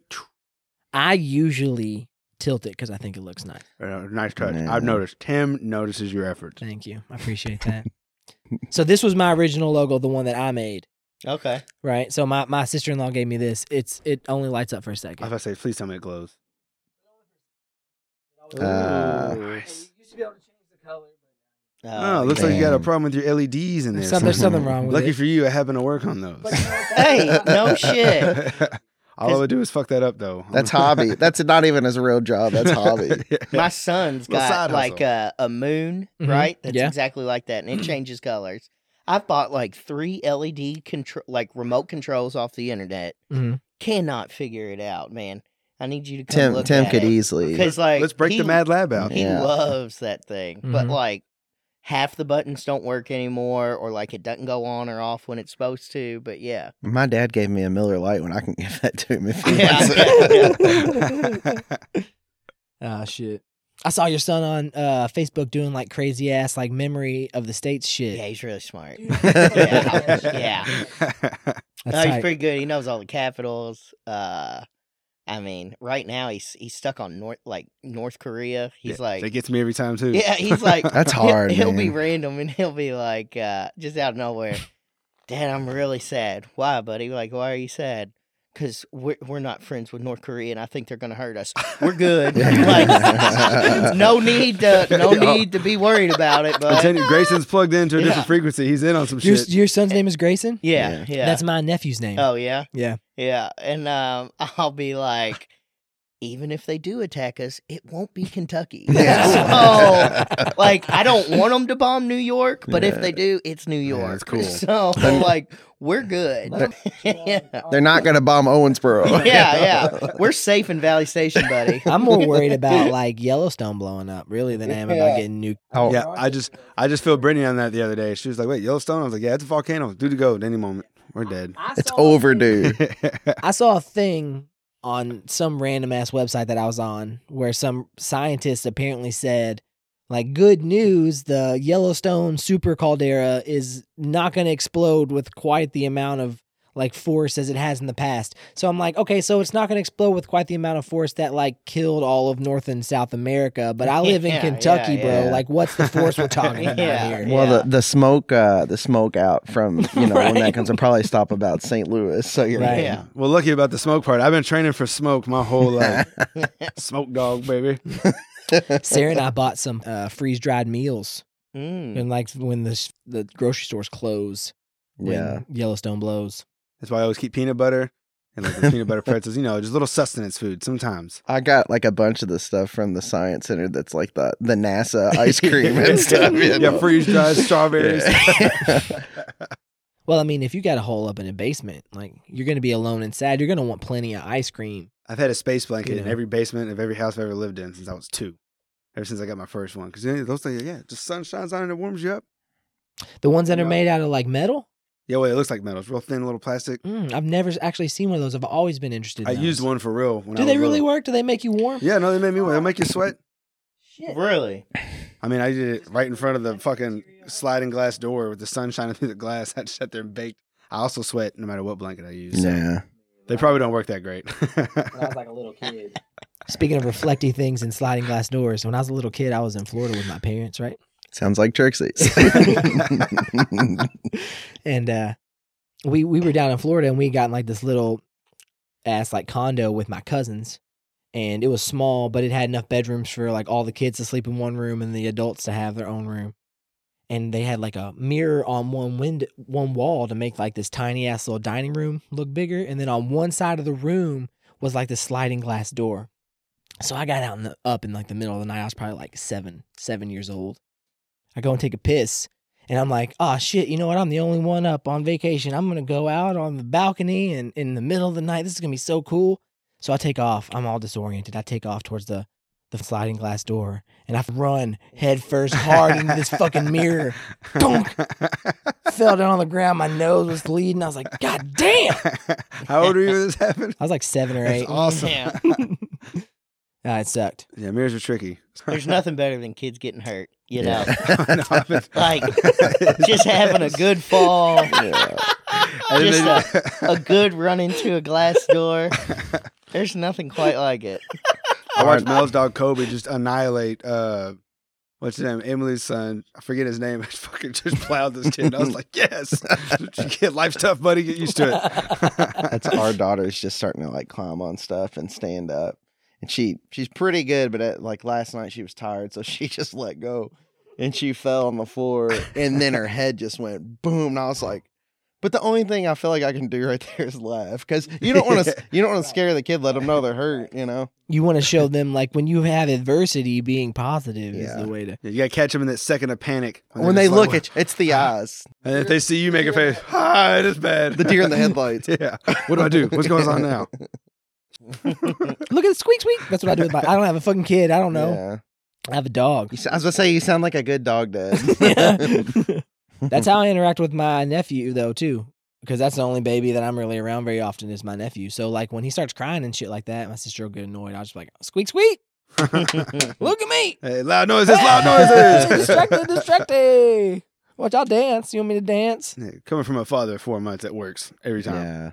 I usually tilt it because I think it looks nice.
Or no, nice touch.
Yeah.
I've noticed. Tim notices your efforts.
Thank you. I appreciate that. so this was my original logo, the one that I made.
Okay.
Right. So my, my sister in law gave me this. It's it only lights up for a
I was
second.
about to say, please tell me it glows.
Uh,
nice.
Oh,
No, it looks like you got a
damn.
problem with your LEDs in there.
There's some- there's something wrong with
Lucky
it.
for you, I happen to work on those.
Hey, no shit.
All I would do is fuck that up, though.
That's hobby. That's not even his real job. That's hobby.
My son's
Little
got
side
like
hustle.
a, a moon,
Mhm.
right? That's
Yeah.
exactly like that, and it changes colors. I've bought like three LED control, like remote controls off the internet.
Mhm.
Cannot figure it out, man. I need you to come
Tim
look
Tim
at
could
it.
easily.
'Cause, like
Let's break
he,
the Mad Lab out.
He
Yeah.
loves that thing, but
Mhm.
like half the buttons don't work anymore, or like it doesn't go on or off when it's supposed to. But yeah,
My dad gave me a Miller Light when I can give that to him if he
Yeah.
wants it.
Ah shit. I saw your son on uh, Facebook doing like crazy ass like memory of the states shit.
yeah, he's really smart.
yeah.
That's
no, he's
tight.
pretty good. He knows all the capitals. Uh, I mean, right now he's he's stuck on North like North Korea. He's
That
like,
gets me every time, too.
yeah, he's like,
That's
he'll-
hard.
He'll,
man.
be random and he'll be like, uh, just out of nowhere, Dad, I'm really sad. Why, buddy? Like, why are you sad? Because we're we're not friends with North Korea, and I think they're gonna hurt us. We're good. like, no need to no
Yeah.
need to be worried about it.
I'm
But
telling you, Grayson's plugged into a
Yeah.
different frequency. He's in on some
Your,
shit.
your son's name is Grayson?
yeah, Oh. yeah,
That's my nephew's name.
Oh yeah.
Yeah.
Yeah. And um I'll be like even if they do attack us, it won't be Kentucky.
Yeah.
so, Oh, like, I don't want them to bomb New York, but if they do, it's New
Yeah,
York.
that's cool.
So, like, we're good. yeah.
They're not going to bomb
yeah,
Owensboro.
yeah. We're safe in Valley Station, buddy.
I'm more worried about like Yellowstone blowing up really than I am about getting nuked.
Oh,
Yeah, I just I just filled Brittany on that the other day. She was like, "Wait, Yellowstone?" I was like, "Yeah, it's a volcano. Due to go at any moment. We're dead."
It's overdue.
I saw a thing on some random ass website that I was on where some scientist apparently said, like, good news, the Yellowstone super caldera is not going to explode with quite the amount of like force as it has in the past. So I'm like, okay, so it's not going to explode with quite the amount of force that like killed all of North and South America, but I live
Yeah,
in Kentucky,
yeah,
bro.
yeah.
Like, what's the force we're talking about
Yeah.
here?
Well,
Yeah.
the, the smoke, uh, the smoke out from you know when
Right.
that comes, will probably stop about St. Louis. So you're
Right.
Yeah.
well, lucky about the smoke part. I've been training for smoke my whole life. smoke dog, baby.
Sarah and I bought some uh, freeze dried meals.
Mm.
And like when the, s- the grocery stores close, when
yeah.
Yellowstone blows.
That's why I always keep peanut butter and like the peanut butter pretzels. You know, just little sustenance food sometimes.
I got like a bunch of the stuff from the science center that's like the the NASA ice cream and stuff. you
yeah,
know.
freeze dried strawberries.
Yeah.
Well, I mean, if you got a hole up in a basement, like you're going to be alone and sad. You're going to want plenty of ice cream.
I've had a space blanket
You
in
know.
every basement of every house I've ever lived in since I was two. Ever since I got my first one, because those things, yeah, just sun shines on it, it warms you up.
The ones that are
Yeah.
made out of like metal,
Yeah, well, it looks like metal. It's real thin, little plastic.
mm, I've never s- actually seen one of those. I've always been interested. In
I
those.
used one for real. When I
Do
was
they really
little.
work? Do they make you warm?
Yeah, no, they made me. They make you sweat.
Really?
I mean, I did it right in front of the fucking sliding glass door with the sun shining through the glass. I sat there and baked. I also sweat no matter what blanket I use. so
yeah.
They probably don't work that great.
like a little kid. Speaking of reflecty things and sliding glass doors, when I was a little kid, I was in Florida with my parents, right?
Sounds like Trixie's.
and uh we we were down in Florida and we got in like this little ass like condo with my cousins and it was small but it had enough bedrooms for like all the kids to sleep in one room and the adults to have their own room and they had like a mirror on one window one wall to make like this tiny ass little dining room look bigger and then on one side of the room was like this sliding glass door so i got out in the up in like the middle of the night i was probably like seven seven years old i go and take a piss and I'm like, oh shit, you know what? I'm the only one up on vacation. I'm gonna go out on the balcony and in the middle of the night. This is gonna be so cool. So I take off. I'm all disoriented. I take off towards the the sliding glass door and I run head first hard into this fucking mirror. Bonk. Fell down on the ground. My nose was bleeding. I was like, God damn.
How old were you when this happened?
I was like seven or
That's
eight.
awesome.
Yeah.
Ah, it sucked.
Yeah, mirrors are tricky.
There's nothing better than kids getting hurt, you know?
Yeah.
No, I've been-
Like, just having a good fall,
Yeah.
And then
just
they-
a good run into a glass door. There's nothing quite like it.
I watched Mel's dog Kobe just annihilate uh what's his name? Emily's son. I forget his name. I fucking just plowed this kid. And I was like, Yes. Get life's tough, buddy, get used to it.
That's our daughter's just starting to like climb on stuff and stand up. And she she's pretty good, but at, like last night she was tired, so she just let go and she fell on the floor and then her head just went boom and I was like but the only thing I feel like I can do right there is laugh cuz you don't want to you don't want to scare the kid, let them know they're hurt, you know.
You want to show them like when you have adversity, being positive is
Yeah.
the way to.
Yeah, you gotta catch them in that second of panic.
When,
they're
they
just like,
look at you, it's the eyes,
and if they see you make a face, ah, it is bad.
the deer in the headlights.
Yeah. What do I do? What's going on now?
Look at the squeak squeak. That's what I do with my. I don't have a fucking kid. I don't know.
Yeah.
I have a dog.
You s- I was going to say you sound like a good dog dad.
that's how I interact with my nephew though too, because that's the only baby that I'm really around very often is my nephew. So like when he starts crying and shit like that, my sister will get annoyed. I'll just be like squeak squeak, look at me,
hey, loud noises,
Hey,
loud noises.
distracted, distracted. Watch y'all dance. You want me to dance?
Yeah, Coming from a father of four months, it works every time.
yeah.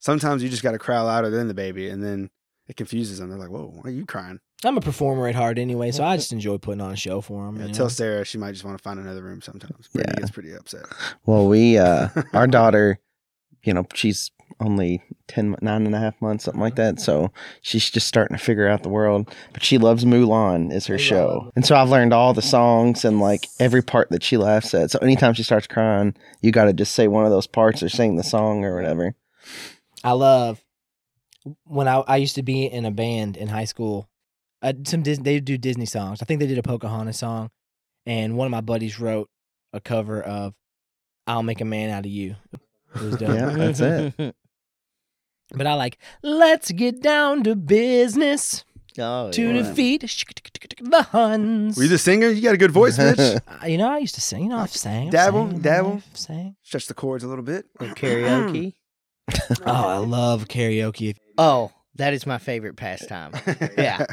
Sometimes you just got to cry louder than the baby, and then it confuses them. They're like, "Whoa, why are you crying?"
I'm a performer at heart anyway, so I just enjoy putting on a show for him.
Yeah,
you know?
Tell Sarah she might just want to find another room sometimes. Brittany
Yeah.
gets pretty upset.
Well, we, uh, our daughter, you know, she's only 10, nine and a half months, something like that. So she's just starting to figure out the world. But she loves Mulan, is her show. And so I've learned all the songs and like every part that she laughs at. So anytime she starts crying, you got to just say one of those parts or sing the song or whatever.
I love when I, I used to be in a band in high school, uh, some Disney, they do Disney songs. I think they did a Pocahontas song, and one of my buddies wrote a cover of "I'll Make a Man Out of You." It was dope.
Yeah, that's it.
But I like "Let's Get Down to Business"
Oh,
to
yeah.
defeat the Huns.
Were you the singer? You got a good voice, bitch.
Uh, you know, I used to sing. You know, I've sang, I've
Dabble,
sang,
dabble.
I've sang.
Stretch the chords a little bit.
Or karaoke.
Oh, I love karaoke.
oh, that is my favorite pastime. Yeah.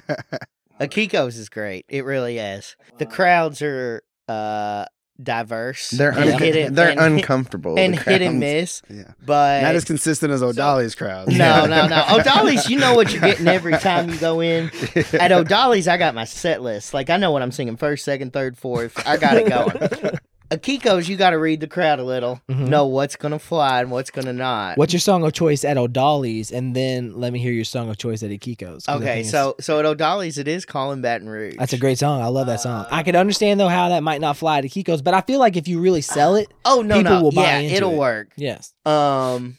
Akiko's is great. It really is. The crowds are uh diverse.
They're
and
unco-
hit it-
they're
and hit-
uncomfortable.
and
the
hit and
crowds.
miss.
Yeah.
But
Not as consistent as O'Dolly's crowd.
no, no, no. O'Dolly's, you know what you're getting every time you go in. At O'Dolly's, I got my set list. Like I know what I'm singing first, second, third, fourth. I got it going. Akiko's, you got to read the crowd a little,
Mhm.
know what's gonna fly and what's gonna not.
What's your song of choice at O'Dolly's, and then let me hear your song of choice at Ikiko's. 'cause I
Okay,
think it's-
so so at O'Dolly's, it is Colin Baton Rouge.
that's a great song. I love that song. I can understand though how that might not fly at Ikiko's, but I feel like if you really sell it,
Oh no,
People
no,
will buy
yeah,
into
it'll
it.
work.
yes.
Um,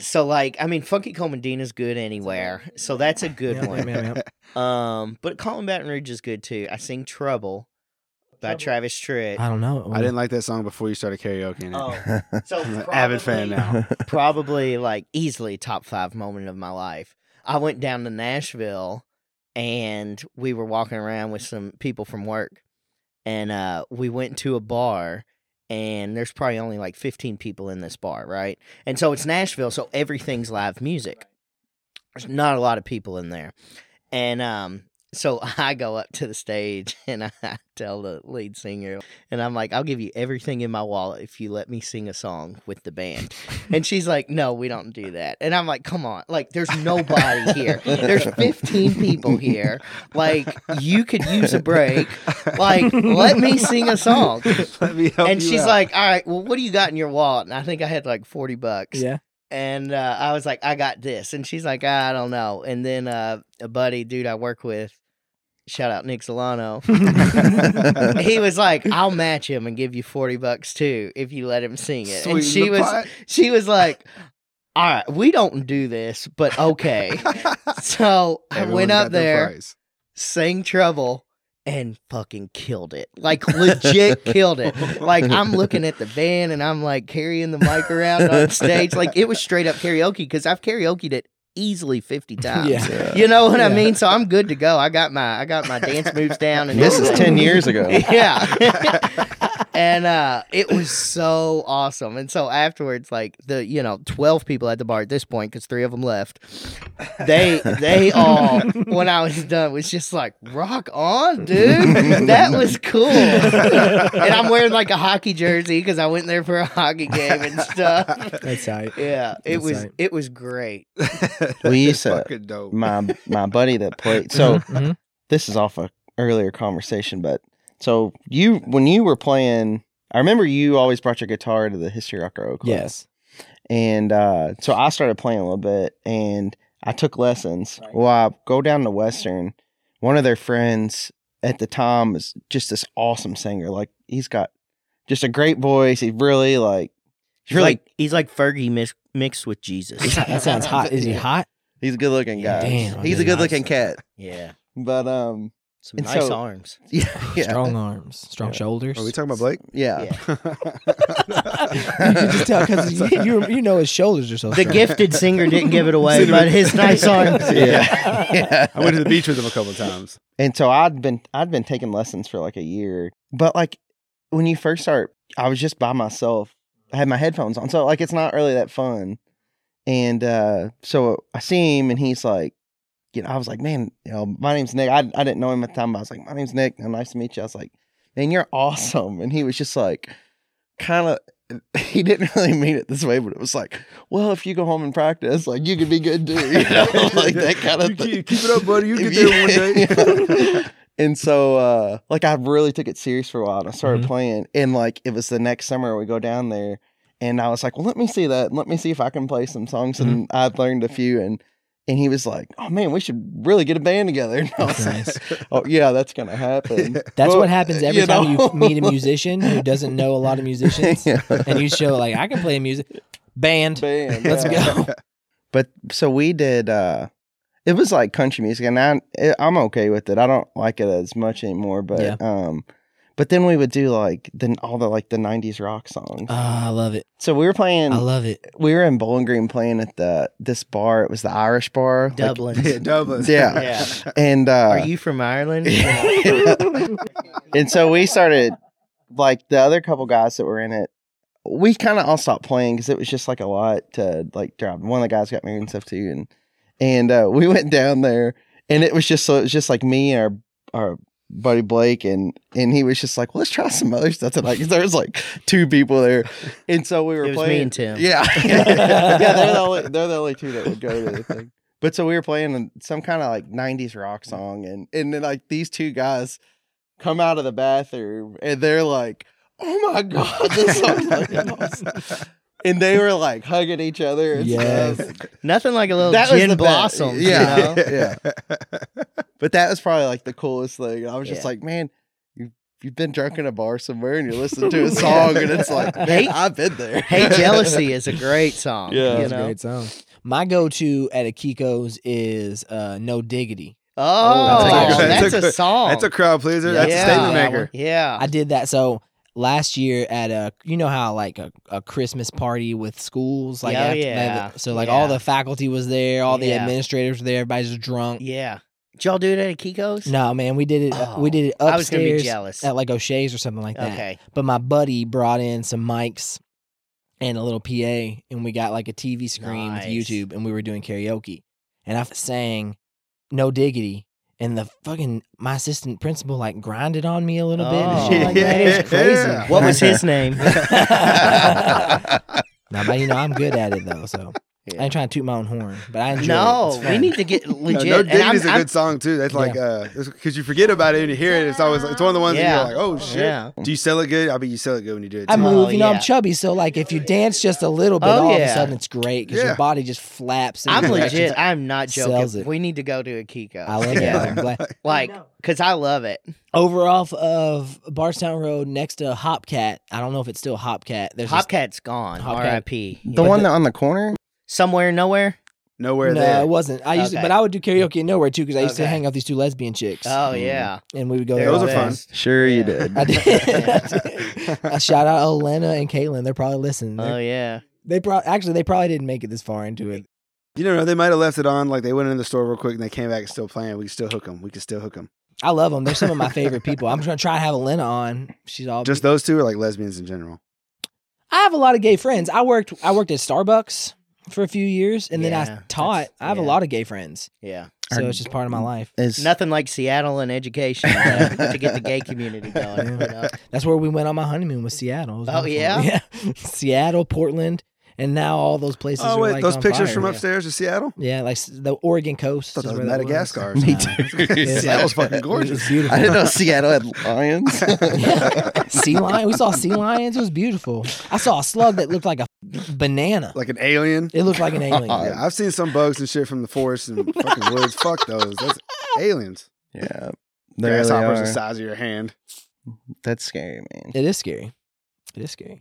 so like, I mean, Funky Comandina's good anywhere, so that's a good
Yeah,
one.
yeah, yeah.
Um, but Colin Baton Rouge is good too. I sing Trouble by Travis Tritt.
I don't know.
I didn't like that song before you started karaoke. In it.
Oh, so
I'm an avid fan
probably-
now.
probably like easily top five moment of my life. I went down to Nashville and we were walking around with some people from work and uh, we went to a bar and there's probably only like 15 people in this bar, right? And so it's Nashville, so everything's live music. There's not a lot of people in there. And um, so I go up to the stage and I tell the lead singer, and I'm like, I'll give you everything in my wallet if you let me sing a song with the band. and she's like, No, we don't do that. And I'm like, Come on. Like, there's nobody here. There's 15 people here. Like, you could use a break. Like, let me sing a song.
Let me help
And
you
she's
out.
like, All right, well, what do you got in your wallet? And I think I had like 40 bucks.
Yeah.
And uh, I was like, I got this. And she's like, I don't know. And then uh, a buddy, dude I work with, shout out Nick Solano, he was like, I'll match him and give you 40 bucks too if you let him sing it.
Sweeten
and she
the
was
pot.
she was like, All right, we don't do this, but okay. so I
Everyone's
went
got
up
their
there,
price.
sang trouble. And fucking killed it. Like legit killed it. Like I'm looking at the band and I'm like carrying the mic around on stage. Like it was straight up karaoke because I've karaoke'd it easily 50 times.
Yeah.
You know what I
Yeah.
mean? So I'm good to go. I got my I got my dance moves down and
This is
everything.
ten years ago.
Yeah. and uh it was so awesome. And so afterwards like the you know 12 people at the bar at this point cuz 3 of them left. They they all when I was done was just like rock on, dude. That was cool. and I'm wearing like a hockey jersey cuz I went there for a hockey game and stuff.
That's tight.
Yeah, it
That's
was
right.
it was great.
We
That's
used to-
fucking dope.
my my buddy that played. So
Mhm, mhm.
this is off a earlier conversation, but so you when you were playing, I remember you always brought your guitar to the History Rock Row class.
yes.
and uh, so I started playing a little bit, and I took lessons. Well, I go down to Western. One of their friends at the time was just this awesome singer. Like he's got just a great voice. He's really like he's really
like he's like Fergie mix, mixed with Jesus.
That sounds hot. Is he hot?
he's a good looking guy.
Damn,
he's a
dude,
good looking
I-
cat.
Yeah.
But um,
Some
And
nice
so-
arms.
yeah, yeah,
Strong arms, strong
Yeah.
shoulders.
Are we talking about Blake?
yeah.
Yeah.
you can just tell because you, you- you know his shoulders are so.
The
strong.
gifted singer didn't give it away, but his nice arms.
Yeah. yeah.
I went to the beach with him a couple of times.
And so I'd been I'd been taking lessons for like a year. But like when you first start, I was just by myself. I had my headphones on. So like it's not really that fun. And uh so I see him and he's like, you know, I was like, man, you know, my name's Nick. I I didn't know him at the time, but I was like, my name's Nick. Nice to meet you. I was like, man, you're awesome. And he was just like kind of he didn't really mean it this way, but it was like, well, if you go home and practice, like you could be good too, you know, like that kind of
You
thing.
keep- keep it up, buddy. You
If
get there one day.
and so, uh, like, I really took it serious for a while. And I started
Mhm.
playing, and like, it was the next summer we go down there, and I was like, well, let me see that, and let me see if I can play some songs, and I learned a few, and and he was like, oh man, we should really get a band together. And I was like,
Nice.
oh yeah, that's gonna happen.
That's
Well,
what happens every
you
time
know.
you meet a musician who doesn't know a lot of musicians,
Yeah.
and you show like I can play music, band.
Band,
Let's
yeah.
go.
But so we did. uh It was like country music, and I it, I'm okay with it. I don't like it as much anymore. But
Yeah.
um, but then we would do like then all the like the '90s rock songs.
Oh, I love it.
so we were playing.
I love it.
we were in Bowling Green playing at the this bar. It was the Irish bar. like-
Dublin.
Yeah, Dublin.
Yeah.
yeah.
and uh,
Are you from Ireland?
and so we started like the other couple guys that were in it we kind of all stopped playing because it was just like a lot to like drive one of the guys got married and stuff too and and uh, we went down there and it was just so it was just like me and our our buddy blake and and he was just like well, let's try some other stuff tonight 'Cause there was like two people there and so we
it
were
was
playing
me and Tim.
yeah. yeah, they're the, only, they're the only two that would go to the thing. But so we were playing some kind of like 90s rock song, and, and then like these two guys come out of the bathroom and they're like, oh my God, this song's like awesome." And they were like hugging each other. And
Yes.
stuff.
Nothing like a little
That was
gin
the best.
blossom.
Yeah.
You know?
Yeah. But that was probably like the coolest thing. I was just
Yeah.
like, man, you, you've been drunk in a bar somewhere and you're listening to a song, and it's like, man,
Hey-
I've been there.
Hey, jealousy is a great song.
Yeah.
uh, you
That's a
know.
great song. My go-to at a Kiko's is uh, "No Diggity."
Oh,
That's a-
that's, a,
that's a-
song.
That's a crowd pleaser. That's
Yeah.
a statement
That
maker.
yeah.
I did that. So last year at a, you know how like a, a Christmas party with schools, like
Yeah,
after-
Oh, yeah,
so like all
yeah.
the faculty was there, all the
Yeah.
administrators were there, everybody's just drunk.
Yeah. Did y'all do it at Kiko's?
No, man, we did it. uh, we
Oh,
did it
I was gonna be
upstairs
jealous.
at like O'Shea's or something like that.
Okay.
But my buddy brought in some mics and a little PA, and we got like a TV screen
Nice.
with YouTube, and we were doing karaoke. And I sang "No Diggity," and the fucking my assistant principal like grinded on me a little bit. And shit like that. It was crazy.
Yeah.
Oh. What was his name?
Now, but you know, I'm good at it though, so
Yeah.
I ain't trying to toot my own horn, but I enjoy it.
no,
It's
we
fun.
need to get
No,
legit.
no
and
Diggity
I'm-
is a
I'm-
good song too. That's like because you forget about it and you hear it. It's always it's one of the ones
Yeah.
that you're like, oh shit.
Yeah.
Do you sell it good? I bet you sell it good when you do it.
I
too.
move, you know,
yeah.
I'm chubby, so like if you dance just a little bit,
Oh,
all of a
yeah.
sudden it's great because
Yeah.
your body just flaps. in
I'm
the directions.
legit. I'm not
Sells
joking.
it.
We need to go to a Kiko's.
I love
together.
that. I'm glad.
Like, because I love it.
Over off of Barstown Road next to Hopcat. I don't know if it's still Hopcat. There's this-
Hopcat's gone.
Hopcat.
R.I.P.
The
Yeah.
one that on the corner?
somewhere, nowhere.
Nowhere
no,
there.
it wasn't. I used to,
Okay.
but I would do karaoke in nowhere too because I used to
Okay.
hang out with these two lesbian chicks,
Oh
mm,
yeah,
and we would go.
They're
there
Those
all the
are
the
fun.
time.
best.
Sure,
Yeah.
you did.
I did. I Uh, shout out Olena and Caitlin. They're probably listening. They're-
Oh yeah.
They probably actually they probably didn't make it this far into it.
You don't know, they might have left it on. Like they went in the store real quick and they came back and still playing. We can still hook them. We can still hook them.
I love them. They're some of my favorite people. I'm gonna try to have Elena on. She's all
Just those two are like lesbians in general.
I have a lot of gay friends. I worked I worked at Starbucks for a few years, and then
Yeah,
I taught.
that's-
I have a
yeah.
lot of gay friends,
Yeah.
so
Are-
it's just part of my life.
Is
Nothing like Seattle and education uh, to get the gay community going. you know?
That's where we went on my honeymoon was Seattle. It was
Oh,
wonderful.
yeah?
yeah, Seattle, Portland, and now all those places.
Oh
are,
wait,
like,
those
on
pictures
fire.
from
Yeah.
upstairs of Seattle.
Yeah, like s- the Oregon coast.
I thought
is
that was
where that was.
Madagascar. or
Me
something.
Yeah.
Seattle's fucking
It was
gorgeous.
beautiful.
I didn't know Seattle had lions.
sea lion. We saw sea lions. It was beautiful. I saw a slug that looked like a banana.
Like an alien.
It looked like an alien.
God.
Yeah, I've seen some bugs and shit from the forest and fucking woods. Fuck those. That's aliens.
yeah, there really
Grasshoppers the
are.
size of your hand.
That's scary, man.
It is scary. It is scary.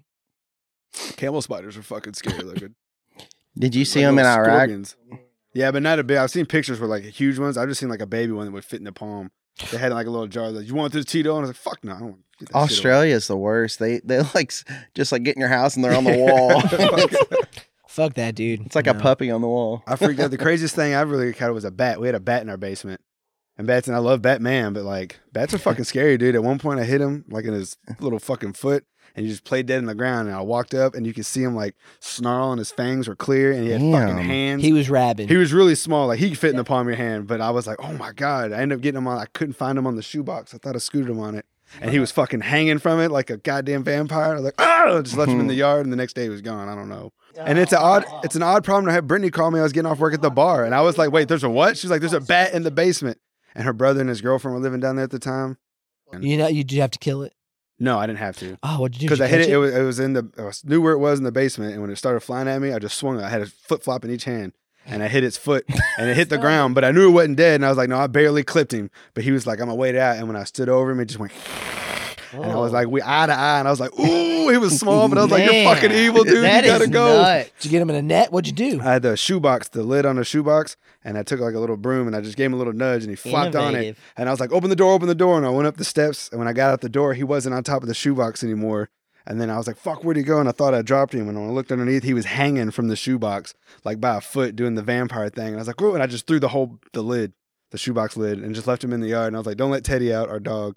Camel spiders are fucking scary looking.
Did you see
Like
them in
little
Iraq?
scorpions. Yeah, but not a big. I've seen pictures with like huge ones. I've just seen like a baby one that would fit in the palm. They had like a little jar. Like, you want this Tito? And I was like, fuck no, I don't want to get that shit away."
Australia's the worst. They they like s- just like get in your house and they're on the wall.
Fuck that, dude.
it's like a
No.
puppy on the wall.
I freaked out. The craziest thing I really caught was a bat. We had a bat in our basement. And bats, and I love Batman, but like bats are fucking scary, dude. At one point, I hit him like in his little fucking foot, and he just played dead on the ground. And I walked up, and you could see him like snarl, and his fangs were clear, and he had
Damn.
fucking hands.
He was rabid.
He was really small. Like he could fit in the palm of your hand, but I was like, oh my God. I ended up getting him on. I couldn't find him on the shoebox. I thought I scooted him on it. And he was fucking hanging from it like a goddamn vampire. I was like, oh, just left him in the yard, and the next day he was gone. I don't know. And it's an odd, it's an odd problem to have. Brittany call me. I was getting off work at the bar, and I was like, wait, there's a what? She's like, there's a bat in the basement. And her brother and his girlfriend were living down there at the time.
You know, you do have to kill it.
No, I didn't have to
Oh, what'd you do?
because
Did
I
you
hit
catch
it. It was, it was in the I was- knew where it was in the basement, and when it started flying at me, I just swung. it. I had a flip flop in each hand, and I hit its foot, and it hit the ground. But I knew it wasn't dead, and I was like, "No, I barely clipped him." But he was like, "I'm gonna wait it out," and when I stood over him, it just went. And I
Oh.
was like, we eye to eye, and I was like, ooh, he was small, but I was like, you're
Man,
fucking evil, dude.
that
you
is
gotta go.
nuts.
Did you get him in a net? What'd you do?
I had the shoebox, the lid on the shoebox, and I took like a little broom and I just gave him a little nudge and he flopped on it.
Innovative.
And I was like, open the door, open the door. And I went up the steps. And when I got out the door, he wasn't on top of the shoebox anymore. And then I was like, fuck, where'd he go? And I thought I dropped him. And when I looked underneath, he was hanging from the shoebox, like by a foot, doing the vampire thing. And I was like, whoa. And I just threw the whole, the lid, the shoebox lid, and just left him in the yard. And I was like, don't let Teddy out, our dog.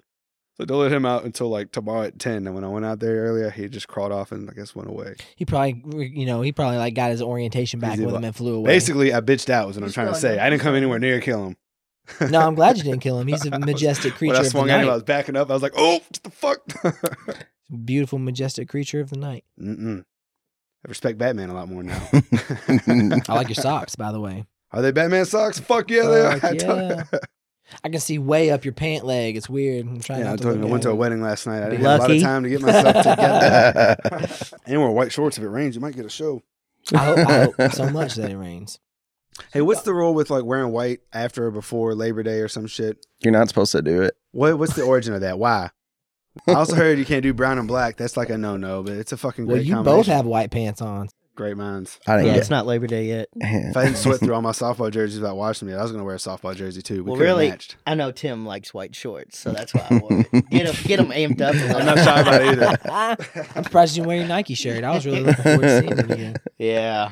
So don't let him out until like tomorrow at 10. And when I went out there earlier, he just crawled off and I guess went away.
He probably, you know, he probably like got his orientation back
He's
with
evil.
him and flew away.
Basically, I bitched out, was what I'm
He's
trying to
probably
say.
not-
I didn't come anywhere near kill him.
no, I'm glad you didn't kill him. He's
I
a
was-
majestic creature
When I
of the
swung at him, I
night.
was backing up. I was like, "Oh, what the fuck!"
Beautiful, majestic creature of the night.
Mm-mm. I respect Batman a lot more now.
I like your socks, by the way.
Are they Batman socks? Fuck yeah, they are.
Fuck
I told,
yeah. I can see way up your pant leg. It's weird. I'm trying
yeah, I
not to
told him I
look
went
at
to a
it.
wedding last night. I
Be
didn't have a lot of
lucky.
time to get myself together.
yeah,
and wear white shorts if it rains. You might get a show.
I hope, I hope so much that it rains.
Hey, what's the rule with like wearing white after or before Labor Day or some shit?
you're not supposed to do it.
What What's the origin of that? Why? I also heard you can't do brown and black. That's like a no no, but it's a fucking great
Well, you both
combination.
have white pants on.
great minds.
I
Yeah,
didn't
it's not Labor Day yet.
get.
If I didn't sweat through all my softball jerseys without washing them, yet, I was gonna wear a softball jersey too. We
Well,
could have
really-
matched.
I know Tim likes white shorts, so that's why I wore it. Get him, get him amped up. A little.
I'm not shy about it either.
I'm surprised you didn't wear your Nike shirt. I was really looking forward to seeing it again.
Yeah,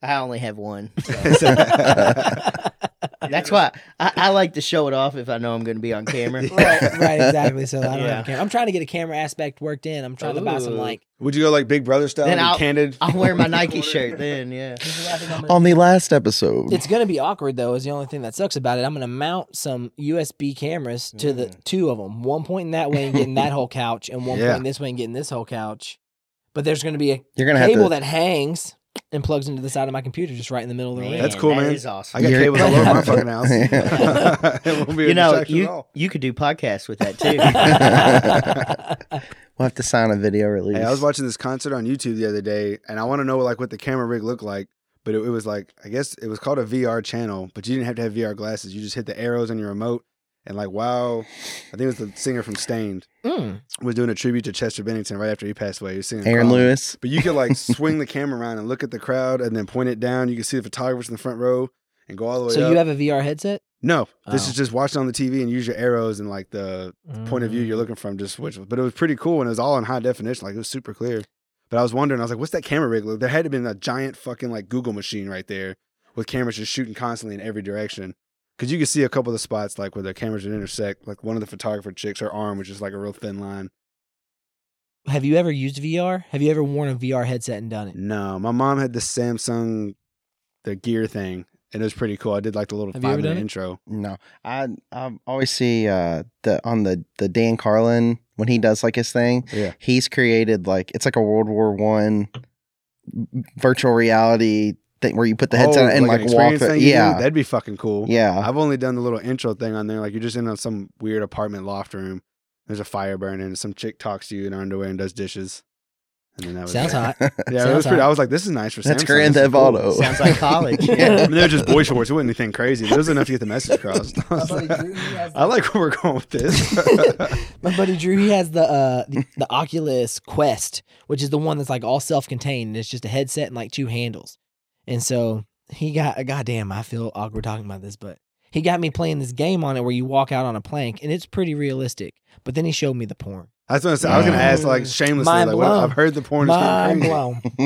I only have one.
right,
That's why I, I like to show it off if I know I'm going to be on camera.
right, exactly. So I don't
Yeah.
have a camera. I'm trying to get a camera aspect worked in. I'm trying to buy some
Ooh.
like.
Would you go like Big Brother style?
Then
and be
I'll-
candid.
I'll wear my Nike shirt then. Yeah.
On the last episode,
It's gonna be awkward though. Is the only thing that sucks about it. I'm gonna mount some USB cameras to the two of them. One pointing that way and getting that whole couch, and one
Mm. Yeah.
pointing this way and getting this whole couch. But there's gonna be a
you're gonna have
cable
to.
that hangs and plugs into the side of my computer, just right in the middle of the room.
That's cool,
that
man.
is awesome.
I got
You're-
cables all over my fucking house.
Yeah.
it won't be a
you know,
distraction at
you
all.
you could do podcasts with that too.
we'll have to sign a video release.
Hey, I was watching this concert on YouTube the other day, and I want to know like what the camera rig looked like. But it, it was like I guess it was called a VR channel, but you didn't have to have VR glasses. You just hit the arrows on your remote, and like wow, I think it was the singer from Stained
Mm.
was doing a tribute to Chester Bennington right after he passed away. He was singing
Aaron
Crawling.
Lewis.
But you could like swing the camera around and look at the crowd and then point it down. You can see the photographers in the front row and go all the way
So
up.
you have a VR headset?
no, this
Oh.
is just watch it on the TV and use your arrows and like the point of view
Mm.
you're looking from just switch. But it was pretty cool and it was all in high definition. Like it was super clear. But I was wondering, I was like, what's that camera rig look? There had to have been a giant fucking like Google machine right there with cameras just shooting constantly in every direction. Cause you could see a couple of the spots like where the cameras would intersect. Like one of the photographer chicks, her arm was just like a real thin line.
Have you ever used VR? Have you ever worn a VR headset and done it?
No, my mom had the Samsung, the gear thing, and it was pretty cool. I did like the little
Have you ever
five minute
done it?
intro.
No, I I always see uh the on the the Dan Carlin when he does like his thing.
Yeah.
he's created like it's like a World War One virtual reality thing where you put the headset
Oh,
on and
an
like, walk.
experience
through-
thing you do?
yeah,
that'd be fucking cool.
yeah.
I've only done the little intro thing on there. Like you're just in some weird apartment loft room. There's a fire burning. and Some chick talks to you in her underwear and does dishes. And then that was
Sounds
it.
hot.
Yeah, it
Sounds
was pretty.
hot.
I was like, this is nice for
That's
Samsung.
Grand
This is
Theft
cool.
Auto.
Sounds like college.
I mean, they're just boy shorts. It wasn't anything crazy. But it was enough to get the message across. I, was like, I like where we're going with this.
My buddy Drew, he has the uh the, the Oculus Quest, which is the one that's like all self-contained. And it's just a headset and like two handles. And so he got goddamn, I feel awkward talking about this, but he got me playing this game on it where you walk out on a plank and it's pretty realistic. But then he showed me the porn.
That's what I, said. I was going to ask, like, shamelessly,
Mind
like, what,
blown.
I've heard the porn is getting
Mind
crazy.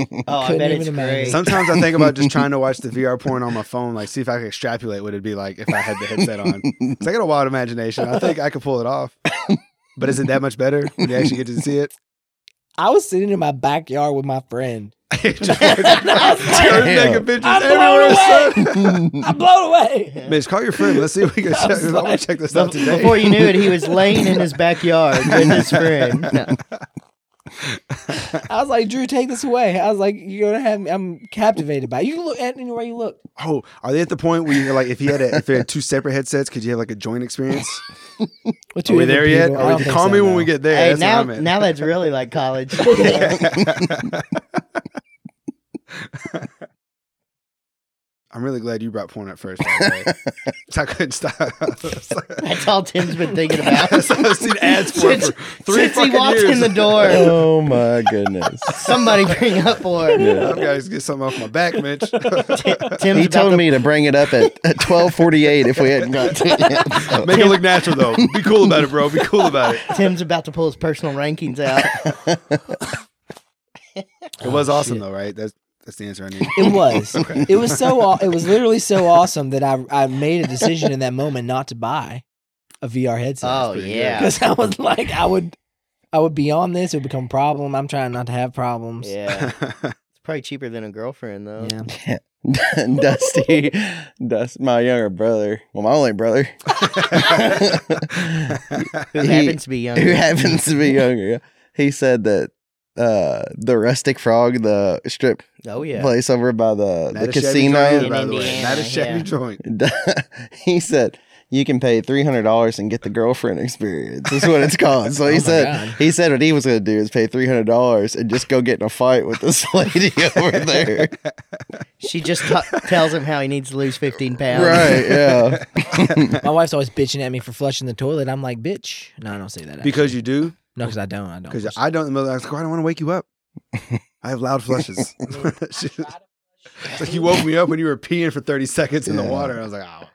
blown.
Oh, I
Couldn't
bet
even
it's
imagine.
great.
Sometimes I think about just trying to watch the VR porn on my phone, like see if I could extrapolate what it'd be like if I had the headset on. 'Cause I got a wild imagination. I think I could pull it off. But is it that much better when you actually get to see it?
I was sitting in my backyard with my friend.
just turn naked bitches
I'm
everywhere, son.
I'm blown away.
Mitch, call your friend. Let's see if we can
I
check.
was
I want
like-
to check this out today.
Before you knew it, he was laying in his backyard with his friend. No.
I was like, Drew, take this away. I was like, you're gonna have me. I'm captivated by it. You can look at anywhere you look.
oh, are they at the point where you're like, if you had a, if they had two separate headsets, could you have like a joint experience?
With
Are
two
we
different
there yet?
people. I
Or
don't
you
think
call
so,
me when
no.
we get there.
Hey,
That's
now,
what I meant.
now that's really like college. Yeah.
I'm really glad you brought porn up first. by the way. So I couldn't stop.
That's all Tim's been thinking about.
So I've seen ads for it for three
Since he
fucking
walked
years.
in the door,
oh my goodness.
somebody bring up for him.
I've got to get something off my back, Mitch.
Ti- Tim's
He
about
told
to-
me to bring it up at twelve forty eight if we hadn't got to it.
Make it look natural though. Be cool about it, bro. Be cool about it.
Tim's about to pull his personal rankings out. Oh,
It was
Oh,
awesome though, right? That's that's the answer I need.
It was. It was so. aw- It was literally so awesome that I I made a decision in that moment not to buy a VR headset
oh
pretty good.
yeah,
because I was like, I would, I would be on this. It would become a problem. I'm trying not to have problems.
yeah. It's probably cheaper than a girlfriend though.
Yeah.
Dusty, Dust, my younger brother, well, my only brother,
Who
He-
happens to be young?
who happens to be younger, yeah. he said that uh, the Rustic Frog, the strip
Oh yeah.
place over by the,
Not
the
a shabby joint,
casino,
by
In
the way. Not a
Indiana,
shabby
yeah.
joint.
he said you can pay three hundred dollars and get the girlfriend experience. That's what it's called. So
Oh
he
my
said
God.
he said what he was going to do is pay three hundred dollars and just go get in a fight with this lady over there.
She just t- tells him how he needs to lose 15 pounds.
Right? Yeah.
My wife's always bitching at me for flushing the toilet. I'm like, bitch. No, I don't say that. Because
Because you do.
no, because I don't. I don't.
Because I don't. I was like, "Oh, I don't want to wake you up. I have loud flushes. it's like you woke me up when you were peeing for thirty seconds in the
Yeah.
water. I was like, oh,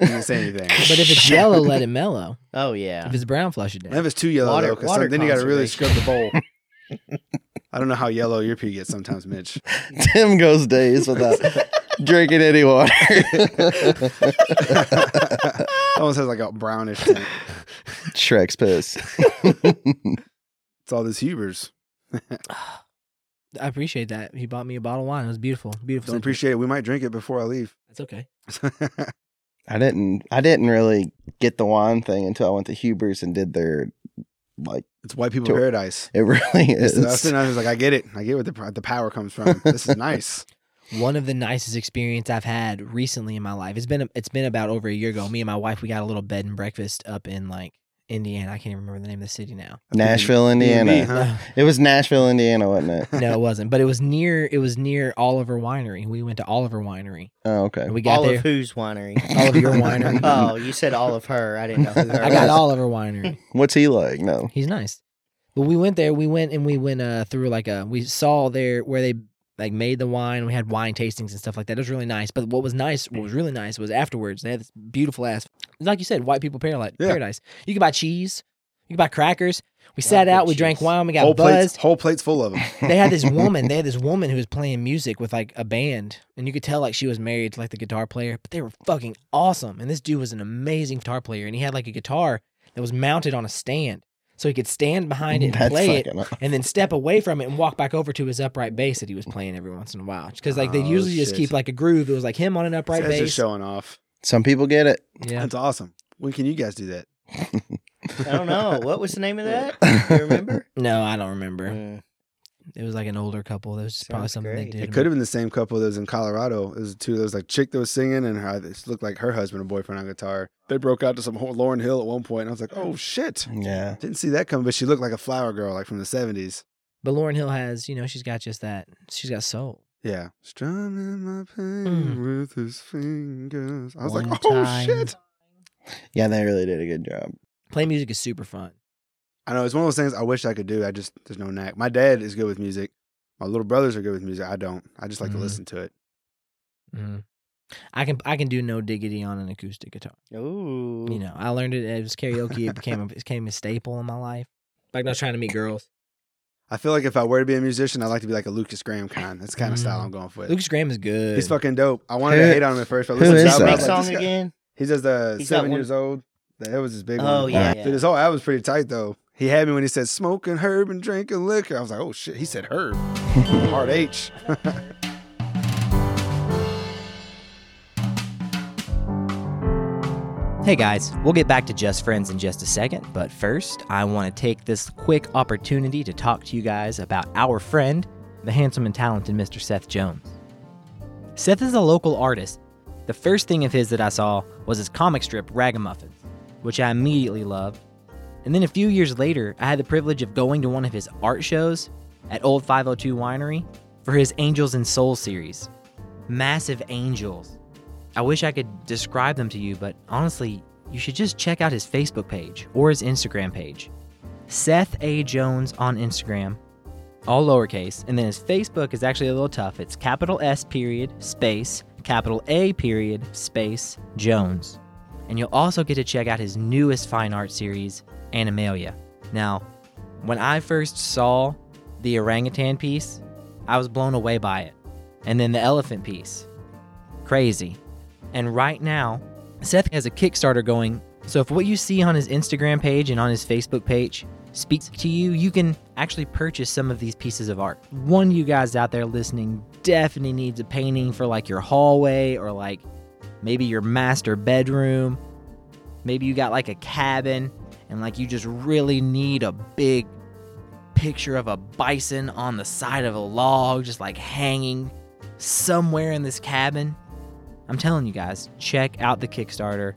you didn't say anything.
But if it's yellow, let it mellow.
Oh,
If
yeah.
it's brown, flush it
And if
down.
it's too yellow,
Water-
though, 'cause
water
some- then you got to really scrub
conservation.
the bowl. I don't know how yellow your pee gets sometimes, Mitch.
Tim goes days without drinking any water.
Almost has like a brownish. Tint.
Shrek's piss.
It's all this Hubers.
I appreciate that. He bought me a bottle of wine. It was beautiful. Beautiful.
Don't appreciate it. We might drink it before I leave.
That's okay.
I didn't. I didn't really get the wine thing until I went to Huber's and did their like.
it's white people
Sure.
paradise.
It really
It's,
is.
I was sitting there, I was like, I get it. I get where the, pr- the power comes from. This is nice.
One of the nicest experience I've had recently in my life. It's been it's been about over a year ago. Me and my wife we got a little bed and breakfast up in like Indiana. I can't even remember the name of the city now.
Nashville,
B&B,
Indiana.
huh?
It was Nashville, Indiana, wasn't it?
no, it wasn't. But it was near. It was near Oliver Winery. We went to Oliver Winery.
Oh, okay.
And we got
All of
there.
whose winery?
All of your winery.
oh, you said all of her. I didn't know who her
I got
was.
Oliver Winery.
What's he like? No.
He's nice. But we went there. We went and we went uh, through like a. We saw there where they like made the wine. We had wine tastings and stuff like that. It was really nice. But what was nice, what was really nice, was afterwards they had this beautiful ass. Like you said, white people paradise.
Yeah.
Paradise. You could buy cheese. You could buy crackers. We sat
people
out. We drank
cheese.
wine. We got
whole plates,
buzzed.
whole plates full of them.
they had this woman. They had this woman who was playing music with like a band, and you could tell like she was married to like the guitar player. But they were fucking awesome, and this dude was an amazing guitar player, and he had like a guitar that was mounted on a stand, so he could stand behind it and
That's
play it,
fucking awesome.
and then step away from it and walk back over to his upright bass that he was playing every once in a while. Because like they
Oh,
usually just
shit.
keep like a groove. It was like him on an upright
That's just
bass.
showing off.
Some people get it.
Yeah,
That's awesome. When can you guys do that?
I don't know. What was the name of that? You remember?
no, I don't remember.
Mm.
It was like an older couple. That was just probably
Sounds
something
great.
they did.
It could have been the same couple that was in Colorado. It was two. There was like chick that was singing, and her it looked like her husband and boyfriend on guitar. They broke out to some whole Lauren Hill at one point, and I was like, "Oh shit!"
Yeah.
Didn't see that coming. But she looked like a flower girl, like from the seventies.
But Lauren Hill has, you know, she's got just that. She's got soul.
Yeah, strumming my pain with his fingers. I was
Hmm. One
like, "Oh
time.
shit!"
Yeah, they really did a good job.
Play music is super fun.
I know it's one of those things I wish I could do. I just there's no knack. My dad is good with music. My little brothers are good with music. I don't. I just like
Mhm.
to listen to it.
hmm I can I can do no diggity on an acoustic guitar.
Ooh.
You know, I learned it. It was karaoke. It became a, it became a staple in my life. Like not trying to meet girls.
I feel like if I were to be a musician, I'd like to be like a Lucas Graham kind. That's the kind of style
Mm.
I'm going for.
Lucas Graham is good.
He's fucking dope. I wanted
Mm-hmm. Who-
to hate on him at first, but
who
listen,
is
to the
that?
album, I
Big
was like,
song
this guy-
again?
He does the
He's got
seven
one-
years old. That was his big one.
Oh, yeah,
Dude,
yeah.
his whole album was pretty tight though. He had me when he said smoking herb and drinking liquor. I was like, oh shit, he said herb. Hard H.
Hey guys, we'll get back to Just Friends in just a second, but first, I want to take this quick opportunity to talk to you guys about our friend, the handsome and talented Mr. Seth Jones. Seth is a local artist. The first thing of his that I saw was his comic strip, Ragamuffin, which I immediately loved. And then a few years later, I had the privilege of going to one of his oh art shows at Old 502 Winery for his Angels and Soul series.
massive angels. I wish I could describe them to you, but honestly, you should just check out his Facebook page or his Instagram page. Seth A. Jones on Instagram, all lowercase, and then his Facebook is actually a little tough. It's capital S period space capital A period space Jones. And you'll also get to check out his newest fine art series, Animalia. Now, when I first saw the orangutan piece, I was blown away by it. And then the elephant piece. Crazy. And right now, Seth has a Kickstarter going. So if what you see on his Instagram page and on his Facebook page speaks to you, you can actually purchase some of these pieces of art. One of you guys out there listening definitely needs a painting for like your hallway or like maybe your master bedroom. Maybe you got like a cabin and like you just really need a big picture of a bison on the side of a log, just like hanging somewhere in this cabin. I'm telling you guys, check out the Kickstarter.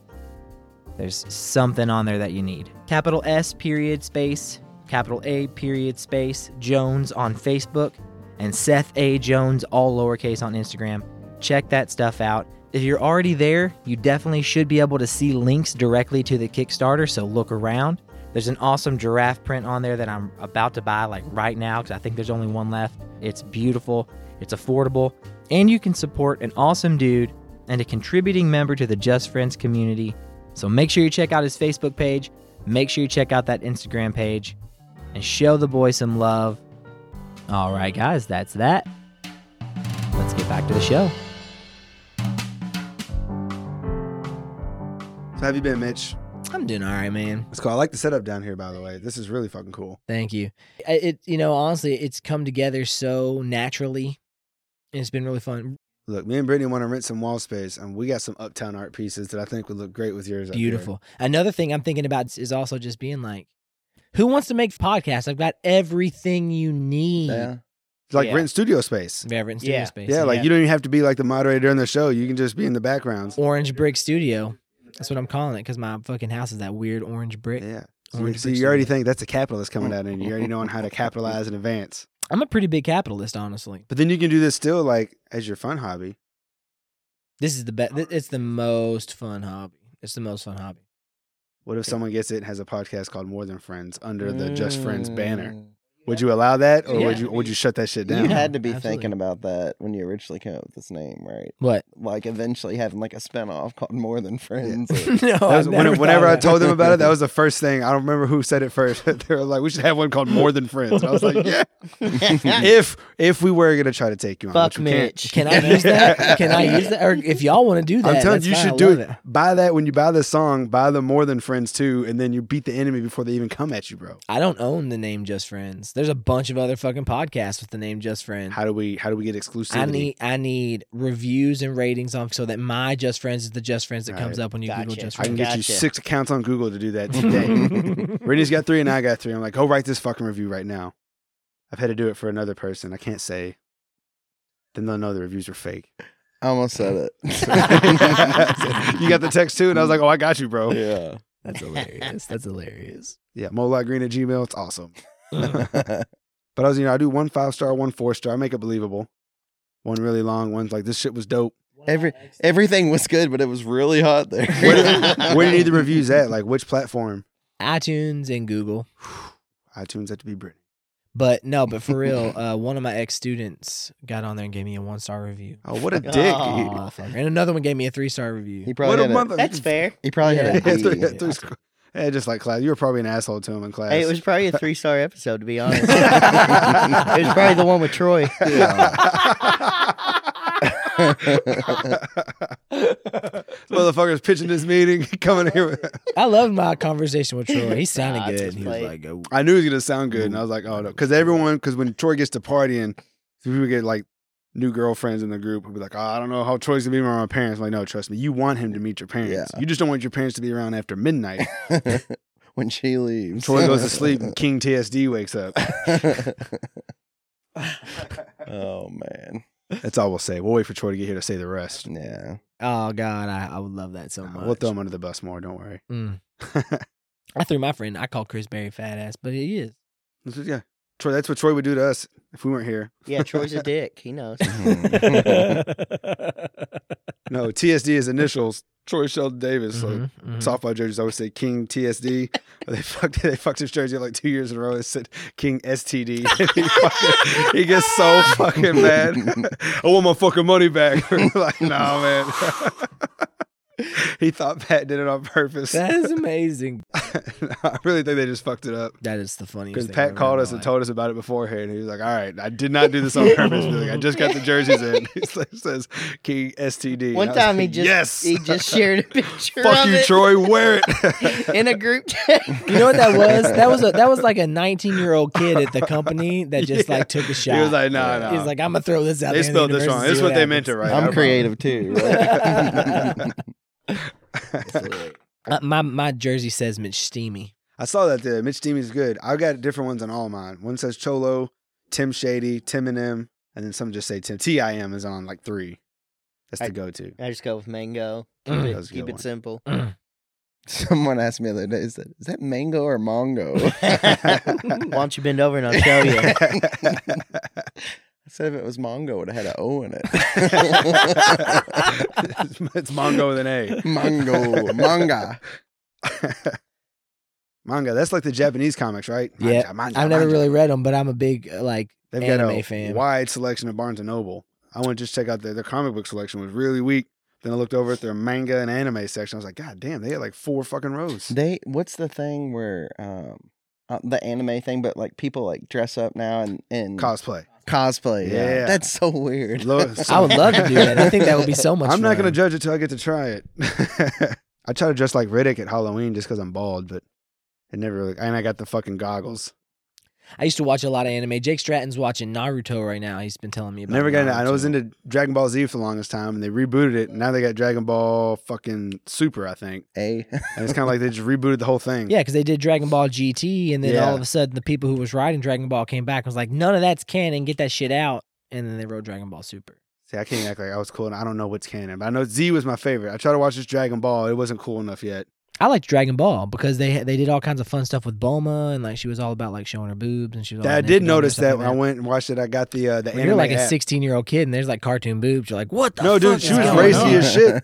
There's something on there that you need. Capital S period space, capital A period space, Jones on Facebook, and Seth A. Jones, all lowercase on Instagram. Check that stuff out. If you're already there, you definitely should be able to see links directly to the Kickstarter, so look around. There's an awesome giraffe print on there that I'm about to buy like right now because I think there's only one left. It's beautiful, it's affordable, and you can support an awesome dude and a contributing member to the Just Friends community. So make sure you check out his Facebook page, make sure you check out that Instagram page, and show the boy some love. All right, guys, that's that. Let's get back to the show.
So have you been, Mitch?
I'm doing all right, man.
That's cool. I like the setup down here, by the way. This is really fucking cool.
Thank you. I- It, you know, honestly, it's come together so naturally. and It's been really fun.
Look, me and Brittany want to rent some wall space, and we got some uptown art pieces that I think would look great with yours. up here.
Beautiful. Another thing I'm thinking about is- is also just being like, who wants to make podcasts? I've got everything you need.
Yeah.
It's like
Yeah.
rent studio space.
Yeah, in studio
Yeah.
space.
Yeah, like
yeah.
you don't even have to be like the moderator in the show. You can just be in the backgrounds.
Orange Brick Studio. That's what I'm calling it because my fucking house is that weird orange brick.
Yeah. So,
Orange
so
Brick
you already
Studio.
think that's a capitalist coming out in you. You already knowing how to capitalize in advance.
I'm a pretty big capitalist, honestly.
But then you can do this still like as your fun hobby.
This is the best. It's the most fun hobby. It's the most fun hobby.
What if someone gets it and has a podcast called More Than Friends under the Just Friends banner?
Mm.
Would you allow that or would
Yeah.
you would you shut that shit
You
down?
had to be
Absolutely.
thinking about that when you originally came up with this name, right?
What?
Like eventually having like a spinoff called More Than Friends.
no,
That
I
was-
never
when-
thought
whenever
of
I
that.
told them about it, that was the first thing. I don't remember who said it first. they were like, "We should have one called More Than Friends." And I was like, "Yeah." if if we were gonna try to take Oh, you on,
Fuck
which we can't.
Mitch.
Can I use that? Can I use that? Or if y'all want to do that,
I'm telling
that's
you, you
fine. I
should do
love
it. Buy that when you buy the song. Buy the More Than Friends too, and then you beat the enemy before they even come at you, bro.
I don't own the name Just Friends. There's a bunch of other fucking podcasts with the name Just Friends.
How do we how do we get exclusivity?
I need I need reviews and ratings on so that my Just Friends is the Just Friends that
All
comes
right.
up when you Google
Gotcha.
Just
I can
Friends.
get you
Gotcha.
six accounts on Google to do that today. Brittany's got three and I got three. I'm like, go write this fucking review right now. I've had to do it for another person. I can't say. Then they'll know the reviews are fake.
I almost said it.
you got the text too, and I was like, "Oh, I got you, bro."
Yeah.
That's hilarious. That's hilarious.
Yeah, Molot Green at Gmail. It's awesome.
That's
But I was, you know, I do one five star, one four star. I make it believable. One really long, one's like this shit was dope.
Every everything was good, but it was really hot there.
Where, where do you need the reviews at? Like which platform?
iTunes and Google.
iTunes had to be Brittany.
But no, but for real, uh, one of my ex students got on there and gave me a one star review.
Oh, what a dick!
Aw.
dude.
Motherfucker. And another one gave me a three star review.
He
What
probably
a
had a,
mother.
That's fair.
he probably
Yeah,
had a
three-
D.
yeah, three sc- yeah, just like class. You were probably an asshole to him in class.
Hey, it was probably a three star episode, to be honest. it was probably the one with Troy.
Motherfuckers pitching this meeting, coming here. With,
I loved my conversation with Troy. He sounded
Nah,
good.
just
He was
play.
like, oh,
I knew it was gonna sound good,
Mm-hmm.
and I was like, oh no, because everyone, because when Troy gets to partying, people get like new girlfriends in the group. Will be like, oh, I don't know how Troy's gonna be around my parents. I'm like, no, trust me, you want him to meet your parents.
Yeah.
You just don't want your parents to be around after midnight.
when she leaves,
Troy goes to sleep, and King TSD wakes up.
oh man,
That's all we'll say. We'll wait for Troy to get here to say the rest.
yeah.
oh God, I, I would love that so much.
We'll throw him under the bus more. Don't worry.
Mm. I threw my friend. I call Chris Berry fat ass, but he is.
This is- yeah, Troy, that's what Troy would do to us if we weren't here.
Yeah, Troy's a dick. He knows.
Mm-hmm. Mm. No, TSD is initials. Troy Sheldon Davis.
Mm-hmm.
Like
Mhm, mhm.
Mm-hmm.
softball jerseys always say King TSD. they fucked they fucked his jersey up like two years in a row. It said King STD. he, fucking- he gets so fucking mad. I want my fucking money back. like, nah, man. he thought Pat did it on purpose.
that is amazing.
I really think they just fucked it up.
That is the funniest.
Because
thing I've
Pat
ever
called
in
us
my
and
life.
told us about it beforehand. He was like, "All right, I did not do this on purpose. He's like, I just got the jerseys in." He says King STD. And I
One
was
time he
like,
just
yes,
he just shared a picture
fuck
of
you,
it
Troy, wear it.
in a group chat.
You know what that was? That was a that was like a 19 year old kid at the company that just
Yeah.
like took a
he
shot.
was like, "Nah,
He's
nah."
like, I'm gonna throw this out.
they
there in the
spelled this
universe
wrong.
and see
This is what they
happens."
meant it right.
I'm creative too. Right?
Uh, my my jersey says Mitch Steamy.
I saw that there. Mitch Steamy's good. I got different ones on all mine. One says Cholo, Tim Shady, Tim and M, and then some just say Tim. T I M is on like three. That's the
I-
go-to.
I just go with mango. Keep
Mm.
That was
it,
a good
keep
one.
it simple.
Someone asked me the other day, "Is that is that mango or mongo?"
Why don't you bend over and I'll show you?
I said if it was mongo, it would have had an O in it.
it's Mongo with an A.
Mango, manga.
manga. That's like the Japanese comics, right?
Yeah.
Manja, manja,
I've never
manja.
really read them, but I'm a big uh, like
They've got
anime
a
fan.
wide selection of Barnes and Noble. I went to just check out their, their comic book selection was really weak. Then I looked over at their manga and anime section. I was like, God damn, they had like four fucking rows.
They what's the thing where um uh, the anime thing, but like people like dress up now and and
Cosplay.
cosplay.
Yeah.
that's so weird.
Lo-
I would love to do that. I think that would be so much.
I'm not gonna
fun.
judge it till I get to try it. I try to dress like Riddick at Halloween just because I'm bald, but it never really. And I got the fucking goggles.
I used to watch a lot of anime. Jake Stratton's watching Naruto right now. He's been telling me about.
Never got into.
Naruto.
I was into Dragon Ball Z for the longest time, and they rebooted it. And now they got Dragon Ball fucking Super, I think.
A
And it's kind of like they just rebooted the whole thing.
Yeah, because they did Dragon Ball GT, and then
Yeah.
all of a sudden the people who was riding Dragon Ball came back and was like, "None of that's canon. Get that shit out." And then they wrote Dragon Ball Super.
See, I can't act like I was cool, and I don't know what's canon, but I know Z was my favorite. I tried to watch this Dragon Ball; it wasn't cool enough yet.
I liked Dragon Ball because they they did all kinds of fun stuff with Bulma, and like she was all about like showing her boobs, and she was. All
I
naked
did
and all
notice
stuff like
that when I went and watched it. I got the uh, the
When
anime.
you're like a
app.
16 year old kid, and there's like cartoon boobs. You're like, "What the?"
No,
fuck
dude, she
is
was
going
racy
on?
as shit.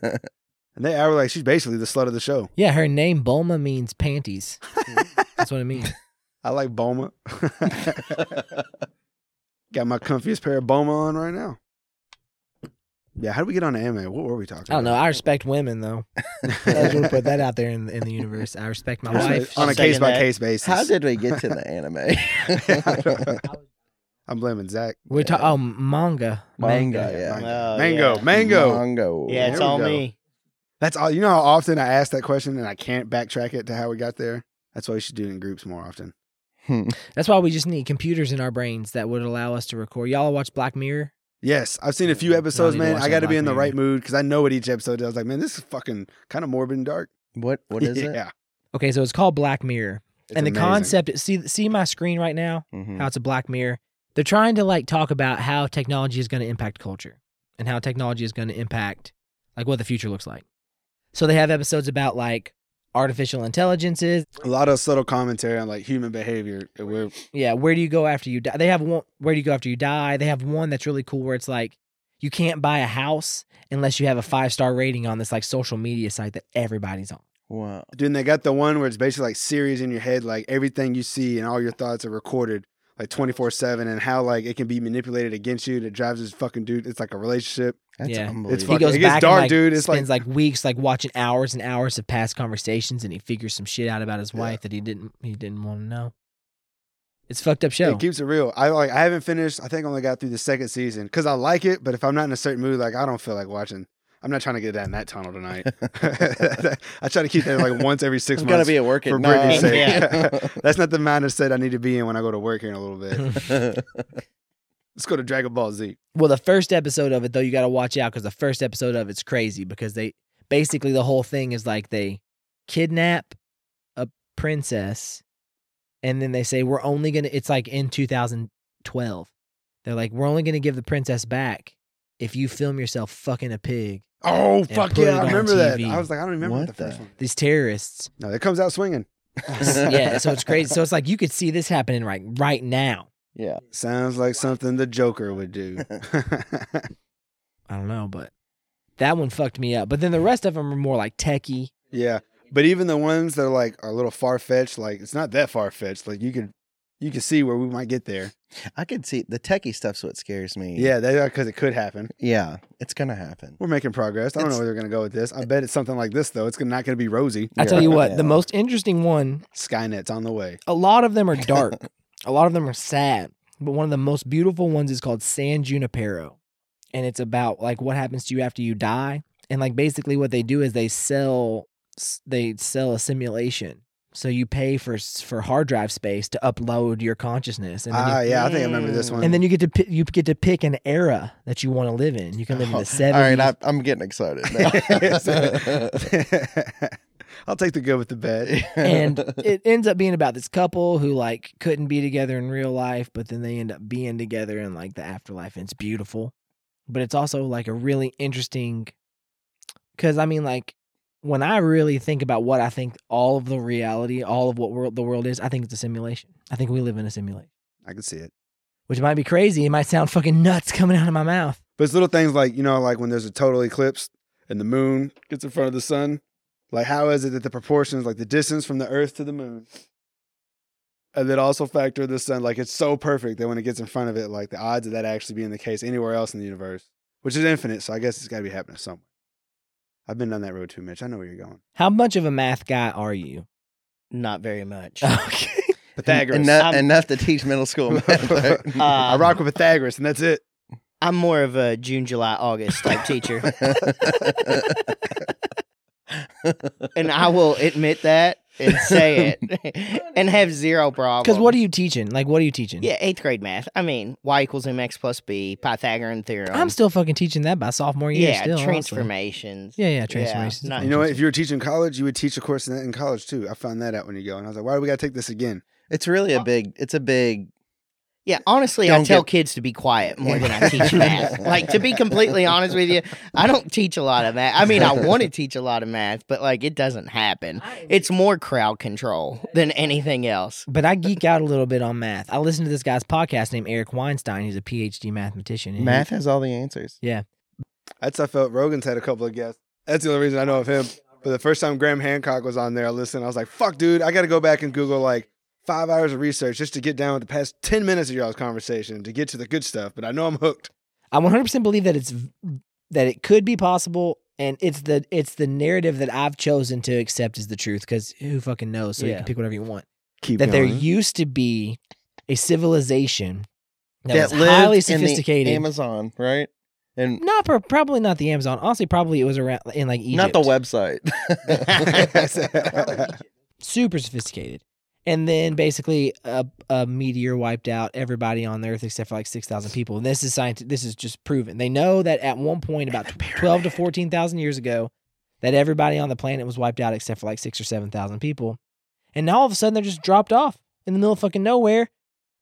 And they, I was like, she's basically the slut of the show.
Yeah, her name Bulma means panties. That's what it means.
I like Boma. got my comfiest pair of Boma on right now. Yeah, how do we get on to anime? What were we talking?
I don't know.
about?
I respect women though. I just want to put that out there in, in the universe. I respect my
Just
wife.
on a
I'll second
case by
that.
case basis.
How did we get to the
I don't
anime?
know. I'm blaming Zach.
We're talking oh, manga.
manga, yeah.
Manga.
Oh,
mango,
yeah.
mango.
Mango.
Yeah, it's
There we
all
go.
me.
That's all. You know how often I ask that question and I can't backtrack it to how we got there. That's why we should do it in groups more often.
That's why we just need computers in our brains that would allow us to record. Y'all watch Black Mirror?
Yes, I've seen a few
Yeah,
episodes,
I need to
man.
watch
I
that
got to be
Black
in the
Mirror.
right mood because I know what each episode does. Like, man, this is fucking kind of morbid and dark.
What what is it?
yeah,
Okay, so it's called Black Mirror,
It's
and the
amazing. Mm.
concept. See, see my screen right now.
Mhm.
How it's a Black Mirror. They're trying to like talk about how technology is going to impact culture and how technology is going to impact like what the future looks like. So they have episodes about like artificial intelligences.
A lot of subtle commentary on like human behavior. We're,
Yeah, where do you go after you die? They have one. Where do you go after you die? They have one that's really cool where it's like you can't buy a house unless you have a five star rating on this like social media site that everybody's on.
Wow.
dude, and they got the one where it's basically like series in your head, like everything you see and all your thoughts are recorded like 24 7 and how like it can be manipulated against you. That drives this fucking dude. It's like a relationship.
That's
Yeah. It's
unbelievable.
he
fucking-
goes
it gets
back
dark,
and, like,
dude. It's like-
spends like, weeks like watching hours and hours of past conversations, and he figures some shit out about his
Yeah.
wife that he didn't he didn't want to know. It's fucked up show.
It keeps it real. I like. I haven't finished. I think I only got through the second season because I like it. But if I'm not in a certain mood, like I don't feel like watching. I'm not trying to get down that tunnel tonight. I try to keep that like once every 6
It's gotta
months.
be a work at
for Britney's
nine.
sake. That's not the mindset I need to be in when I go to work here in a little bit. Let's go to Dragon Ball Z.
well, the first episode of it though, you got to watch out because the first episode of it's crazy because they basically the whole thing is like they kidnap a princess, and then they say we're only gonna. It's like in 2012, they're like we're only gonna give the princess back if you film yourself fucking a pig.
Oh fuck
put it
yeah! I
on
remember that.
TV.
I was like, I don't remember
What
the first
the-
one.
These terrorists.
No, it comes out swinging.
yeah, so it's crazy. So it's like you could see this happening right right now.
Yeah.
Sounds like something the Joker would do.
I don't know, but that one fucked me up. But then the rest of them are more like techie.
yeah. But even the ones that are like are a little far fetched, like it's not that far fetched. Like you could you can see where we might get there.
I can see the techie stuff's what scares me.
Yeah, that because it could happen.
Yeah. It's going to happen.
We're making progress. I don't
It's-
know where they're gonna go with this. I bet it's something like this though. It's gonna- not gonna be rosy.
I tell
Yeah.
you what,
Yeah.
the most interesting one,
Skynet's on the way.
a lot of them are dark. a lot of them are sad. But one of the most beautiful ones is called San Junipero. And it's about like what happens to you after you die. And like basically what they do is they sell they sell a simulation. So you pay for s- for hard drive space to upload your consciousness and then you
Ah, yeah, I think I remember this
Mm.
one.
and then you get to pick, you get to pick an era that you want to live in. You can live in
Oh,
the seventies.
All right. I, I'm getting excited now.
I'll take the good with the bad.
and it ends up being about this couple who like couldn't be together in real life, but then they end up being together in like the afterlife, and it's beautiful. But it's also like a really interesting, because I mean, like when I really think about what I think all of the reality, all of what world the world is, I think it's a simulation. I think we live in a simulation,
I can see it.
which might be crazy. It might sound fucking nuts coming out of my mouth.
But it's little things like, you know, like when there's a total eclipse and the moon gets in front of the sun. Like, how is it that the proportions, like the distance from the earth to the moon, and then also factor the sun, like it's so perfect that when it gets in front of it, like the odds of that actually being the case anywhere else in the universe, which is infinite. So I guess it's got to be happening somewhere. I've been down that road too, Mitch. I know where you're going.
How much of a math guy are you?
Not very much.
Okay.
Pythagoras.
enough,
I'm-
enough to teach middle school math.
I
Um,
rock with Pythagoras, and that's it.
I'm more of a June, July, August type teacher. And I will admit that and say it and have zero problem.
Because what are you teaching? Like, what are you teaching?
Yeah, eighth grade math. I mean, y equals mx plus b, Pythagorean theorem.
I'm still fucking teaching that by sophomore year.
yeah,
still, honestly.
transformations.
Yeah, yeah, transformations.
not-
You know what? If you were teaching college, you would teach a course in that in college too. I found that out when you go, and I was like, why do we got to take this again?
it's really a big. It's a big.
Yeah, honestly, I
Don't
tell
get-
kids to be quiet more than I teach math. Like to be completely honest with you, I don't teach a lot of math. I mean, I want to teach a lot of math, but like it doesn't happen. It's more crowd control than anything else.
But I geek out a little bit on math. I listen to this guy's podcast named Eric Weinstein. He's a PhD mathematician. and
Math has all the answers.
That's how I felt. Rogan's had a couple of guests. That's the only reason I know of him. But the first time Graham Hancock was on there, I listened. I was like, fuck, dude, I got to go back and Google like five hours of research just to get down with the past 10 minutes of y'all's conversation to get to the good stuff. But I know I'm hooked.
he- I 100% believe that it's v- that it could be possible, and it's the it's the narrative that I've chosen to accept as the truth. Because who fucking knows? So you
Yeah.
can pick whatever you want.
Keep
that there used to be a civilization that, was
lived
highly
in the
sophisticated.
Amazon, right? And
not pro- probably not the Amazon. Honestly, probably it was around in like Egypt.
not the website.
super sophisticated. And then basically a, a meteor wiped out everybody on the earth except for like 6,000 people. And this is scientific, this is just proven. They know that at one point about 12 to 14,000 years ago that everybody on the planet was wiped out except for like 6 or 7,000 people. And now all of a sudden they're just dropped off in the middle of fucking nowhere.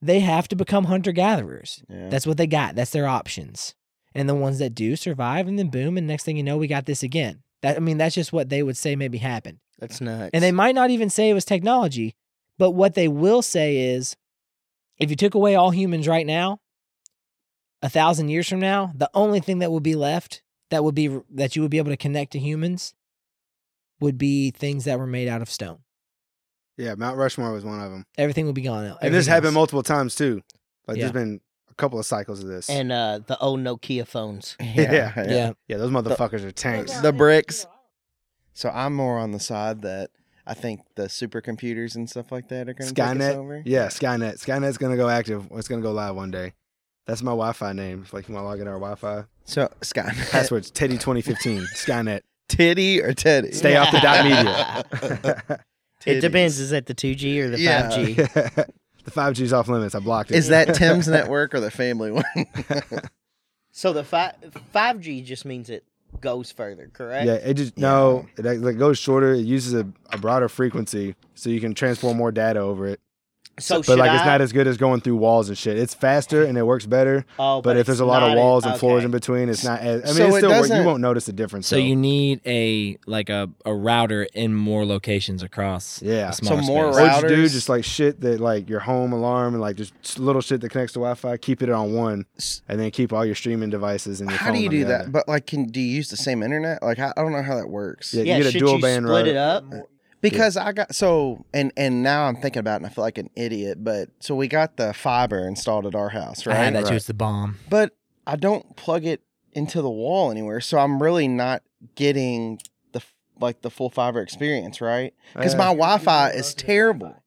They have to become hunter gatherers.
Yeah.
That's what they got. That's their options. And the ones that do survive and then boom and next thing you know we got this again. That I mean that's just what they would say maybe happened.
That's nuts.
And they might not even say it was technology, but what they will say is if you took away all humans right now, a thousand years from now, the only thing that would be left that would be that you would be able to connect to humans would be things that were made out of stone.
Yeah, Mount Rushmore was one of them.
Everything would be gone.
And this
everything
happened
else.
multiple times too. Like
Yeah.
there's been a couple of cycles of this.
and uh, the old Nokia phones.
Yeah.
yeah.
Yeah.
yeah, those motherfuckers are tanks.
The bricks. So I'm more on the side that I think the supercomputers and stuff like that are going to take us
Skynet?
over.
Yeah, Skynet. Skynet's gonna go active. It's gonna go live one day. That's my Wi-Fi name. If like you want to log into our Wi-Fi
So Skynet,
password's Teddy 2015. Skynet.
titty or teddy?
Stay off the dot media.
It depends. Is that the 2G or the
Yeah.
5G?
the five G's off limits. I blocked it.
Is that Tim's network or the family one?
So the fi- 5G just means it goes further, correct?
Yeah, it just no. It, act- like, goes shorter. It uses a, a broader frequency, so you can transform more data over it.
So,
but
should
like
I?
it's not as good as going through walls and shit. It's faster and it works better.
oh,
But, if there's
it's
a lot
not
of
a-
walls and floors
okay.
in between, it's not. As, I mean,
So
it's
it
still work. You
doesn't-
won't notice the difference.
So
though.
you need a like a, a router in more locations across.
yeah.
A smaller
more
space.
Or just do
routers.
just like shit that like your home alarm and like just little shit that connects to Wi-Fi. Keep it on one,
S-
and then keep all your streaming devices and your
How
phone
do you
on
do
the
that?
other.
But like, can do you use the same internet? Like, I, I don't know how that works.
Yeah,
Yeah,
you get a
should
dual
you
band
split
router.
it up?
Because I got so and and now I'm thinking about it and I feel like an idiot, but so we got the fiber installed at our house,
I
right?
had that too.
Right.
It's the bomb.
But I don't plug it into the wall anywhere, so I'm really not getting the f- like the full fiber experience, right? Because
Yeah.
my Wi-Fi is terrible.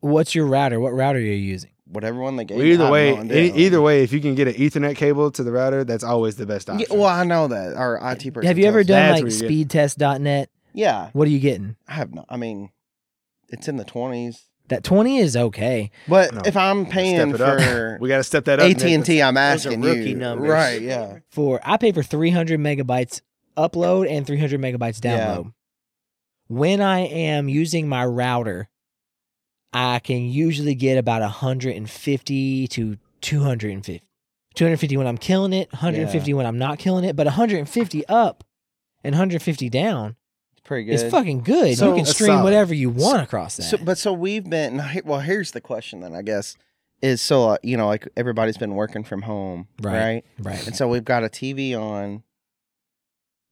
What's your router? What router are you using?
Whatever one they gave.
Well,
me, I
either
have
way,
no
e-
idea.
either way, if you can get an Ethernet cable to the router, that's always the best
Yeah,
option.
well, I know that our IT person.
Have you ever
tells me.
done
That's
like
what you
speedtest.net?
Yeah,
What are you getting?
I have not. I mean, it's in the twenties.
That 20 is okay.
But
No.
if I'm paying
step it up.
for
we got to step that up.
AT
Nick.
and T, I'm
Those are
asking
rookie
you,
numbers.
right? Yeah.
For I pay for 300 megabytes upload and 300 megabytes
Yeah.
download. When I am using my router, I can usually get about 150 to 250. 250 when I'm killing it, 150 when I'm not killing it, but 150 up and 150 down
It's pretty good.
is fucking good.
So-
you can
That's
stream
solid.
whatever you want across that.
So, but so we've been. Well, here's the question then. I guess is so uh, you know like everybody's been working from home,
Right.
right?
right.
And so we've got a TV on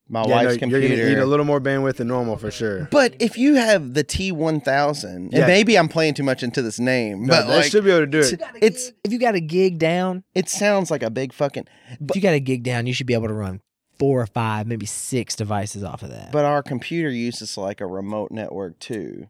my
Yeah, no,
wife's
You're gonna need a
computer.
little more bandwidth than normal for sure.
But if you have the T1000, and
Yeah.
maybe I'm playing too much into this name,
No,
but
they
like
should be able to do it.
it's
if you got a gig down,
it sounds like a big fucking.
if you got a gig down, you should be able to run four or five, maybe six devices off of that.
But our computer uses like a remote network too,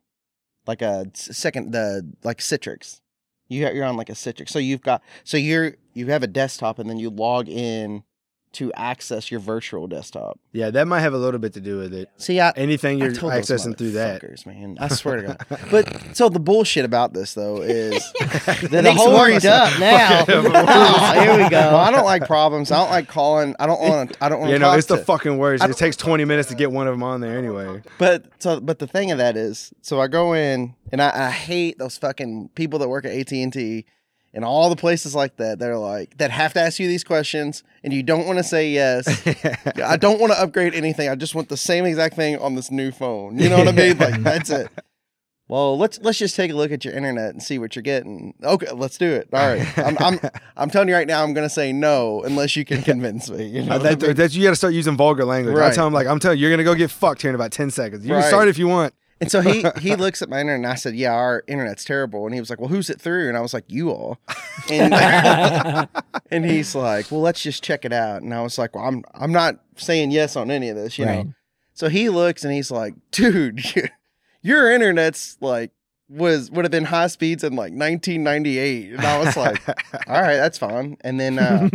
like a s- second the like Citrix. You got- you're on like a Citrix, so you've got so you're you have a desktop and then you log in to access your virtual desktop.
Yeah, that might have a little bit to do with it.
See, I,
Anything
I
you're
told those
accessing through that.
motherfuckers, man. I swear to God. But so the bullshit about this though is the,
Nick's worried up now.
Fucking-
Oh, here we go.
Well, I don't like problems. I don't like calling. I don't want. I don't want.
you know, it's the fucking worst.
I
It takes 20 minutes to get one of them on there anyway.
But so, but the thing of that is, so I go in and I, I hate those fucking people that work at AT and T and all the places like that. They're like that have to ask you these questions and you don't want to say yes. I don't want to upgrade anything. I just want the same exact thing on this new phone. You know what I mean? Like that's it. Well, let's let's just take a look at your internet and see what you're getting. Okay, let's do it. All right, I'm I'm, I'm telling you right now, I'm gonna say no unless you can convince me. You know,
Uh,
what I
that-
mean?
that's- you got to start using vulgar language. I
Right.
tell him like, I'm telling you, you're gonna go get fucked here in about 10 seconds. You
Right.
can start if you want.
And so he he looks at my internet and I said, "Yeah, our internet's terrible." And he was like, "Well, who's it through?" And I was like, "You all." And, and he's like, "Well, let's just check it out." And I was like, "Well, I'm I'm not saying yes on any of this, you
Right.
know." So he looks and he's like, "Dude, your, your internet's like was would have been high speeds in like 1998." And I was like, "All right, that's fine." And then uh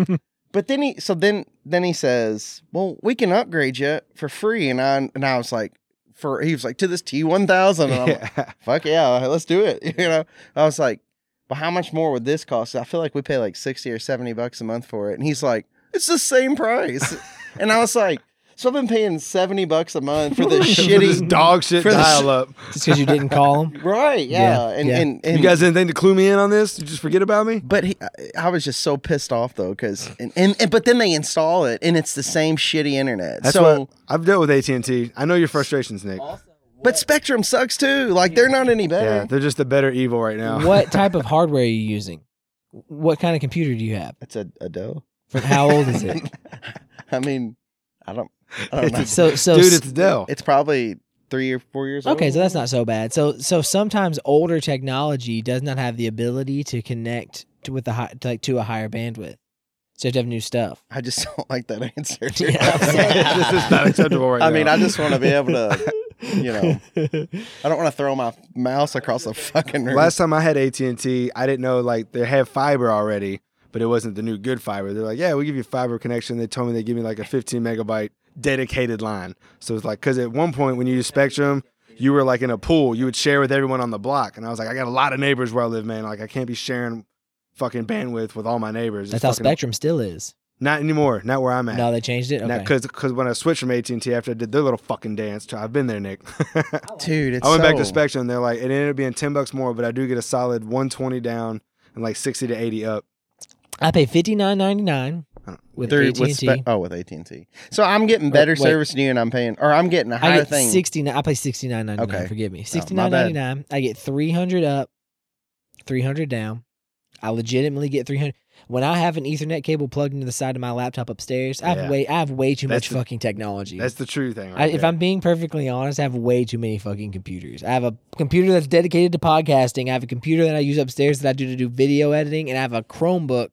but then he so then then he says, "Well, we can upgrade you for free." And I and I was like, "For he was like to this T one thousand, and I'm like,
Yeah.
"Fuck yeah, let's do it." You know, I was like, "But how much more would this cost?" I feel like we pay like sixty or seventy bucks a month for it, and he's like, "It's the same price," and I was like, "So I've been paying seventy bucks a month for this
For
shitty."
this dog shit
for this-
dial up.
Just because you didn't call them.
Right, yeah,
Yeah,
and,
yeah.
and and
You guys anything to clue me in on this? You just forget about me?
But he, I- I was just so pissed off though, because and, and, and but then they install it and it's the same shitty internet.
That's
so,
what I've dealt with AT and T. I know your frustrations, Nick.
but Spectrum sucks too. Like they're not any
Yeah,
better.
they're just the better evil right now.
What type of hardware are you using? What kind of computer do you have?
It's a Adele.
From how old is it?
I mean, I don't, I don't know. It's,
So so
Dude, it's Dell.
probably three or four years old.
okay, so that's not so bad. So so sometimes older technology does not have the ability to connect to, with the high, to like to a higher bandwidth. So you have to have new stuff.
I just don't like that answer. dude.
Yeah.
this is not acceptable right
I
now.
mean, I just want to be able to. You know, I don't want to throw my mouse across the fucking room.
Last time I had AT and T, I didn't know like they had fiber already, but it wasn't the new good fiber. They're like, yeah, we give you fiber connection. They told me they give me like a 15 megabyte dedicated line. So it's like, because at one point when you use Spectrum, you were like in a pool. You would share with everyone on the block, and I was like, I got a lot of neighbors where I live, man. Like I can't be sharing fucking bandwidth with all my neighbors. It's
That's how
fucking-
Spectrum still is.
Not anymore. Not where I'm at.
No, they changed it. Okay.
because when I switched from AT and T after I did their little fucking dance, I've been there, Nick.
Dude, it's
I went back
so-
to Spectrum. They're like, it ended up being ten bucks more, but I do get a solid one twenty down and like sixty to eighty up.
I pay fifty nine ninety nine
Oh.
with
through-
AT
with
and
Spe-
T.
oh, with AT and T. So I'm getting better
wait.
service than you, and I'm paying, or I'm getting a
I
higher
get
thing.
sixty nine. I pay sixty nine ninety nine.
Okay.
Forgive me,
Oh,
sixty
my
nine ninety
bad.
nine. I get three hundred up, three hundred down. I legitimately get three hundred. When I have an Ethernet cable plugged into the side of my laptop upstairs, I have
Yeah.
way I have way too
That's
much
the-
fucking technology.
That's the true thing.
I,
Right
if
there.
I'm being perfectly honest, I have way too many fucking computers. I have a computer that's dedicated to podcasting. I have a computer that I use upstairs that I do to do video editing, and I have a Chromebook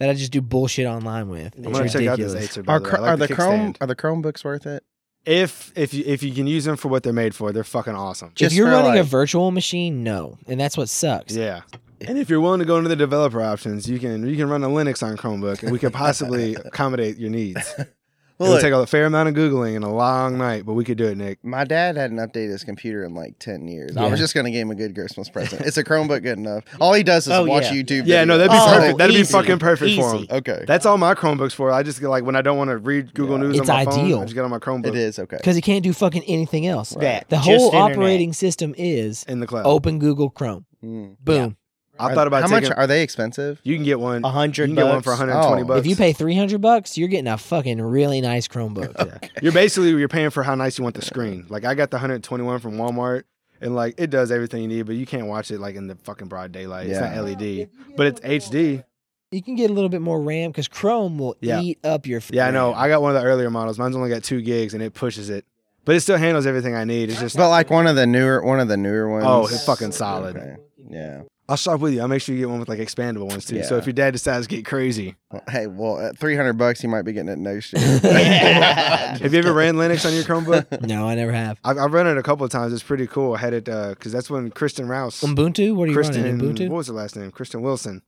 that I just do bullshit online with.
I'm
It's
gonna check out this
ridiculous.
Acer. by
Are,
the way.
Chr-
I like
are the Chrome
kickstand.
are the Chromebooks worth it?
If if you if you can use them for what they're made for, they're fucking awesome.
Just
if you're
for,
running a
like-
virtual machine, no, and that's what sucks.
Yeah. And if you're willing to go into the developer options, you can you can run a Linux on Chromebook, and we could possibly accommodate your needs.
Well,
It'll
look,
take a fair amount of googling and a long night, but we could do it, Nick.
my dad hadn't updated his computer in like ten years. I
Yeah.
was just gonna give him a good Christmas present. it's a Chromebook, good enough. All he does is
Oh,
watch
yeah.
YouTube.
Yeah, no, that'd be
videos.
Oh,
perfect. That'd be
easy.
fucking perfect for him.
Easy.
Okay,
That's all my Chromebook's for. I just get like when I don't want to read Google
Yeah.
News
It's
on my
ideal.
phone, I just get on my Chromebook
it is okay.
Because it can't do fucking anything else.
That
The
just
whole
internet.
operating system is
in the cloud.
open Google Chrome.
Mm.
Boom.
I
Are-
thought about
how
taking.
much are they expensive?
you can get one.
A
You
hundred.
can get one for
bucks.
120
Oh.
bucks.
If you pay 300 bucks, you're getting a fucking really nice Chromebook.
You're basically you're paying for how nice you want the screen. Like I got the 121 from Walmart, and like it does everything you need, but you can't watch it like in the fucking broad daylight.
Yeah.
It's not LED, E but it's HD.
You can get a little bit more RAM because Chrome will
Yeah.
eat up your.
Yeah, I know.
RAM.
I got one of the earlier models. Mine's only got two gigs, and it pushes it, but it still handles everything I need. It's just
But like one of the newer one of the newer ones.
oh, it's fucking solid.
Okay. Yeah.
I'll shop with you. I'll make sure you get one with like expandable ones too. So
Yeah.
if your dad decides to get crazy,
Well, hey, well, at three hundred bucks, you might be getting it next year.
Yeah.
have you ever ran Linux on your Chromebook?
No, I never have.
I've, I've run it a couple of times. It's pretty cool. I had it because that's when Kristen Rouse,
Ubuntu. What are you
Kristen,
running? Ubuntu.
what was her last name? Kristen Wilson.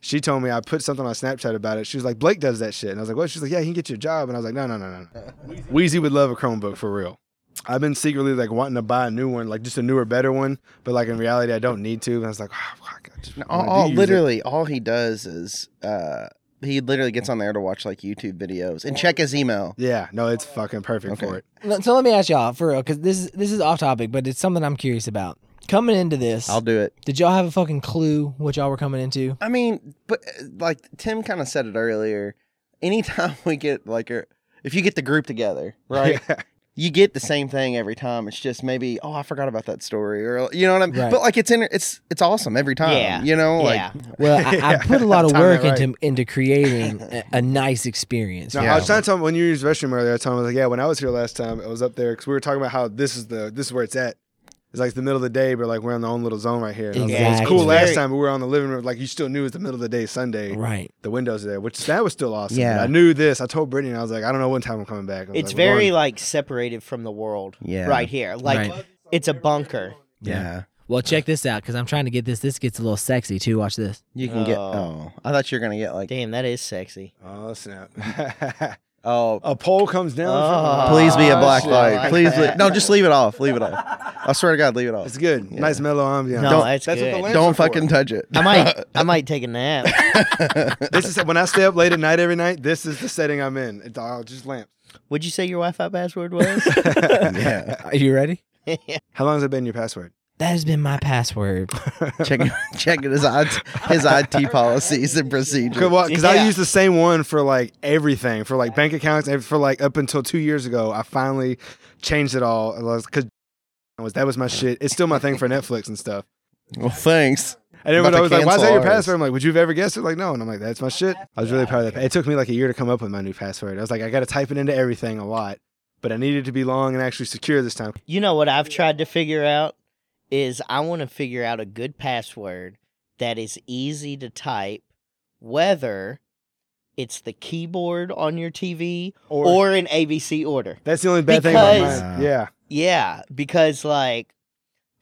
She told me I put something on Snapchat about it. She was like, Blake does that shit, and I was like, what? She's like, yeah, he can get you a job, and I was like, no, no, no, no. no. Wheezy would love a Chromebook for real. I've been secretly like wanting to buy a new one, like just a newer, better one, but like in reality, I don't need to. And I was like, oh, fuck, I just
No,
wanna
all,
do
all-
use it."
literally all he does is uh he literally gets on there to watch like YouTube videos and check his email.
Yeah, no, it's fucking perfect
Okay.
for it.
No, So let me ask y'all for real, because this is this is off topic, but it's something I'm curious about. Coming into this,
I'll do it.
did y'all have a fucking clue what y'all were coming into?
I mean, but uh, like Tim kind of said it earlier. Anytime we get like a, if you get the group together, right?
Yeah.
You get the same thing every time. It's just maybe, oh, I forgot about that story, or you know what I mean.
Right.
But like, it's in, it's it's awesome every time.
Yeah.
You know, like
yeah.
Well, I, I
Yeah,
put a lot of
timed
work
that right.
into into creating a, a nice experience.
No,
for
I was
y'all.
trying to tell him when you used the restroom earlier. I told him I was like, yeah, when I was here last time, I was up there because we were talking about how this is the this is where it's at. It's like the middle of the day, but like we're on the own little zone right here. And I was like, it was
Exactly.
cool
It's
last
very-
time, but we were on the living room. Like you still knew it was the middle of the day Sunday.
Right.
The windows are there, which that was still awesome.
Yeah.
But I knew this. I told Brittany, I was like, I don't know when time I'm coming back. I was
It's
like, we're
very
going-
like separated from the world.
Yeah.
Right here. Like
Right.
it's a bunker.
yeah.
Well, check this out because I'm trying to get this. This gets a little sexy too. Watch this.
You can get.
Oh.
Oh, I thought you were gonna get like.
Damn, that is sexy.
Oh snap!
Oh,
a pole comes down.
Oh.
from-
please be a
Oh,
black
shit.
light. Please,
Like
li-
that.
no, just leave it off. Leave it off. I swear to God, leave it off.
It's good.
Yeah.
Nice mellow ambiance.
No, that's, good.
what the lamps are
Don't
for.
fucking touch it.
I might I might take a nap.
This is when I stay up late at night every night. This is the setting I'm in. It's all just lamps.
Would you say your Wi Fi password was?
yeah.
Are you ready?
How long has it been your password?
That has been my password.
Check checking his IT, his IT policies and
Cause,
procedures.
well, 'cause
Yeah.
I used the same one for like everything, for like bank accounts, and for like up until two years ago, I finally changed it all. Because was that was my shit. It's still my thing for Netflix and stuff.
Well, thanks.
And
About
everyone
to
always like, "Why is that your
cancel ours."
password?" I'm like, "Would you have ever guessed it?" Like, no. And I'm like, "That's my shit." I was really proud of that. It took me like a year to come up with my new password. I was like, I got to type it into everything a lot, but I needed to be long and actually secure this time.
you know what I've tried to figure out is I want to figure out a good password that is easy to type, whether it's the keyboard on your TV
Or,
or in ABC order.
that's the only bad thing about
Because-
mine. Yeah.
Yeah, because like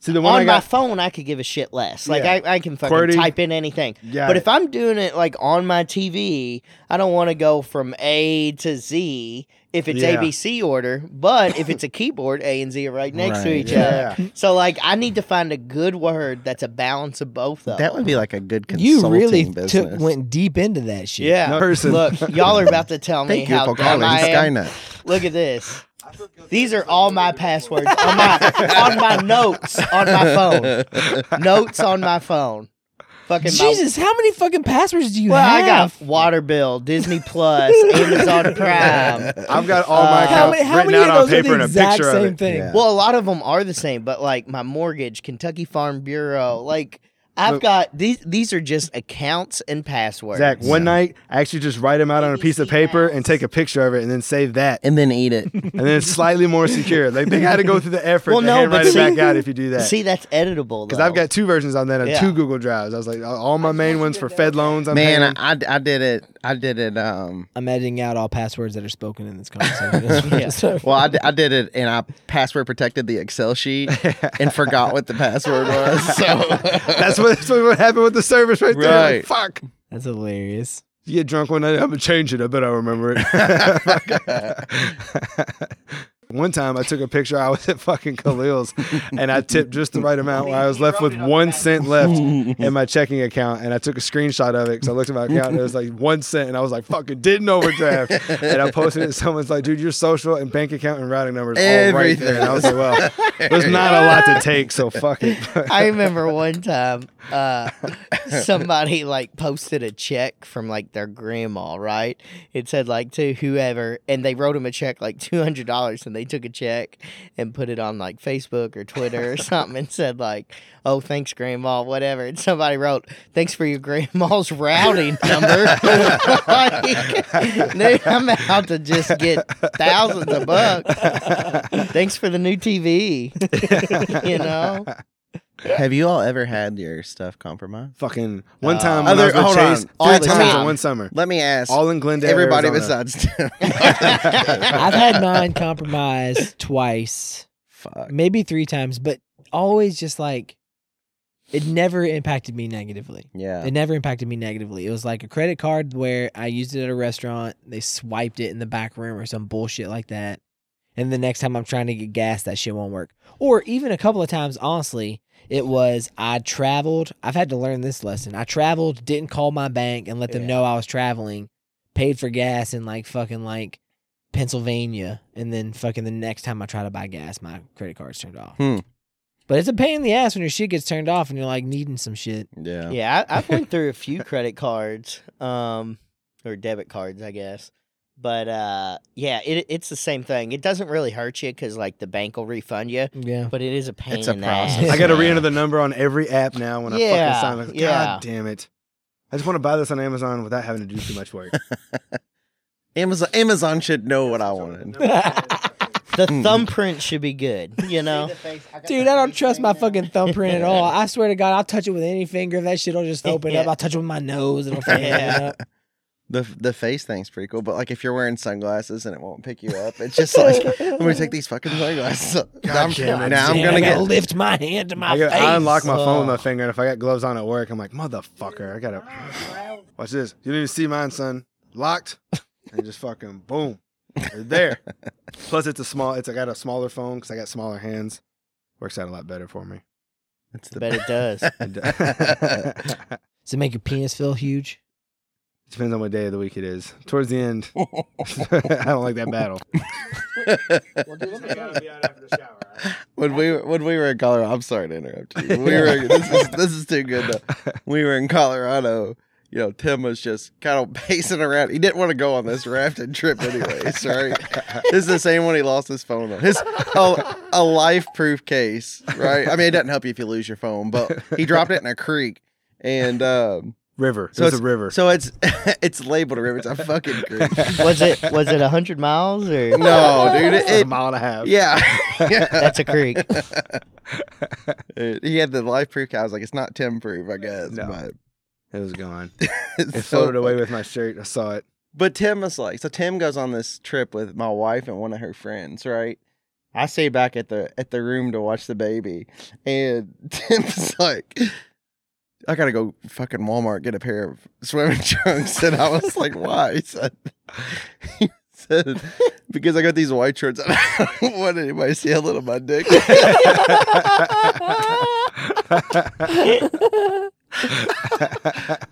See the one
on
I
my
got.
phone, I could give a shit less. Like
Yeah.
I, I can fucking
QWERTY.
type in anything.
yeah,
But if I'm doing it like on my TV, I don't want to go from A to Z if it's
Yeah.
ABC order. But if it's a keyboard, A and Z are right next to
Right.
each other.
yeah.
So like I need to find a good word that's a balance of both
That
of them.
would be like a good
You
consulting
really
business.
took went deep into that shit.
yeah.
No, person.
Look, y'all are about to tell me
Thank you
how
for
dumb
calling
I am.
Skynet.
Look at this. These are all my passwords on my on my notes on my phone. Notes on my phone. Fucking my-
Jesus, how many fucking passwords do you
well, I
have?
got water bill, Disney Plus, Amazon Prime.
I've got all my
Uh,
how
accounts
many, how
written
many of
out on
those are the
paper and a
exact
picture
same
of it.
thing?
Yeah.
Well, a lot of them are the same, but like my mortgage, Kentucky Farm Bureau, like I've
Look-
got these. These are just accounts and passwords.
Zach, one
Yeah.
night I actually just write them out on a piece of paper and take a picture of it and then save that.
and then eat it.
And then it's slightly more secure. Like they had to go through the effort
Well,
to
no, but
handwrite it back
see-
out if you do that.
See, that's editable.
Because I've
though.
got two versions on that on
Yeah.
two Google Drives. I was like, all my main ones for Fed loans. I'm
Man,
paying.
I, I, I did it. I did it. Um,
I'm editing out all passwords that are spoken in this conversation. So-
well, I, di- I did it, and I password protected the Excel sheet and forgot what the password was. So
that's what that's what happened with the service right, there. Like,
Right.
fuck.
That's hilarious.
You get drunk one night. I'm gonna change it. I bet I remember it. one time, I took a picture. I was at fucking Khalil's, and I tipped just the right amount. Where I was left with one cent left in my checking account, and I took a screenshot of it because I looked at my account and it was like one cent, and I was like, "Fucking didn't overdraft." and I posted it. Someone's like, "Dude, your social and bank account and routing numbers all right there." And I was like, "Well, there's not a lot to take, so fuck it."
I remember one time uh, somebody like posted a check from like their grandma, right? It said like to whoever, and they wrote him a check like two hundred dollars, and they took a check and put it on like Facebook or Twitter or something, and said like, "Oh, thanks, grandma, whatever." And somebody wrote, "Thanks for your grandma's routing number." like, dude, I'm out to just get thousands of bucks. Thanks for the new TV. you know.
Have you all ever had your stuff compromised?
fucking one
Uh,
time when
other-
I was
hold
with
on.
Chase,
All
three
the
times in
time.
one summer,
Let me ask
all in Glendale.
everybody
Arizona.
besides Tim.
I've had mine compromised twice,
Fuck.
maybe three times, but always just like it never impacted me negatively.
Yeah.
It never impacted me negatively. It was like a credit card where I used it at a restaurant. They swiped it in the back room or some bullshit like that. And the next time I'm trying to get gas, that shit won't work. Or even a couple of times, honestly, it was I traveled. I've had to learn this lesson. I traveled, didn't call my bank and let them
Yeah.
know I was traveling, paid for gas in like fucking like Pennsylvania. And then fucking the next time I try to buy gas, my credit card's turned off.
Hmm.
But it's a pain in the ass when your shit gets turned off and you're like needing some shit.
Yeah.
Yeah, I, I've went through a few credit cards, um, or debit cards, I guess. But uh, yeah, it, it's the same thing. It doesn't really hurt you because like the bank will refund you,
Yeah.
but it is a pain.
It's a
in the ass.
process.
I got to re-enter the number on every app now when I
Yeah,
fucking sign up. God
yeah.
damn it! I just want to buy this on Amazon without having to do too much work.
Amazon Amazon should know what I wanted.
The thumbprint should be good, you know.
Dude, I don't trust my fucking thumbprint at all. I swear to God, I'll touch it with any finger. That shit'll just open up. I'll touch it with my nose. It'll fucking open up.
The the face thing's pretty cool, but like if you're wearing sunglasses and it won't pick you up, it's just like I'm gonna take these fucking sunglasses. off. I'm,
damn it.
now I'm
Damn,
gonna
I
get
gotta lift my hand to my
I, got,
face.
I unlock my phone with my
Ugh.
finger, and if I got gloves on at work, I'm like, motherfucker, I gotta. Watch this. You didn't even see mine, son. Locked, and just fucking boom, They're there. Plus, it's a small. It's I got a smaller phone because I got smaller hands. Works out a lot better for me.
It's
I bet it does.
Depends
Does it make your penis feel huge?
on what day of the week it is. Towards the end, I don't like that battle.
when we were- when we were in Colorado, I'm sorry to interrupt you. We were this is this is too good. Though. We were in Colorado. You know, Tim was just kind of pacing around. He didn't want to go on this rafting trip, anyways. Right? this is the same one he lost his phone on. His a, a life proof case, right? I mean, it doesn't help you if you lose your phone, but he dropped it in a creek, and um,
River.
So
So it's a
it's-
river.
so it's it's labeled a river. It's a fucking creek.
was it was it hundred miles or
No, dude.
It's a
It, it,
mile and a half.
yeah. yeah.
that's a creek?
Uh, he had the life proof. I was like, it's not Tim proof, I guess.
No.
But
It was gone.
it's
It
so
floated away
funny.
with my shirt. I saw it.
But Tim was like, so Tim goes on this trip with my wife and one of her friends, right? I stayed back at the at the room to watch the baby, and Tim's like, "I gotta go fucking Walmart get a pair of swimming trunks," and I was like, "Why?" He said, he said "Because I got these white shorts, and I don't want anybody to see how little my dick." is."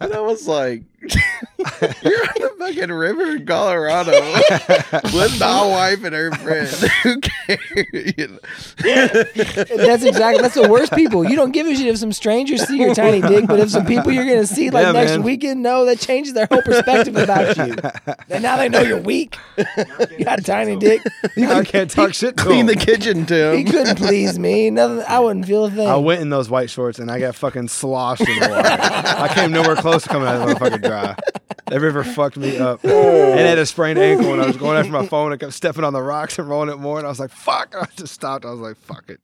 and I was like, "You're on the fucking river in Colorado." with my wife and her friend. Who cares? You know?
That's exactly that's the worst people. You don't give a shit if some strangers see your tiny dick, but if some people you're gonna see like
Yeah,
next
man.
weekend know, that changes their whole perspective about you. And now they know you're weak. You got a tiny dick.
I can't talk shit to
Clean
him.
the kitchen,
He
Tim.
couldn't please me. Nothing. I wouldn't feel a thing.
I went in those white shorts and I got fucking sloshed in the water. I came nowhere close to coming out of the motherfucking dry. That river fucked me up. And I had a sprained ankle when I was going after my phone. I kept stepping on the rocks and rolling it more. And I was like, fuck. And I just stopped. I was like, fuck it.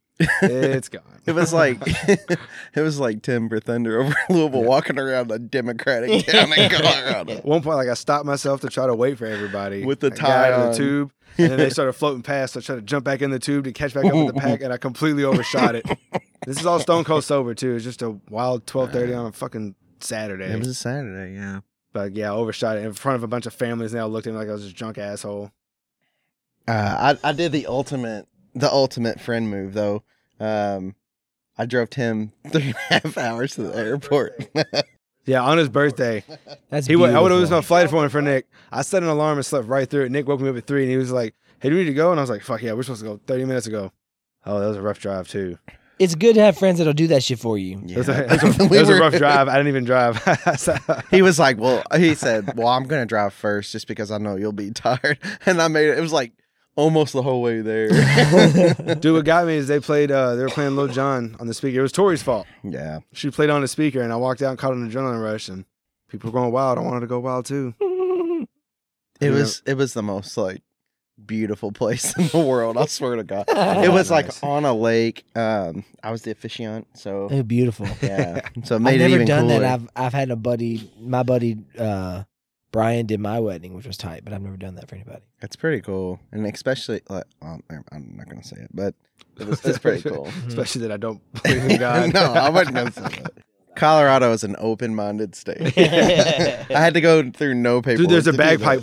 It's gone.
It was like it was like Tim for Thunder over in Louisville walking around a Democratic town in Colorado.
At one point, like I stopped myself to try to wait for everybody
With the
I got out
tie on.
of the tube, and then they started floating past. So I tried to jump back in the tube to catch back up with the pack, and I completely overshot it. this is all Stone Cold sober too. It's just a wild twelve thirty on a fucking Saturday.
a Saturday, yeah.
But yeah, I overshot it in front of a bunch of families. And they all looked at me like I was just a drunk asshole.
Uh, I I did the ultimate the ultimate friend move though. Um, I drove Tim three and a half hours to the airport.
Yeah, on his birthday,
That's
he went, I would have
beautiful.
missed my flight for one for Nick. I set an alarm and slept right through it. Nick woke me up at three, and he was like, "Hey, do we need to go?" And I was like, "Fuck yeah, we're supposed to go thirty minutes ago." Oh, that was a rough drive too.
It's good to have friends that'll do that shit for you.
It was, a, it was a-
We
it was a
were-
rough drive. I didn't even drive. So-
He was like, "Well," he said, "Well, I'm gonna drive first just because I know you'll be tired." And I made it. It was like almost the whole way there.
dude, what got me is they played. Uh, they were playing Lil Jon on the speaker. It was Tori's fault.
yeah,
She played on the speaker, and I walked out and caught an adrenaline rush, and people were going wild. I wanted to go wild too.
it
Yeah.
was. It was the most like beautiful place in the world. I swear to God, it was
Nice.
like on a lake. Um, I was the officiant, so
Oh, beautiful.
yeah, so it
I've
made it
never
even
done
cooler.
that. I've I've had a buddy, my buddy uh, Brian did my wedding, which was tight, but I've never done that for anybody.
it's pretty cool, and especially like well, never- I'm not gonna say it, but it was, it's pretty cool.
Especially that I don't believe in Oh, God.
Hmm. no, I wasn't gonna say that. Colorado is an open-minded state. I had to go through no paper.
Dude, there's a bagpipe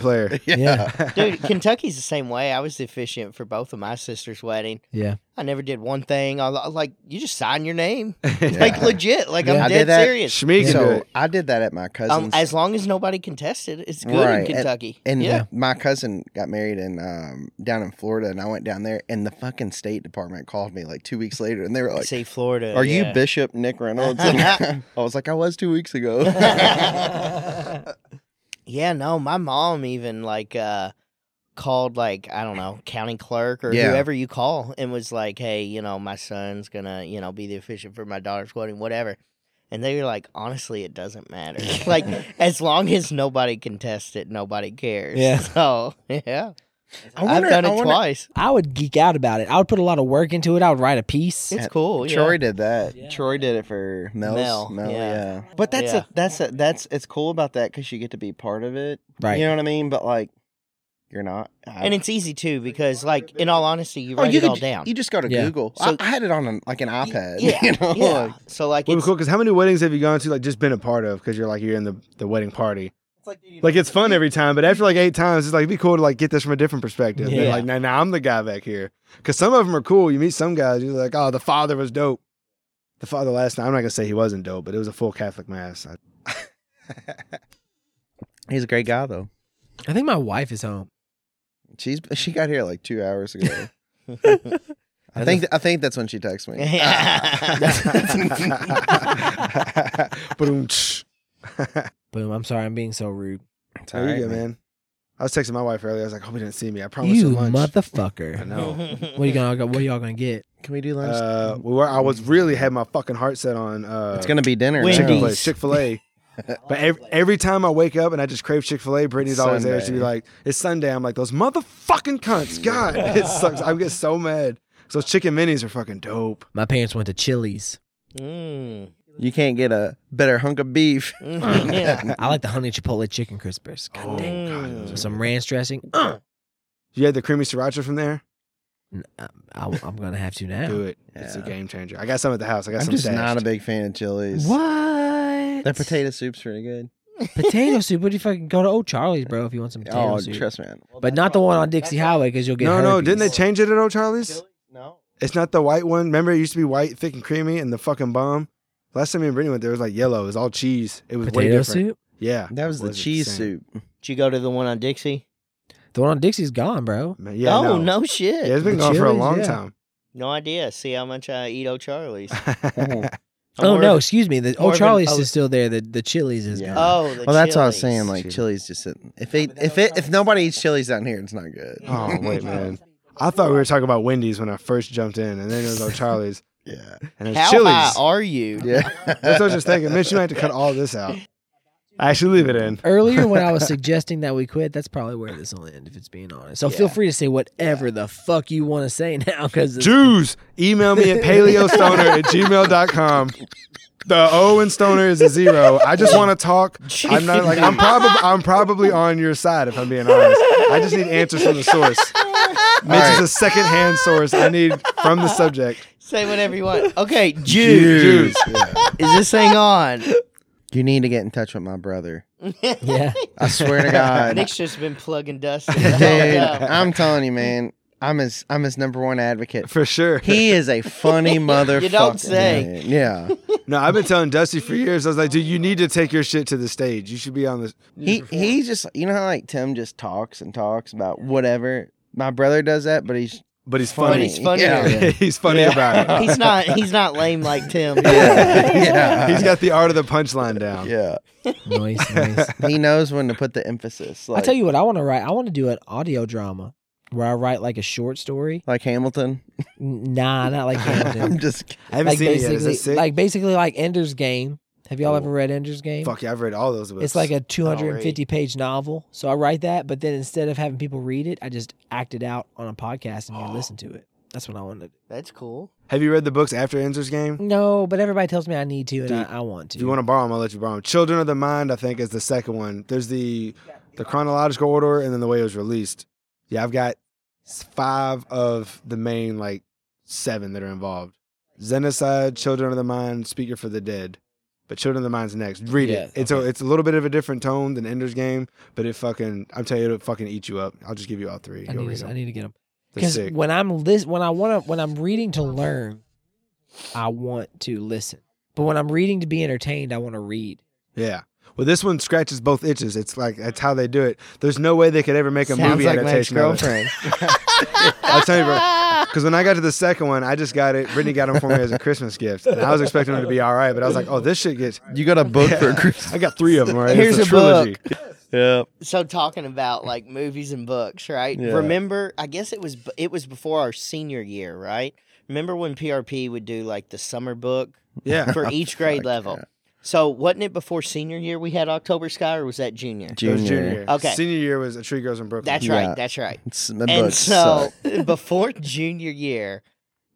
player.
Yeah.
Dude, Kentucky's the same way. I was the officiant for both of my sisters' wedding.
Yeah.
I never did one thing. I, I like you just sign your name, like
Yeah.
legit. Like
Yeah.
I
I'm
did
dead
that.
serious.
Shmi can do
So
it.
I did that at my
Um,
cousin's,
as long as nobody contested, it's good
Right,
in
and-
Kentucky.
and uh,
yeah,
my cousin got married in um, down in Florida, and I went down there, and the fucking State Department called me like two weeks later, and they were like,
say Florida.
"Are you
yeah.
Bishop Nick Reynolds?" And I was like, "I was two weeks ago."
Yeah, no, my mom even like uh called like I don't know, county clerk or
Yeah.
whoever you call and was like, "Hey, you know, my son's going to, you know, be the officiant for my daughter's wedding, whatever." And they were like, "Honestly, it doesn't matter. like as long as nobody contests it, nobody cares."
Yeah.
So, yeah.
I wonder-
I've done
I
it
wonder-
twice.
I would geek out about it. I would put a lot of work into it. I would write a piece.
It's cool.
Troy
yeah.
did that.
Yeah.
Troy did it for Mel's,
Mel,
Mel,
yeah.
yeah. But that's
Yeah.
a that's a that's it's cool about that because you get to be part of it.
Right.
You know what I mean? But like, you're not. I-
And it's easy too because like in all honesty, you
Oh,
write
you
it all
could-
down.
You just go to
Yeah.
Google.
So-
I, I had it on an, like an iPad.
yeah.
you know,
yeah.
like-
So like
Would be
it's
cool because how many weddings have you gone to? Like just been a part of because you're like you're in the, the wedding party. Like it's fun every time, but after like eight times, it's like it'd be cool to like get this from a different perspective. Yeah.
Yeah.
Like now, now I'm the guy back here because some of them are cool. You meet some guys, you're like, oh, the father was dope. The father last night, I'm not gonna say he wasn't dope, but it was a full Catholic mass. I-
He's a great guy though.
I think my wife is home.
She's she got here like two hours ago. I
That's
think I think that's when she texted me.
Boom. tsh.
Boom. I'm sorry. I'm being so rude.
It's
There you go, man. I was texting my wife earlier. I was like, hope he didn't see me. I promised
You
him lunch. I
motherfucker.
know.
What are you gonna? What are y'all gonna get?
Can we do lunch?
Uh, we were. I was really had my fucking heart set on. Uh,
it's gonna be dinner.
Wendy's.
now.
Chick Fil A. Chick Fil A. But every, every time I wake up and I just crave Chick Fil A, Brittany's always there. She'd be
Sunday.
like, "It's Sunday." I'm like, "Those motherfucking cunts!" God, it sucks. I get so mad. So chicken minis are fucking dope.
My parents went to Chili's.
Mm.
You can't get a better hunk of beef. mm,
yeah.
I like the honey chipotle chicken crispers. God
Oh
dang.
god, those
With
are-
some ranch dressing. Uh,
you had the creamy sriracha from there.
N- um, I, am gonna have to now.
Do it. It's a
Yeah.
game changer. I got some at the house. I got
I'm
some
just
stashed.
not a big fan of chilies.
What?
Their potato soup's pretty good.
potato soup. What do you fucking go to Old Charlie's, bro? If you want some potato
oh,
soup,
trust me. man.
but not the one on Dixie Highway because you'll get
no, no. Didn't they
herpes.
change it at O'Charlie's?
No.
It's not the white one. Remember, it used to be white, thick and creamy, and the fucking bomb. Last time me and Brittany went there, it was like yellow. It was all cheese. It was way
potato
different.
soup?
Yeah,
That was the
Wasn't the
cheese
same.
soup.
Did you go to the one on Dixie?
The one on Dixie's gone, bro.
Man, yeah.
oh
no.
no, shit.
Yeah, it's been
The
gone for a
Chili's,
long
yeah.
time.
No idea. See how much I eat O'Charlie's. I'm
Oh
more
no,
of
excuse me. The
more of
Old
an
Charlie's
old-
is still there. The the Chili's is
Yeah.
gone.
a- Oh, the
Well, that's what I was
Chili's.
saying. Like
Chili.
chilies, just sitting. If they, if it, if nobody eats chilies down here, it's not good.
oh wait, man. I thought we were talking about Wendy's when I first jumped in, and then it was O'Charlie's,
yeah,
and it's
How
Chili's.
high are you?
yeah.
That's what I was just thinking. Mitch, you might have to cut all this out. Actually, leave it in.
Earlier, when I was suggesting that we quit, that's probably where this will end, if it's being honest. So feel
Yeah.
free to say whatever the fuck you want to say now, because
Jews, email me at paleostoner at gmail.com. The O in stoner is a zero. I just want to talk. I'm not like I'm probably I'm probably on your side if I'm being honest. I just need answers from the source. Mitch is a second hand source. I need from the subject.
Say whatever you want. Okay, Jew.
Jews.
Is this thing on?
You need to get in touch with my brother.
yeah,
I swear to God,
Nick's just been plugging dust. in.
dude.
Oh, no.
I'm telling you, man. I'm his. I'm his number one advocate.
For sure.
He is a funny motherfucker.
don't say.
man. Yeah.
No, I've been telling Dusty for years. I was like, dude, you need to take your shit to the stage. You should be on this.
He he just you know how like Tim just talks and talks about whatever. My brother does that, but he's
But he's
funny.
funny.
But he's funny.
Yeah.
he's funny about it.
He's not. He's not lame like Tim.
Yeah. yeah.
He's got the art of the punchline down.
yeah.
nice, nice.
He knows when to put the emphasis. Like,
I tell you what, I want to write. I want to do an audio drama where I write like a short story.
like Hamilton.
N- Nah, not like
I'm
Hamilton.
just kidding.
I haven't
like
seen it yet. Is
basically,
that sick?
like basically like Ender's Game. Have y'all
Oh.
ever read Ender's Game?
Fuck yeah, I've read all those books.
It's like a 250 page novel. So I write that, but then instead of having people read it, I just act it out on a podcast and you listen to it. That's what I want to do.
That's cool.
Have you read the books after Ender's Game?
No, but everybody tells me I need to and
Dude,
I, I want to.
If you want to borrow them, I'll let you borrow them. Children of the Mind, I think, is the second one. There's the the chronological order and then the way it was released. Yeah, I've got s- five of the main like seven that are involved. Xenocide, Children of the Mind, Speaker for the Dead. But Children of the Mind's next. Read it.
Yeah,
It's a it's a little bit of a different tone than Ender's Game, but it fucking I'm telling you it'll fucking eat you up. I'll just give you all three.
I
You'll
need,
read
to, I
them.
need to get them
They're
because
sick.
when I'm lis- when I want to when I'm reading to learn, I want to listen. But when I'm reading to be entertained, I want to read.
Yeah. Well, this one scratches both itches. It's like that's how they do it. There's no way they could ever make a
Sounds
movie
like my
adaptation of it.
ex-girlfriend.
I'll tell you, bro. Because when I got to the second one, I just got it. Brittany got them for me as a Christmas gift, and I was expecting them to be all right. But I was like, oh, this shit gets.
You got a book for Christmas.
I got three of them. Right.
Here's
it's
a
trilogy.
Yeah.
so talking about like movies and books, right?
Yeah.
Remember, I guess it was b- it was before our senior year, right? Remember when PRP would do like the summer book
Yeah.
for each grade
Fuck
level?
yeah.
So wasn't it before senior year we had October Sky, or was that junior?
It
Junior.
was junior.
Okay.
Senior year was a Tree Grows in Brooklyn.
That's
Yeah.
right. That's right.
It's- the
and
books
so
suck.
before junior year,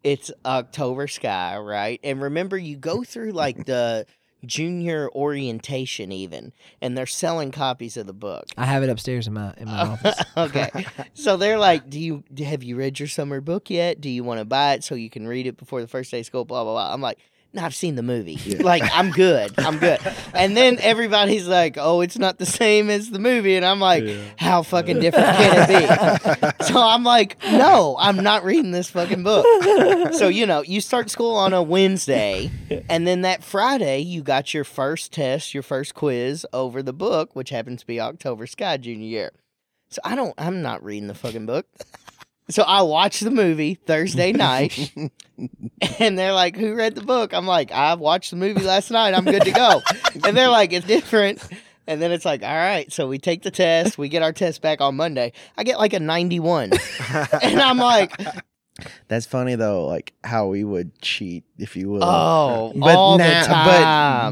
it's October Sky, right? And remember, you go through like the junior orientation even, and they're selling copies of the book.
I have it upstairs in my in my office.
okay, so they're like, "Do you have you read your summer book yet? Do you want to buy it so you can read it before the first day of school?" Blah blah blah. I'm like. No, I've seen the movie. Like, I'm good. I'm good. And then everybody's like, oh, it's not the same as the movie. And I'm like, how fucking different can it be? so I'm like, no, I'm not reading this fucking book. so, you know, you start school on a Wednesday. And then that Friday, you got your first test, your first quiz over the book, which happens to be October Sky Junior Year. So I don't, I'm not reading the fucking book. So I watched the movie Thursday night, and they're like, "Who read the book?" I'm like, "I watched the movie last night. I'm good to go." And they're like, "It's different." And then it's like, "All right." So we take the test. We get our test back on Monday. I get like a 91, and I'm like,
That's funny though, like how we would cheat, if you will.
"Oh, all the time."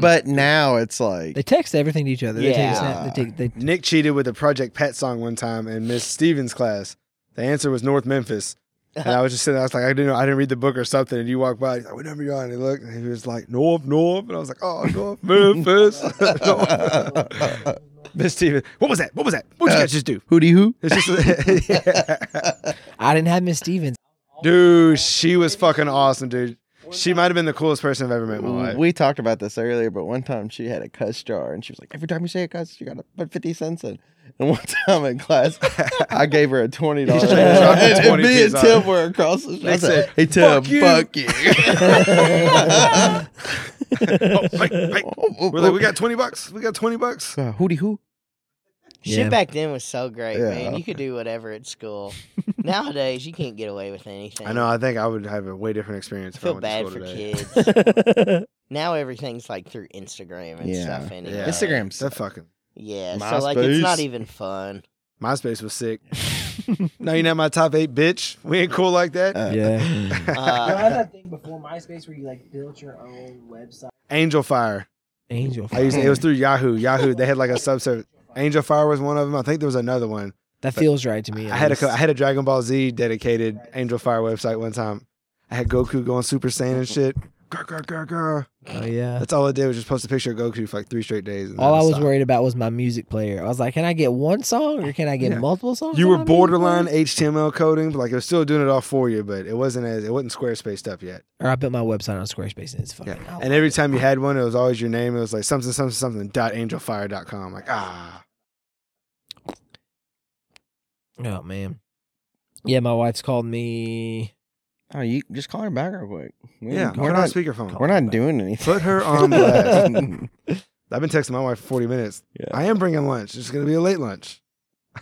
But, but now it's
They
like
text everything to each other. They take a
Yeah.
snap. They take they
Nick cheated with a Project Pet song one time in Miss Stevens' class. The answer was North Memphis. And I was just sitting there, I was like, I didn't know, I didn't read the book or something. And you walk by, he's like, what number you on? And he looked, and he was like, North, North. And I was like, oh, North Memphis. Miss Stevens, what was that? What was that? What did you guys just do?
hooty hoo.
It's just, yeah.
I didn't have Miss Stevens.
Dude, she was fucking awesome, dude. She might have been the coolest person I've ever met in my life.
We talked about this earlier, but one time she had a cuss jar and she was like, every time you say a cuss, you gotta put 50 cents in. And one time in class, I gave her a $20.
You should have dropped the
and
20
me
piece
and
on
Tim
her.
were across the street. I
I
said,
said,
hey, Tim,
"Fuck you."
fuck you.
Oh, wait, wait. We're like, we got 20 bucks. We got 20 bucks.
Uh, hooty hoo.
Yeah.
Shit back then was so great,
Yeah.
man. You could do whatever at school. Nowadays, you can't get away with anything.
I know. I think I would have a way different experience.
I
if I
feel
went to
bad
school
for
today.
kids. now everything's like through Instagram and
Yeah.
stuff.
Yeah.
Anyway.
Instagram
That
sucks.
fucking
Yeah. So like, it's not even fun.
MySpace was sick. no, you're not my top eight, bitch. We ain't cool like that.
Uh,
yeah.
Uh,
that thing before MySpace where you like built your own website.
Angel Fire.
Angel.
I used it was through Yahoo. Yahoo. They had like a subservice. Angel Fire was one of them. I think there was another one.
That feels right to me.
I had a co- I had a Dragon Ball Z dedicated Angel Fire website one time. I had Goku going Super Saiyan and shit. Grr, grr, grr, grr.
Oh yeah.
That's all I did was just post a picture of Goku for like three straight days. and
All
then
I was
stopped.
worried about was my music player. I was like, can I get one song or can I get
Yeah.
multiple songs?
You
on
were
my music
borderline
player?
HTML coding, but like it was still doing it all for you, but it wasn't as it wasn't Squarespace stuff yet.
Or I built my website on Squarespace and it's fucking.
Yeah.
out.
And every time you had one, it was always your name. It was like something, something, something dot angelfire.com. Like, ah.
oh man. Yeah, my wife's called me.
Oh, you just call her back real quick. We-
Yeah.
We're
Put her on
not,
speakerphone.
we're not doing anything.
Put her on blast.
yeah.
I've been texting my wife for 40 minutes. I am bringing lunch. It's going to be a late lunch.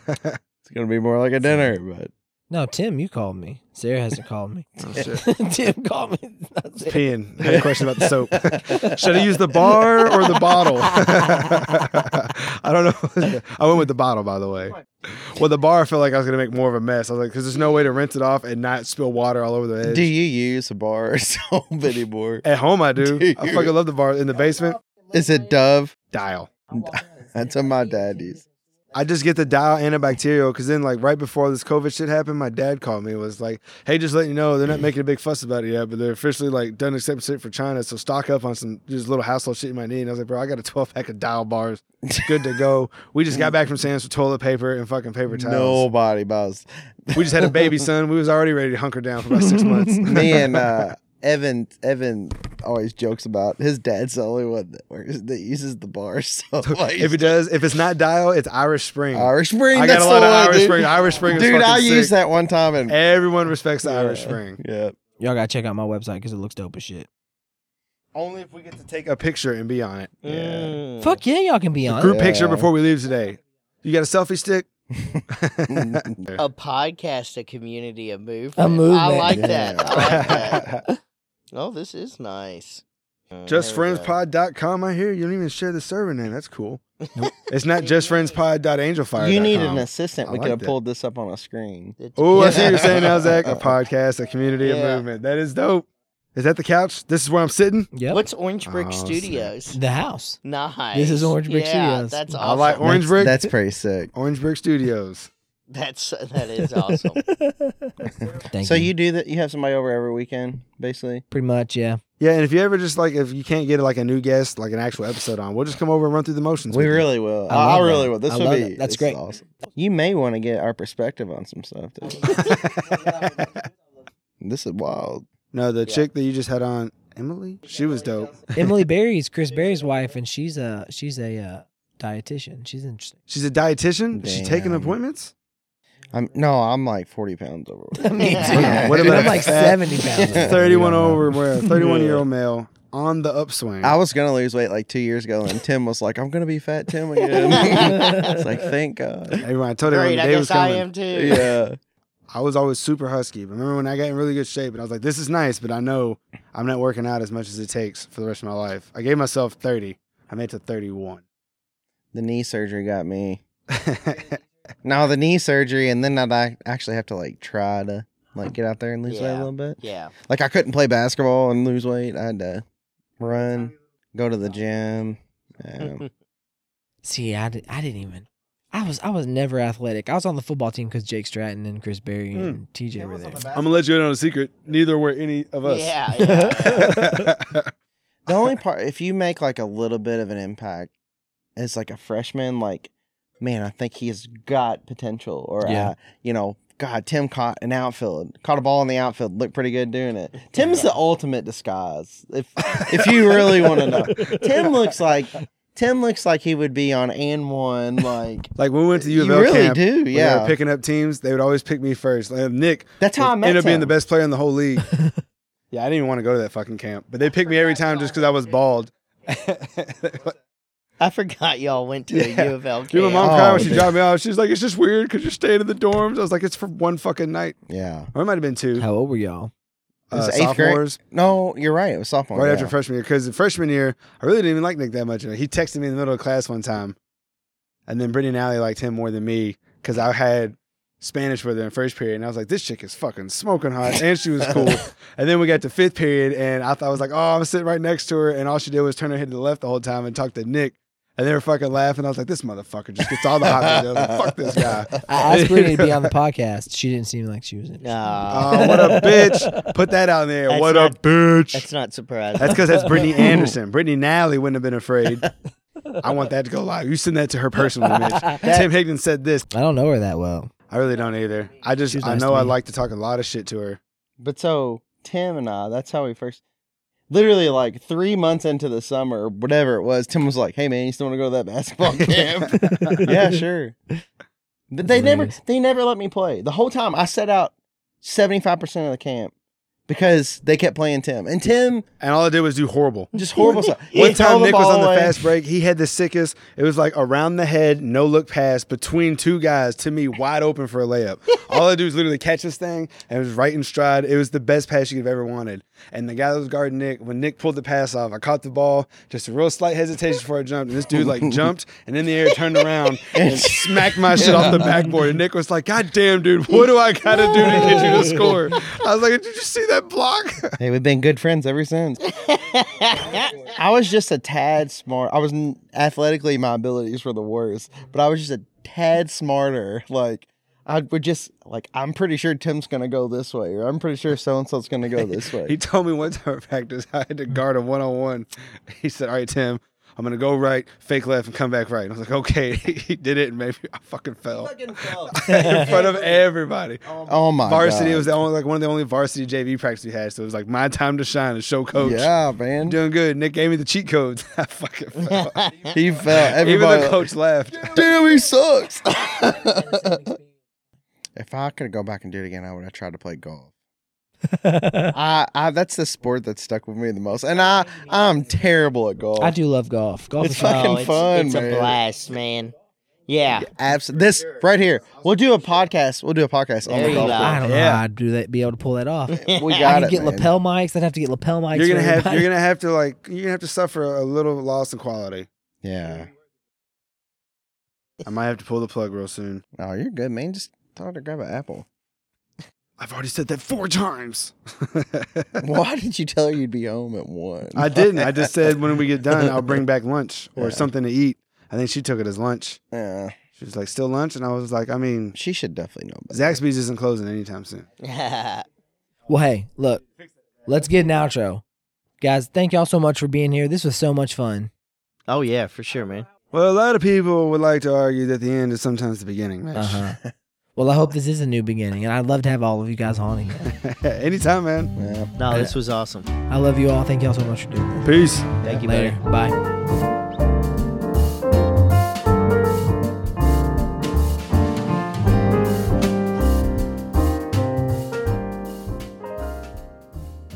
It's gonna be more like a dinner, but
No, Tim, you called me. Sarah hasn't called me.
Oh, shit.
Tim called me. Not Sarah.
Peeing. I had a question about the soap. Should I use the bar or the bottle? I don't know. I went with the bottle, by the way. Well, the bar I felt like I was going to make more of a mess. I was like, because there's no way to rinse it off and not spill water all over the edge.
do you use a bar or soap anymore?
At home, I do.
Do
I
you?
fucking love the bar in the basement.
Is it Dove?
Dial.
That's what my dad used.
I just get the dial antibacterial because then, like, right before this COVID shit happened, my dad called me and was like, "Hey, just letting you know, they're not making a big fuss about it yet, but they're officially like done accepting shit for China. So stock up on some just little household shit you might need." And I was like, "Bro, I got a 12 pack of dial bars, It's good to go." We just got back from Sam's with toilet paper and fucking paper towels.
Nobody buys.
We just had a baby son. We was already ready to hunker down for about six months.
Me and uh, Evan. Evan always jokes about his dad's the only one that, works, that uses the bar. So like,
if it does, if it's not dial, it's Irish Spring.
Irish Spring.
I got
that's
a lot
the
of
one,
Irish
dude.
Spring. Irish Spring is
Dude,
fucking
I used
sick.
that one time and
Everyone respects the Irish
Yeah.
Spring.
yeah.
Y'all gotta check out my website because it looks dope as shit.
Only if we get to take a picture and be on it.
mm.
Fuck yeah, y'all can be on.
Group
it.
picture
Yeah.
before we leave today. You got a selfie stick?
A podcast, a community, a movement. I
movement.
like
Yeah.
that. I like that. Oh, this is nice. Uh, there we go.
JustFriendsPod.com. I hear you don't even share the server name. That's cool. It's not JustFriendsPod.AngelFire.
You need an assistant.
I
We
like
could have
that.
pulled this up on a screen.
It's-
Oh, I see what
Yeah.
you're saying now, Zach. A podcast, a community, a
Yeah.
movement. That is dope. Is that the couch? This is where I'm sitting.
Yep.
What's Orange Brick
Oh, sick.
Studios?
the house?
Nice.
This is Orange Brick
yeah,
Studios.
That's
I
awesome.
I like Orange Brick.
That's pretty sick.
Orange Brick Studios.
That's that is awesome.
Thank
so
you.
you do that? You have somebody over every weekend, basically.
Pretty much, yeah.
Yeah, and if you ever just like, if you can't get like a new guest, like an actual episode on, we'll just come over and run through the motions.
We
with you.
really will.
I
I, I
love
really
that.
will. This
I
would
love
be
it. That's
this is
great.
Awesome. You may want to get our perspective on some stuff. Dude. this is wild.
No, the
Yeah.
chick that you just had on, Emily, she was dope.
Emily Berry's Chris Berry's wife, and she's a she's a uh, dietitian. She's interesting.
She's a dietitian. Is she taking
Damn.
appointments?
I'm no, I'm like 40 pounds over.
Me
too.
What
Dude,
about
I'm
a
like
fat-
seventy pounds.
Yeah.
Thirty-one over, where a thirty-one-year-old male on the upswing.
I was gonna lose weight like two years ago, and Tim was like, "I'm gonna be fat Tim again." it's like, thank God.
Everyone, I told everyone
Great,
the
I
day was
guess I
coming.
am too.
Yeah.
I was always super husky. But remember when I got in really good shape, and I was like, "This is nice," but I know I'm not working out as much as it takes for the rest of my life. I gave myself thirty. I made it to thirty-one.
The knee surgery got me. Now the knee surgery, and then now I actually have to like try to like get out there and lose weight a
Yeah.
little bit.
Yeah.
Like I couldn't play basketball and lose weight. I had to run, go to the gym. Um,
See, I, did, I didn't even. I was I was never athletic. I was on the football team because Jake Stratton and Chris Berry and TJ were there.
I'm gonna let you in on a secret. Neither were any of us.
Yeah, yeah.
The only part, if you make like a little bit of an impact as like a freshman, like, man, I think he's got potential, or
Yeah.
uh, you know, God, Tim caught an outfield, caught a ball in the outfield, looked pretty good doing it. Tim's the ultimate disguise. If if you really want to know, Tim looks like Tim looks like he would be on and one. Like
Like when we went to the
you
U of L
really
camp,
do,
when they were
yeah.
picking up teams, they would always pick me first. Like, Nick
That's how I met
ended up being
him.
the best player in the whole league. yeah, I didn't even want to go to that fucking camp, but they picked me every time just because I was bald.
I forgot y'all went to
Yeah.
a U of L camp.
Dude, my mom
Oh,
cried when she
dude.
dropped me off. She's like, "It's just weird because you're staying in the dorms." I was like, "It's for one fucking night,
Yeah.
or it might have been two.
How old were y'all?
Uh,
was eighth grade?
sophomores,
No, you're right. It was sophomore.
right
yeah.
after freshman year. Because freshman year, I really didn't even like Nick that much. He texted me in the middle of class one time, and then Brittany and Allie liked him more than me because I had Spanish with her in first period, and I was like, "This chick is fucking smoking hot," and she was cool. and then we got to fifth period, and I thought I was like, "Oh, I'm sitting right next to her," and all she did was turn her head to the left the whole time and talk to Nick. And they were fucking laughing. I was like, "This motherfucker just gets all the hot." videos. Like, Fuck this guy.
I asked Brittany to be on the podcast. She didn't seem like she was interested.
Nah.
Oh, what a bitch. Put that out there.
That's
what a
not-
bitch.
That's not surprising.
That's because that's Brittany Anderson. Brittany Nally wouldn't have been afraid. I want that to go live. You send that to her personally, bitch. Tim Higgins said this.
I don't know her that well.
I really don't either. I just,
She was
I
nice
know
to
I
me.
like to talk a lot of shit to her.
But so Tim and I, that's how we first. Literally, like three months into the summer, or whatever it was, Tim was like, "Hey, man, you still want to go to that basketball camp?" yeah, sure. But they never,
hilarious.
they never let me play the whole time. I sat out seventy five percent of the camp because they kept playing Tim, and Tim
And all I did was do horrible.
just horrible stuff. He
One
held
time Nick was
ball
on the
away.
fast break. He had the sickest. It was like around the head, no look pass between two guys to me, wide open for a layup. All I do is literally catch this thing and it was right in stride. It was the best pass you could have ever wanted. And the guy that was guarding Nick, when Nick pulled the pass off, I caught the ball, just a real slight hesitation before I jumped. And this dude like jumped and in the air turned around and smacked my shit off the backboard. And Nick was like, God damn, dude, what do I gotta do to get you to score? I was like, Did you just see that block?
Hey, we've been good friends ever since. I was just a tad smart. I was n- athletically my abilities were the worst, but I was just a tad smarter. Like I would just like I'm pretty sure Tim's gonna go this way, or I'm pretty sure so and so's gonna go this
He
way.
told me one time at practice I had to guard a one on one. He said, "All right, Tim, I'm gonna go right, fake left, and come back right." And I was like, "Okay." He did it, and maybe I fucking fell in front of everybody.
Oh my
varsity
God.
was the only like one of the only varsity JV practice we had, so it was like my time to shine and show coach.
yeah, man.
I'm doing good. Nick gave me the cheat codes. I fucking fell.
He fell. Everybody,
Even the coach left.
damn, he sucks. if I could go back and do it again, I would have tried to play golf. I, I that's the sport that stuck with me the most, and I I'm terrible at golf.
I do love golf. Golf
It's
is
fucking
Oh,
fun.
it's,
fun,
it's
man.
a blast, man. Yeah.
Absolutely. This right here. We'll do a podcast. We'll do a podcast on
There
the
you
golf.
go.
course.
I don't know
Yeah.
how I'd do that. Be able to pull that off.
We
I
got
could
it.
get
man.
lapel mics. I'd have to get lapel mics.
You're gonna
for
have
everybody.
you're gonna have to like you're gonna have to suffer a little loss in quality.
Yeah.
I might have to pull the plug real soon.
Oh, you're good, man. Just tell her to grab an apple.
I've already said that four times.
Why did you tell her you'd be home at one?
I didn't. I just said when we get done, I'll bring back lunch or
Yeah.
something to eat. I think she took it as lunch.
Yeah.
She was like, "Still lunch," and I was like, "I mean,
She should definitely know. Better.
Zaxby's isn't closing anytime soon."
Well, hey, look, let's get an outro, guys. Thank y'all so much for being here. This was so much fun.
oh yeah, for sure, man.
Well, a lot of people would like to argue that the end is sometimes the beginning. Man.
Uh-huh. Well, I hope this is a new beginning, and I'd love to have all of you guys on again.
anytime, man.
Yeah.
No, this was awesome.
I love you all. Thank y'all so much for doing this.
Peace.
Thank you,
Later.
buddy.
Bye.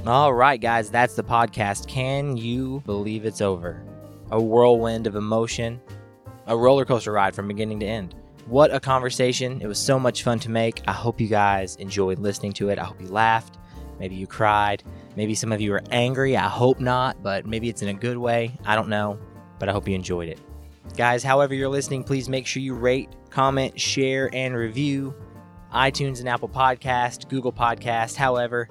All right, guys, that's the podcast. Can you believe it's over? A whirlwind of emotion, a roller coaster ride from beginning to end. What a conversation. It was so much fun to make. I hope you guys enjoyed listening to it. I hope you laughed. Maybe you cried. Maybe some of you were angry. I hope not, but maybe it's in a good way. I don't know, but I hope you enjoyed it. Guys, however you're listening, please make sure you rate, comment, share, and review iTunes and Apple Podcast, Google Podcast, however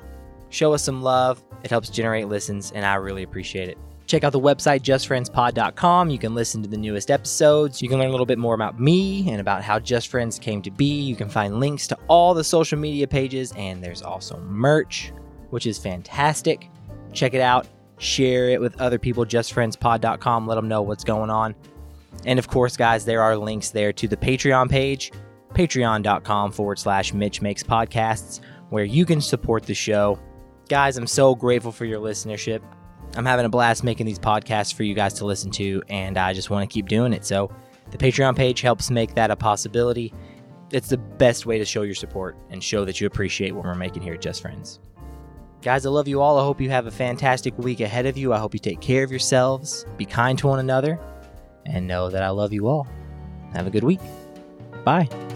show us some love. It helps generate listens, and I really appreciate it. Check out the website, justfriendspod.com. You can listen to the newest episodes. You can learn a little bit more about me and about how Just Friends came to be. You can find links to all the social media pages, and there's also merch, which is fantastic. Check it out, share it with other people, justfriendspod.com. Let them know what's going on. And of course, guys, there are links there to the Patreon page,
patreon.com forward slash Mitch Makes Podcasts, where you can support the show. Guys, I'm so grateful for your listenership. I'm having a blast making these podcasts for you guys to listen to, and I just want to keep doing it. So the Patreon page helps make that a possibility. It's the best way to show your support and show that you appreciate what we're making here at Just Friends. Guys, I love you all. I hope you have a fantastic week ahead of you. I hope you take care of yourselves, be kind to one another, and know that I love you all. Have a good week. Bye.